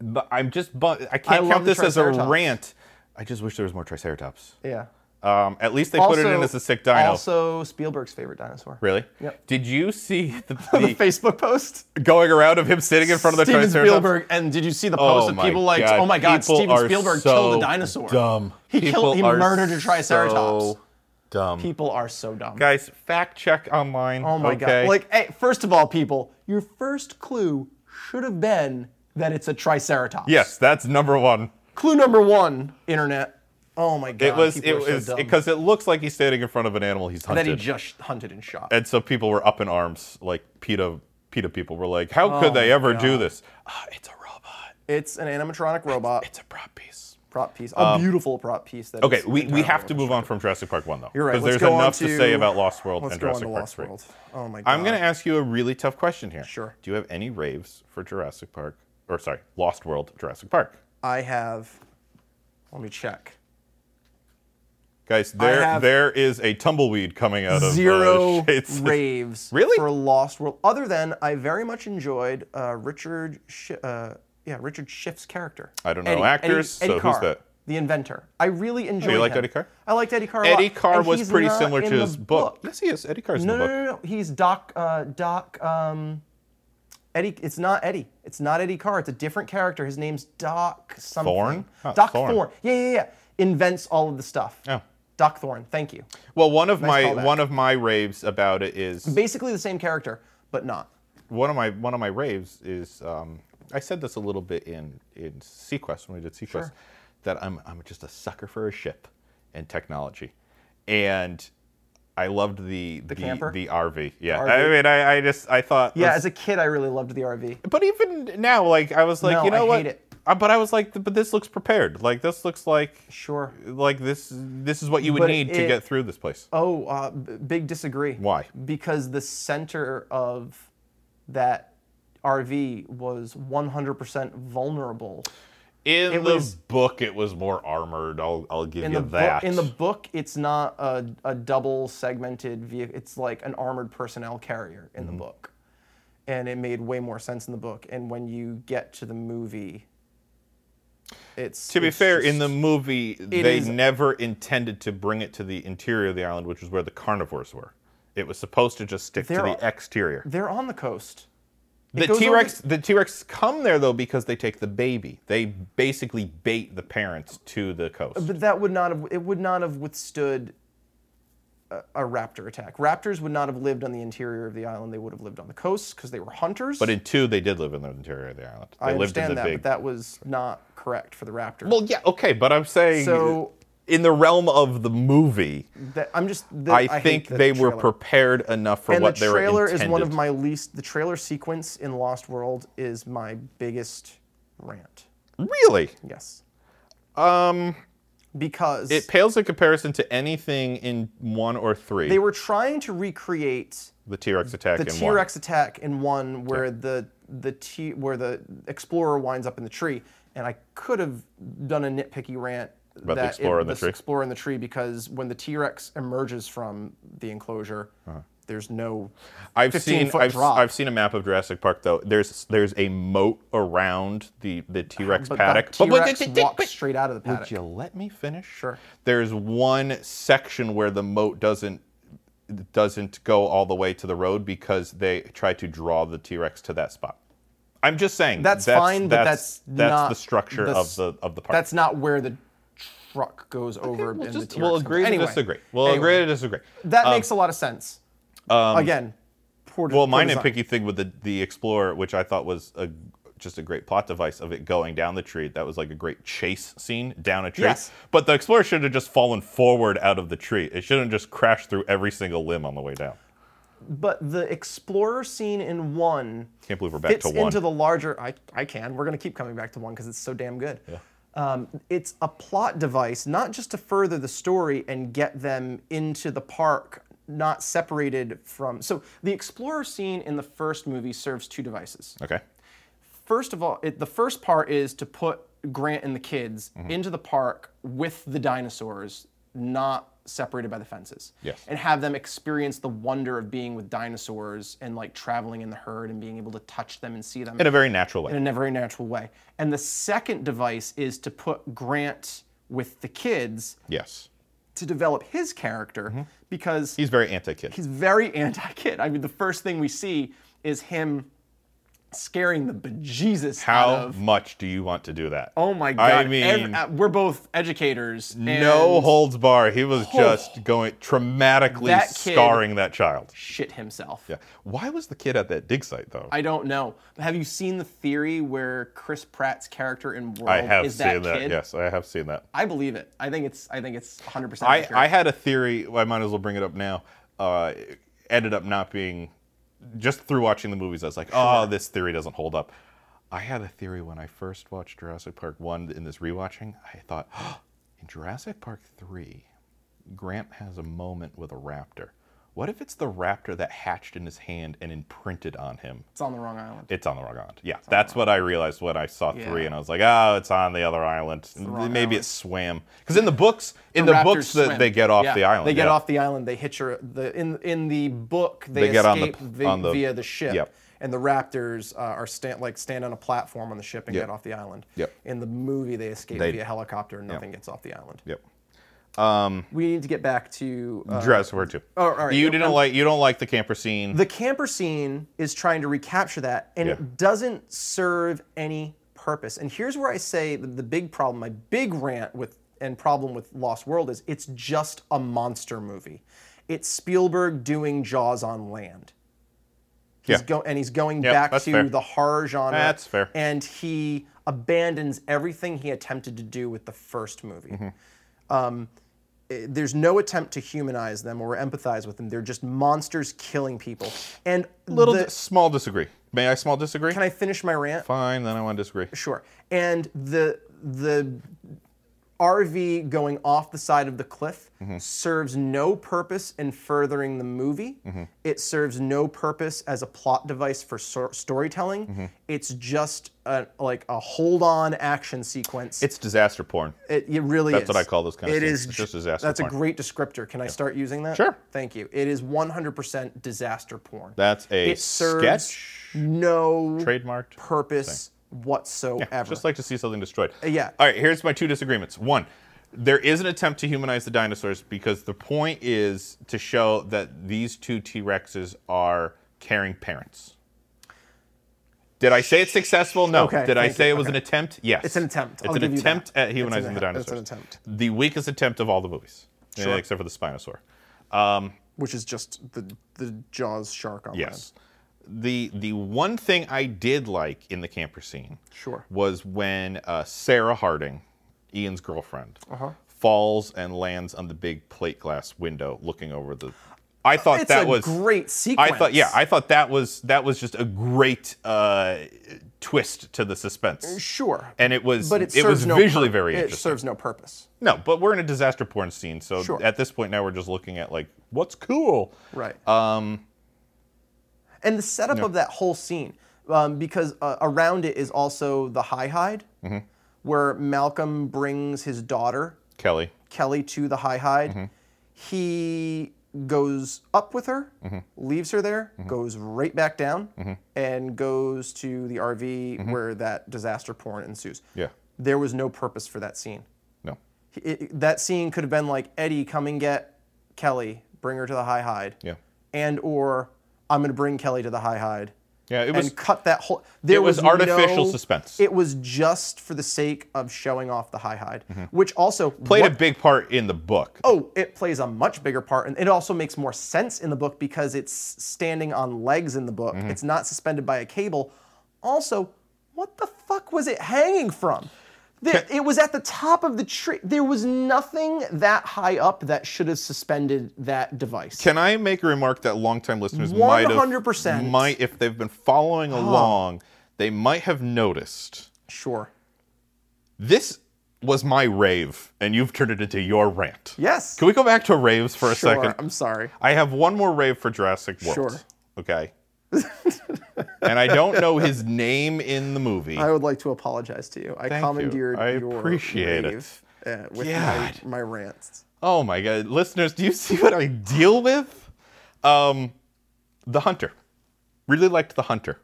Speaker 1: but I'm just, bu- I can't
Speaker 2: love
Speaker 1: count
Speaker 2: the
Speaker 1: this as a
Speaker 2: Triceratops.
Speaker 1: rant. I just wish there was more Triceratops.
Speaker 2: Yeah.
Speaker 1: Um, at least they put it in as a sick dino.
Speaker 2: Also, Spielberg's favorite dinosaur.
Speaker 1: Really?
Speaker 2: Yep.
Speaker 1: Did you see the,
Speaker 2: the
Speaker 1: the
Speaker 2: Facebook post.
Speaker 1: going around of him sitting in front of the
Speaker 2: Steven
Speaker 1: Triceratops?
Speaker 2: Spielberg, and did you see the post of
Speaker 1: my
Speaker 2: people like,
Speaker 1: God,
Speaker 2: "Oh my God,
Speaker 1: people
Speaker 2: Steven
Speaker 1: are
Speaker 2: Spielberg
Speaker 1: so
Speaker 2: killed a dinosaur.
Speaker 1: Dumb.
Speaker 2: He killed-
Speaker 1: People
Speaker 2: he
Speaker 1: are
Speaker 2: murdered a Triceratops.
Speaker 1: so dumb.
Speaker 2: People are so dumb."
Speaker 1: Guys, fact check online.
Speaker 2: Oh my
Speaker 1: okay?
Speaker 2: god! Like, hey, first of all, people, your first clue should have been that it's a Triceratops.
Speaker 1: yes, that's number one.
Speaker 2: Clue number one, internet. Oh my god!
Speaker 1: It was
Speaker 2: people
Speaker 1: it
Speaker 2: are so
Speaker 1: was
Speaker 2: dumb.
Speaker 1: because it looks like he's standing in front of an animal he's
Speaker 2: that
Speaker 1: hunted,
Speaker 2: he just hunted and shot.
Speaker 1: and so people were up in arms. Like PETA PETA people were like, "How could
Speaker 2: Oh
Speaker 1: they ever do this? Ah, it's a robot.
Speaker 2: It's an animatronic robot
Speaker 1: It's a prop piece."
Speaker 2: prop piece, a beautiful prop piece. That
Speaker 1: Um, Okay,
Speaker 2: is
Speaker 1: we, we
Speaker 2: entirely
Speaker 1: have to move on from Jurassic Park 1, though.
Speaker 2: You're right,
Speaker 1: Because
Speaker 2: let's
Speaker 1: there's
Speaker 2: go on
Speaker 1: enough to, say
Speaker 2: to-
Speaker 1: about Lost World
Speaker 2: Let's
Speaker 1: and
Speaker 2: go on
Speaker 1: Jurassic
Speaker 2: to
Speaker 1: Park
Speaker 2: Lost
Speaker 1: 3.
Speaker 2: World. Oh my god!
Speaker 1: I'm going to ask you a really tough question here.
Speaker 2: Sure.
Speaker 1: Do you have any raves for Jurassic Park, or sorry, Lost World, Jurassic Park?
Speaker 2: I have. Let me check.
Speaker 1: Guys, there
Speaker 2: have-
Speaker 1: there is a tumbleweed coming out of uh,
Speaker 2: zero
Speaker 1: Shades-
Speaker 2: raves
Speaker 1: Really?
Speaker 2: for Lost World. Other than I very much enjoyed uh, Richard, Sch- uh, yeah, Richard Schiff's character.
Speaker 1: I don't know
Speaker 2: Eddie-
Speaker 1: actors,
Speaker 2: Eddie, Eddie
Speaker 1: so who's
Speaker 2: Carr,
Speaker 1: that?
Speaker 2: The inventor. I really enjoyed.
Speaker 1: liked
Speaker 2: him.
Speaker 1: Eddie Carr?
Speaker 2: I liked Eddie Carr. A
Speaker 1: Eddie
Speaker 2: lot.
Speaker 1: Carr
Speaker 2: And
Speaker 1: was
Speaker 2: he's
Speaker 1: pretty
Speaker 2: not
Speaker 1: similar to
Speaker 2: in the
Speaker 1: his book. Yes, he is. Eddie Carr's
Speaker 2: No,
Speaker 1: in
Speaker 2: no,
Speaker 1: the book.
Speaker 2: no, no. He's Doc. Uh, Doc. Um, Eddie. It's not Eddie. It's not Eddie Carr. It's a different character. His name's Doc something.
Speaker 1: Thorne? Not
Speaker 2: Doc
Speaker 1: Thorne.
Speaker 2: Thorne. Yeah, yeah, yeah. Invents all of the stuff.
Speaker 1: Oh.
Speaker 2: Doc Thorne. Thank you.
Speaker 1: Well, one of my
Speaker 2: callback.
Speaker 1: one of my raves about it is
Speaker 2: Basically the same character, but not.
Speaker 1: one of my one of my raves is um, I said this a little bit in in Sequest when we did Sequest that I'm I'm just a sucker for a ship and technology, and I loved the the
Speaker 2: camper?
Speaker 1: the RV. Yeah,
Speaker 2: RV?
Speaker 1: I mean I, I just I thought
Speaker 2: Yeah,
Speaker 1: let's-
Speaker 2: as a kid, I really loved the RV.
Speaker 1: but even now like I was like
Speaker 2: No,
Speaker 1: you know
Speaker 2: I
Speaker 1: what
Speaker 2: hate it.
Speaker 1: Uh, but I was like but this looks prepared like this looks like
Speaker 2: Sure.
Speaker 1: like this this is what you would
Speaker 2: But
Speaker 1: need to
Speaker 2: it-
Speaker 1: get through this place.
Speaker 2: Oh, uh, b- big disagree.
Speaker 1: Why?
Speaker 2: Because the center of that RV was 100% vulnerable.
Speaker 1: In the
Speaker 2: was-
Speaker 1: book, it was more armored. I'll I'll give
Speaker 2: In
Speaker 1: you
Speaker 2: the, book-
Speaker 1: that.
Speaker 2: in the book, it's not a, a double segmented vehicle. It's like an armored personnel carrier in the book. And it made way more sense in the book. And when you get to the movie, it's.
Speaker 1: To be
Speaker 2: it's
Speaker 1: fair,
Speaker 2: just-
Speaker 1: in the movie, they
Speaker 2: is-
Speaker 1: never intended to bring it to the interior of the island, which is where the carnivores were. It was supposed to just stick to
Speaker 2: There
Speaker 1: the exterior.
Speaker 2: They're on the coast.
Speaker 1: The
Speaker 2: goes
Speaker 1: T Rex, the T Rex come there though because they take the baby. They basically bait the parents to the coast.
Speaker 2: But that would not have it would not have withstood a, a raptor attack. Raptors would not have lived on the interior of the island. They would have lived on the coast because they were hunters.
Speaker 1: But in two, they did live in the interior of the island. They
Speaker 2: I
Speaker 1: lived in
Speaker 2: understand
Speaker 1: the
Speaker 2: that,
Speaker 1: big.
Speaker 2: but that was not correct for the raptor.
Speaker 1: well, yeah, okay, but I'm saying,
Speaker 2: So-
Speaker 1: in the realm of the movie,
Speaker 2: That- I'm just. the-
Speaker 1: I,
Speaker 2: hate
Speaker 1: think
Speaker 2: the
Speaker 1: they were
Speaker 2: trailer.
Speaker 1: prepared enough for
Speaker 2: And
Speaker 1: what
Speaker 2: the
Speaker 1: they were
Speaker 2: trailer
Speaker 1: intended.
Speaker 2: is one of my least. The trailer sequence in Lost World is my biggest rant.
Speaker 1: really.
Speaker 2: Yes. Um. Because
Speaker 1: It pales in comparison to anything in one or three.
Speaker 2: they were trying to recreate
Speaker 1: the T Rex attack
Speaker 2: the
Speaker 1: in
Speaker 2: T Rex attack in one where the the T where the explorer winds up in the tree, and I could have done a nitpicky rant
Speaker 1: the
Speaker 2: that
Speaker 1: explorer in the
Speaker 2: this
Speaker 1: tree?
Speaker 2: explorer in the tree because when the T Rex emerges from the enclosure, there's no
Speaker 1: one. Uh-huh. I've
Speaker 2: 15
Speaker 1: seen
Speaker 2: foot
Speaker 1: I've,
Speaker 2: drop.
Speaker 1: I've seen a map of Jurassic Park though. There's there's a moat around the the T Rex
Speaker 2: but
Speaker 1: paddock.
Speaker 2: that T Rex
Speaker 1: but- but-
Speaker 2: walks
Speaker 1: but-
Speaker 2: straight out of the paddock.
Speaker 1: would you let me finish?
Speaker 2: Sure.
Speaker 1: There's one section where the moat doesn't doesn't go all the way to the road because they try to draw the T Rex to that spot. I'm just saying
Speaker 2: That's fine, but that's
Speaker 1: that's
Speaker 2: not
Speaker 1: the structure
Speaker 2: the
Speaker 1: of
Speaker 2: s-
Speaker 1: the of the park.
Speaker 2: That's not where the truck goes over.
Speaker 1: we'll,
Speaker 2: and
Speaker 1: just-
Speaker 2: the
Speaker 1: we'll
Speaker 2: T-Rex
Speaker 1: agree
Speaker 2: comes.
Speaker 1: to
Speaker 2: Anyway.
Speaker 1: disagree. We'll
Speaker 2: Anyway.
Speaker 1: agree to disagree.
Speaker 2: That makes a lot of sense. Again, poor
Speaker 1: Um, Well,
Speaker 2: poor
Speaker 1: my
Speaker 2: design.
Speaker 1: nitpicky thing with the the Explorer, which I thought was a just a great plot device of it going down the tree. That was like a great chase scene down a tree.
Speaker 2: Yes.
Speaker 1: But the Explorer should have just fallen forward out of the tree. It shouldn't have just crashed through every single limb on the way down.
Speaker 2: But the explorer scene in one
Speaker 1: Can't believe we're back
Speaker 2: fits
Speaker 1: to one.
Speaker 2: into the larger. I, I can. We're going to keep coming back to one because it's so damn good. Um, it's a plot device, not just to further the story and get them into the park, not separated from. So the explorer scene in the first movie serves two devices.
Speaker 1: okay.
Speaker 2: First of all, it, the first part is to put Grant and the kids
Speaker 1: Mm-hmm.
Speaker 2: into the park with the dinosaurs, not separated by the fences.
Speaker 1: Yes.
Speaker 2: And have them experience the wonder of being with dinosaurs and like traveling in the herd and being able to touch them and see them
Speaker 1: In a very natural way.
Speaker 2: in a very natural way. And the second device is to put Grant with the kids
Speaker 1: yes.
Speaker 2: to develop his character because
Speaker 1: Mm-hmm. He's very anti kid.
Speaker 2: he's very anti-kid. I mean, the first thing we see is him scaring the bejesus out
Speaker 1: How
Speaker 2: of.
Speaker 1: much do you want to do that?
Speaker 2: Oh my god!
Speaker 1: I
Speaker 2: ev-
Speaker 1: mean,
Speaker 2: uh, we're both educators. and
Speaker 1: no holds bar. He was just going traumatically
Speaker 2: That kid-
Speaker 1: scarring that child.
Speaker 2: shit himself.
Speaker 1: Yeah. Why was the kid at that dig site though?
Speaker 2: I don't know. Have you seen the theory where Chris Pratt's character in World
Speaker 1: I have
Speaker 2: Oh, is
Speaker 1: seen
Speaker 2: that,
Speaker 1: that.
Speaker 2: kid?
Speaker 1: Yes, I have seen that.
Speaker 2: I believe it. I think it's. I think it's 100 percent
Speaker 1: I,
Speaker 2: accurate.
Speaker 1: I had a theory. I might as well bring it up now. Uh, it ended up not being just through watching the movies. I was like, oh, this theory doesn't hold up. I had a theory when I first watched Jurassic Park one in this rewatching. I thought, oh, in Jurassic Park three, Grant has a moment with a raptor. What if it's the raptor that hatched in his hand and imprinted on him?
Speaker 2: it's on the wrong island.
Speaker 1: It's on the wrong island. Yeah, that's what I realized when I saw three,
Speaker 2: Yeah.
Speaker 1: and I was like, oh, it's on the other island.
Speaker 2: wrong
Speaker 1: Maybe it swam because in the books, in the,
Speaker 2: raptors
Speaker 1: books, that
Speaker 2: swim.
Speaker 1: they get off
Speaker 2: Yeah,
Speaker 1: the island.
Speaker 2: They get
Speaker 1: yeah.
Speaker 2: off the island. They hit your the in in the book. They,
Speaker 1: They get on the-
Speaker 2: escape vi-
Speaker 1: on the-
Speaker 2: via the ship.
Speaker 1: yep.
Speaker 2: And the raptors uh, are stand like stand on a platform on the ship and
Speaker 1: Yep.
Speaker 2: get off the island.
Speaker 1: Yep.
Speaker 2: In the movie, they escape
Speaker 1: They-
Speaker 2: via helicopter and nothing gets off the island.
Speaker 1: Yep.
Speaker 2: We need to get back to uh,
Speaker 1: Jurassic Park two.
Speaker 2: oh, all right,
Speaker 1: You
Speaker 2: yeah,
Speaker 1: didn't like you don't like the camper scene.
Speaker 2: the camper scene is trying to recapture that, and
Speaker 1: Yeah.
Speaker 2: it doesn't serve any purpose. And here's where I say the, the big problem, my big rant with and problem with Lost World is it's just a monster movie. It's Spielberg doing Jaws on land. He's
Speaker 1: Yeah.
Speaker 2: go- and he's going
Speaker 1: Yeah,
Speaker 2: back
Speaker 1: that's
Speaker 2: to
Speaker 1: fair.
Speaker 2: the horror genre.
Speaker 1: That's fair.
Speaker 2: And he abandons everything he attempted to do with the first movie.
Speaker 1: Mm-hmm.
Speaker 2: Um, eh, there's no attempt to humanize them or empathize with them. They're just monsters killing people. And
Speaker 1: Little
Speaker 2: the-
Speaker 1: di- small disagree. May I small disagree?
Speaker 2: can I finish my rant?
Speaker 1: Fine, then I want to disagree.
Speaker 2: Sure. And the the RV going off the side of the cliff
Speaker 1: Mm-hmm.
Speaker 2: serves no purpose in furthering the movie.
Speaker 1: Mm-hmm.
Speaker 2: It serves no purpose as a plot device for sor- storytelling.
Speaker 1: Mm-hmm.
Speaker 2: It's just a, like a hold on action sequence.
Speaker 1: It's disaster porn.
Speaker 2: it, it really
Speaker 1: That's
Speaker 2: is.
Speaker 1: what I call those kind of
Speaker 2: It
Speaker 1: scenes.
Speaker 2: is
Speaker 1: It's
Speaker 2: ju-
Speaker 1: just disaster
Speaker 2: That's
Speaker 1: porn.
Speaker 2: a great descriptor. Can I start using that?
Speaker 1: Sure.
Speaker 2: Thank you. It is 100% disaster porn.
Speaker 1: That's a
Speaker 2: it serves
Speaker 1: sketch
Speaker 2: no
Speaker 1: trademarked.
Speaker 2: purpose whatsoever.
Speaker 1: Just like to see something destroyed.
Speaker 2: Uh, yeah.
Speaker 1: All right, here's my two disagreements. One, there is an attempt to humanize the dinosaurs because the point is to show that these two T Rexes are caring parents. Did I say it's successful? No.
Speaker 2: Okay,
Speaker 1: Did I
Speaker 2: thank
Speaker 1: say
Speaker 2: you.
Speaker 1: it was an attempt? Yes.
Speaker 2: It's an attempt.
Speaker 1: It's
Speaker 2: I'll
Speaker 1: an
Speaker 2: give you that.
Speaker 1: attempt at humanizing
Speaker 2: an-
Speaker 1: the
Speaker 2: it's
Speaker 1: dinosaurs.
Speaker 2: an attempt.
Speaker 1: The weakest attempt of all the movies, eh,
Speaker 2: Sure.
Speaker 1: except for the Spinosaur. Um,
Speaker 2: which is just the the Jaws shark on
Speaker 1: Yes. The the one thing I did like in the camper scene
Speaker 2: Sure.
Speaker 1: was when uh, Sarah Harding, Ian's girlfriend,
Speaker 2: Uh-huh.
Speaker 1: falls and lands on the big plate glass window looking over the. I thought
Speaker 2: It's
Speaker 1: that
Speaker 2: a
Speaker 1: was
Speaker 2: great sequence.
Speaker 1: I thought yeah, I thought that was that was just a great uh, twist to the suspense,
Speaker 2: sure.
Speaker 1: and it was
Speaker 2: but it, serves
Speaker 1: was
Speaker 2: no
Speaker 1: visually
Speaker 2: pur-
Speaker 1: very
Speaker 2: It
Speaker 1: interesting.
Speaker 2: serves no purpose.
Speaker 1: No, but we're in a disaster porn scene, so
Speaker 2: Sure.
Speaker 1: at this point now we're just looking at like what's cool.
Speaker 2: Right. Um, and the setup of that whole scene, um, because uh, around it is also the high hide, where Malcolm brings his daughter
Speaker 1: Kelly,
Speaker 2: Kelly to the high hide. He goes up with her, leaves her there, goes right back down, and goes to the RV where that disaster porn ensues.
Speaker 1: Yeah.
Speaker 2: There was no purpose for that scene.
Speaker 1: no.
Speaker 2: It- it- that scene could have been like Eddie, come and get Kelly. bring her to the high hide.
Speaker 1: Yeah.
Speaker 2: And or I'm going to bring Kelly to the high hide.
Speaker 1: Yeah, it was-
Speaker 2: and cut that whole. There
Speaker 1: was
Speaker 2: no-
Speaker 1: artificial suspense.
Speaker 2: It was just for the sake of showing off the high hide, which also
Speaker 1: Mm-hmm. Played
Speaker 2: what-
Speaker 1: a big part in the book.
Speaker 2: oh, it plays a much bigger part, and it also makes more sense in the book because it's standing on legs in the book.
Speaker 1: Mm-hmm.
Speaker 2: It's not suspended by a cable. Also, what the fuck was it hanging from? There, it was at the top of the tree. There was nothing that high up that should have suspended that device.
Speaker 1: Can I make a remark that longtime listeners might have-
Speaker 2: 100%.
Speaker 1: might if they've been following along, they might have noticed.
Speaker 2: sure.
Speaker 1: This was my rave, and you've turned it into your rant.
Speaker 2: Yes.
Speaker 1: Can we go back to raves for a
Speaker 2: sure.
Speaker 1: second?
Speaker 2: I'm sorry.
Speaker 1: I have one more rave for Jurassic World.
Speaker 2: Sure.
Speaker 1: Okay. and I don't know his name in the movie.
Speaker 2: I would like to apologize to you. I
Speaker 1: Thank you.
Speaker 2: commandeered
Speaker 1: I
Speaker 2: your
Speaker 1: appreciate it.
Speaker 2: rave, uh, with my,
Speaker 1: God.
Speaker 2: my rants.
Speaker 1: oh my god, listeners, do you see what I deal with? Um, the Hunter. Really liked the Hunter.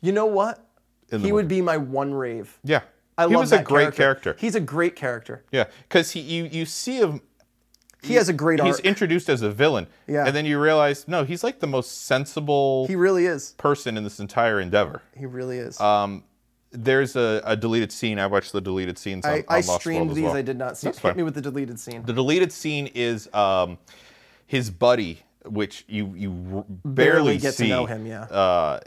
Speaker 2: You know what? He
Speaker 1: In the
Speaker 2: would be my one rave.
Speaker 1: Yeah.
Speaker 2: I
Speaker 1: he
Speaker 2: love
Speaker 1: was a
Speaker 2: that
Speaker 1: great character.
Speaker 2: He's a great character.
Speaker 1: yeah, because he you you see him.
Speaker 2: He has a great
Speaker 1: He's
Speaker 2: arc.
Speaker 1: introduced as a villain.
Speaker 2: Yeah.
Speaker 1: And then you realize no, he's like the most sensible
Speaker 2: he really is.
Speaker 1: person in this entire endeavor.
Speaker 2: He really is.
Speaker 1: Ah, There's a, a deleted scene. I watched the deleted scenes. On,
Speaker 2: I,
Speaker 1: on
Speaker 2: I
Speaker 1: Lost World
Speaker 2: streamed
Speaker 1: as
Speaker 2: these.
Speaker 1: well.
Speaker 2: I did not see.
Speaker 1: That's
Speaker 2: Hit
Speaker 1: fine.
Speaker 2: me with the deleted scene.
Speaker 1: The deleted scene is um, his buddy, which you you r- barely,
Speaker 2: Barely get to
Speaker 1: see,
Speaker 2: know him, yeah.
Speaker 1: uh,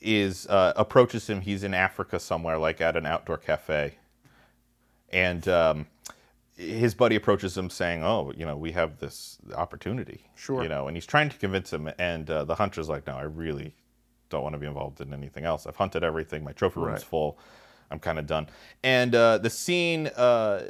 Speaker 1: is uh, approaches him. He's in Africa somewhere, like at an outdoor cafe, and um, his buddy approaches him, saying, "Oh, you know, we have this opportunity,
Speaker 2: Sure.
Speaker 1: you know." And he's trying to convince him, and uh, the hunter's like, "No, I really don't want to be involved in anything else. I've hunted everything. My trophy room's
Speaker 2: Right.
Speaker 1: full. I'm kind of done." And uh, the scene uh,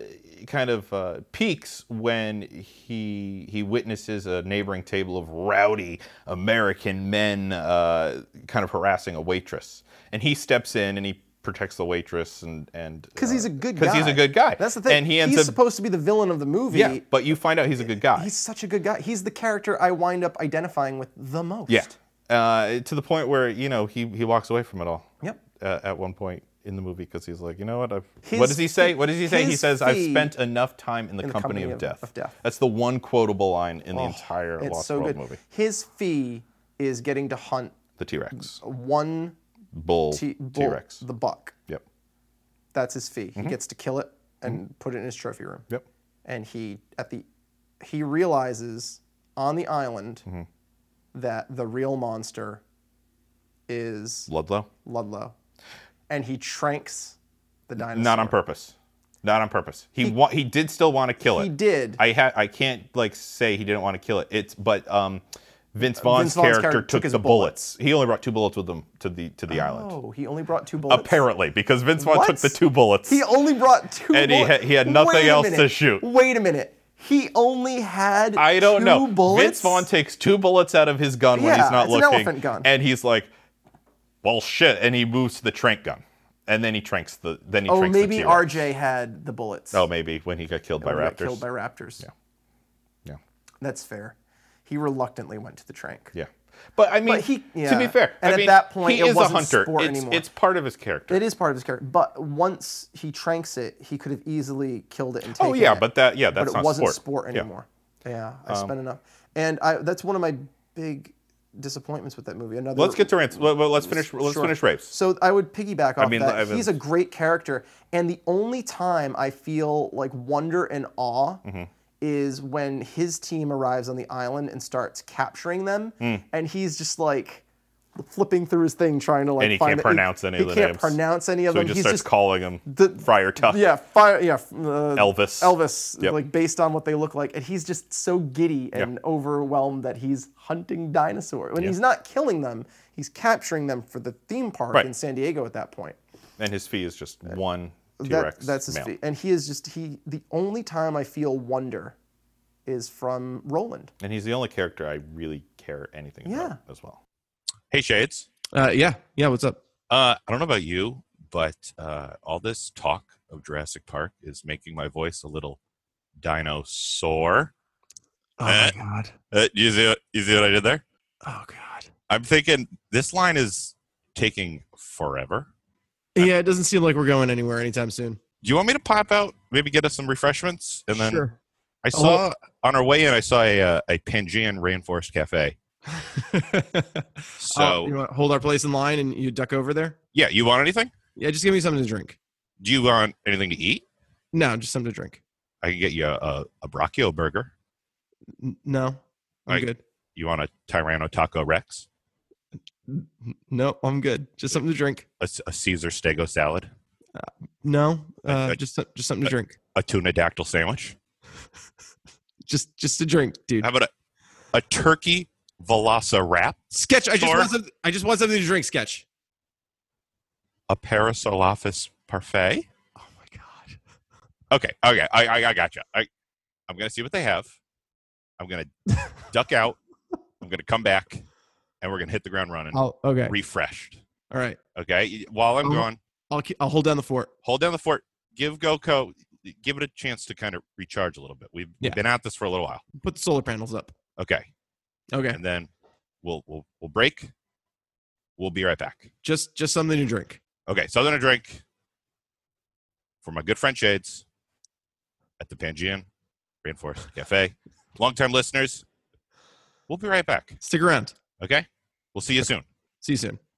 Speaker 1: kind of uh, peaks when he he witnesses a neighboring table of rowdy American men uh, kind of harassing a waitress, and he steps in and he protects the waitress and and
Speaker 2: Because
Speaker 1: uh,
Speaker 2: he's a good guy.
Speaker 1: because he's a good guy.
Speaker 2: That's the thing.
Speaker 1: And he ends
Speaker 2: he's
Speaker 1: up
Speaker 2: supposed to be the villain of the movie.
Speaker 1: yeah, but you find out he's a good guy.
Speaker 2: He's such a good guy. He's the character I wind up identifying with the most.
Speaker 1: yeah. Uh, to the point where you know he he walks away from it all.
Speaker 2: Yep.
Speaker 1: Uh, at one point in the movie because he's like, you know what? I've,
Speaker 2: His
Speaker 1: what does he say? What does he say? He
Speaker 2: his
Speaker 1: says, "I've
Speaker 2: fee-
Speaker 1: spent enough time in the, company, of, death.
Speaker 2: of death. Oh,
Speaker 1: That's the one quotable line in the entire
Speaker 2: It's
Speaker 1: Lost
Speaker 2: so
Speaker 1: World
Speaker 2: good.
Speaker 1: movie.
Speaker 2: His fee is getting to hunt
Speaker 1: The T Rex,
Speaker 2: one
Speaker 1: bull,
Speaker 2: Mm, T
Speaker 1: T
Speaker 2: bull-
Speaker 1: Rex.
Speaker 2: the buck.
Speaker 1: Yep.
Speaker 2: That's his fee. He gets to kill it and put it in his trophy room.
Speaker 1: Mm-hmm. Yep.
Speaker 2: And he at the he realizes on the island
Speaker 1: Mm-hmm.
Speaker 2: that the real monster is
Speaker 1: Ludlow.
Speaker 2: Ludlow, and he tranks the dinosaur.
Speaker 1: Not on purpose. Not on purpose. He he, wa- he did still want to kill
Speaker 2: He
Speaker 1: it.
Speaker 2: did.
Speaker 1: I ha- I can't like say he didn't want to kill it. It's but um, Vince Vaughn's,
Speaker 2: Vaughn's character
Speaker 1: character, took,
Speaker 2: took his
Speaker 1: the bullets. He only brought two bullets with him to the to the island.
Speaker 2: oh, he only brought two bullets.
Speaker 1: Apparently, because Vince Vaughn
Speaker 2: What?
Speaker 1: took the two bullets.
Speaker 2: He only brought two.
Speaker 1: And he
Speaker 2: bullets.
Speaker 1: had- he had nothing
Speaker 2: Wait a
Speaker 1: else to
Speaker 2: minute.
Speaker 1: shoot.
Speaker 2: Wait a minute. He only had.
Speaker 1: I don't
Speaker 2: two
Speaker 1: know.
Speaker 2: Bullets?
Speaker 1: Vince Vaughn takes two bullets out of his gun when
Speaker 2: Yeah,
Speaker 1: he's not
Speaker 2: it's an
Speaker 1: looking,
Speaker 2: elephant gun.
Speaker 1: and he's like, "Well, shit," and he moves to the trank gun, and then he tranks the then he
Speaker 2: Oh,
Speaker 1: tranks
Speaker 2: maybe
Speaker 1: the T-Rex.
Speaker 2: RJ had the bullets.
Speaker 1: Oh, maybe when he got killed by
Speaker 2: He got
Speaker 1: raptors.
Speaker 2: Killed by raptors. Yeah.
Speaker 1: yeah,
Speaker 2: That's fair. He reluctantly went to the trank.
Speaker 1: yeah. But I mean,
Speaker 2: he-
Speaker 1: to
Speaker 2: yeah.
Speaker 1: be fair, I
Speaker 2: And at
Speaker 1: mean,
Speaker 2: that point,
Speaker 1: he
Speaker 2: it
Speaker 1: is
Speaker 2: wasn't
Speaker 1: a hunter.
Speaker 2: sport
Speaker 1: it's,
Speaker 2: anymore.
Speaker 1: it's part of his character.
Speaker 2: It is part of his character, but once he tranks it, he could have easily killed it and taken
Speaker 1: oh yeah,
Speaker 2: it,
Speaker 1: but that yeah,
Speaker 2: but
Speaker 1: that's
Speaker 2: it
Speaker 1: not
Speaker 2: wasn't
Speaker 1: sport.
Speaker 2: sport,
Speaker 1: Yeah. Um,
Speaker 2: anymore. Yeah, I spent enough, and I, that's one of my big disappointments with that movie. Another.
Speaker 1: Let's get to rants. Let, us finish. Let's
Speaker 2: Sure.
Speaker 1: finish rapes.
Speaker 2: So I would piggyback off
Speaker 1: mean,
Speaker 2: that.
Speaker 1: I've-
Speaker 2: He's a great character, and the only time I feel like wonder and awe
Speaker 1: Mm-hmm.
Speaker 2: is when his team arrives on the island and starts capturing them,
Speaker 1: Mm.
Speaker 2: and he's just like flipping through his thing trying to like
Speaker 1: And he
Speaker 2: find
Speaker 1: can't
Speaker 2: it.
Speaker 1: pronounce any
Speaker 2: he
Speaker 1: of the
Speaker 2: can't
Speaker 1: names.
Speaker 2: pronounce any of
Speaker 1: So he
Speaker 2: them.
Speaker 1: just
Speaker 2: he's
Speaker 1: starts
Speaker 2: just
Speaker 1: calling him
Speaker 2: the-
Speaker 1: Friar Tuck.
Speaker 2: yeah, fire, yeah, f- uh,
Speaker 1: Elvis.
Speaker 2: Elvis,
Speaker 1: Yep.
Speaker 2: like based on what they look like, and he's just so giddy and overwhelmed that he's hunting dinosaurs. When he's not killing them, he's capturing them for the theme park
Speaker 1: Right.
Speaker 2: in San Diego at that point.
Speaker 1: and his fee is just one T
Speaker 2: That,
Speaker 1: Rex.
Speaker 2: that's his
Speaker 1: male.
Speaker 2: fee. and he is just he. The only time I feel wonder is from Roland.
Speaker 1: And he's the only character I really care anything
Speaker 2: Yeah.
Speaker 1: about as well. Hey, Shades.
Speaker 3: Uh, yeah, yeah. What's up?
Speaker 4: Uh, I don't know about you, but uh, all this talk of Jurassic Park is making my voice a little dinosaur.
Speaker 3: Oh
Speaker 4: Eh?
Speaker 3: my god.
Speaker 4: Uh, you, see what, you see what I did there?
Speaker 3: Oh god.
Speaker 4: I'm thinking this line is taking forever.
Speaker 3: Yeah, it doesn't seem like we're going anywhere anytime soon.
Speaker 4: Do you want me to pop out, maybe get us some refreshments, and then
Speaker 3: sure.
Speaker 1: I saw on our way in. I saw a uh, a Pangean rainforest cafe. So
Speaker 2: Oh, you want to hold our place in line and you duck over there?
Speaker 1: yeah, you want anything?
Speaker 2: Yeah, just give me something to drink.
Speaker 1: Do you want anything to eat?
Speaker 2: No, just something to drink.
Speaker 1: I can get you a, a, a braccio burger.
Speaker 2: N- no, I'm
Speaker 1: Like-
Speaker 2: good.
Speaker 1: You want a Tyranno Taco Rex?
Speaker 2: N- No, I'm good. Just something to drink.
Speaker 1: A, s- a Caesar Stego salad?
Speaker 2: No,
Speaker 1: I-
Speaker 2: uh,
Speaker 1: I-
Speaker 2: just so- just something to drink.
Speaker 1: A tuna dactyl sandwich?
Speaker 2: Just just a drink, dude.
Speaker 1: How about a, a turkey velasa wrap?
Speaker 2: Sketch. I just
Speaker 1: Or-
Speaker 2: want something, I just want something to drink. Sketch.
Speaker 1: A parasol office parfait?
Speaker 2: Oh my god.
Speaker 1: Okay, okay, I, I, I gotcha. I, I'm gonna see what they have. I'm gonna duck out. I'm gonna come back, and we're gonna hit the ground running,
Speaker 2: Oh, okay.
Speaker 1: refreshed.
Speaker 2: All right.
Speaker 1: Okay, while I'm
Speaker 2: Uh-huh.
Speaker 1: gone,
Speaker 2: I'll ke- I'll hold down the fort.
Speaker 1: hold down the fort. Give Goku, give it a chance to kind of recharge a little bit. We've
Speaker 2: Yeah.
Speaker 1: been at this for a little while.
Speaker 2: Put the solar panels up.
Speaker 1: Okay,
Speaker 2: Okay.
Speaker 1: and then we'll we'll we'll break. We'll be right back.
Speaker 2: Just just something to drink.
Speaker 1: Okay, so I'm gonna drink for my good friend Shades at the Pangean Reinforced Cafe. Longtime listeners, we'll be right back.
Speaker 2: Stick around.
Speaker 1: Okay? We'll see you soon.
Speaker 2: See you soon.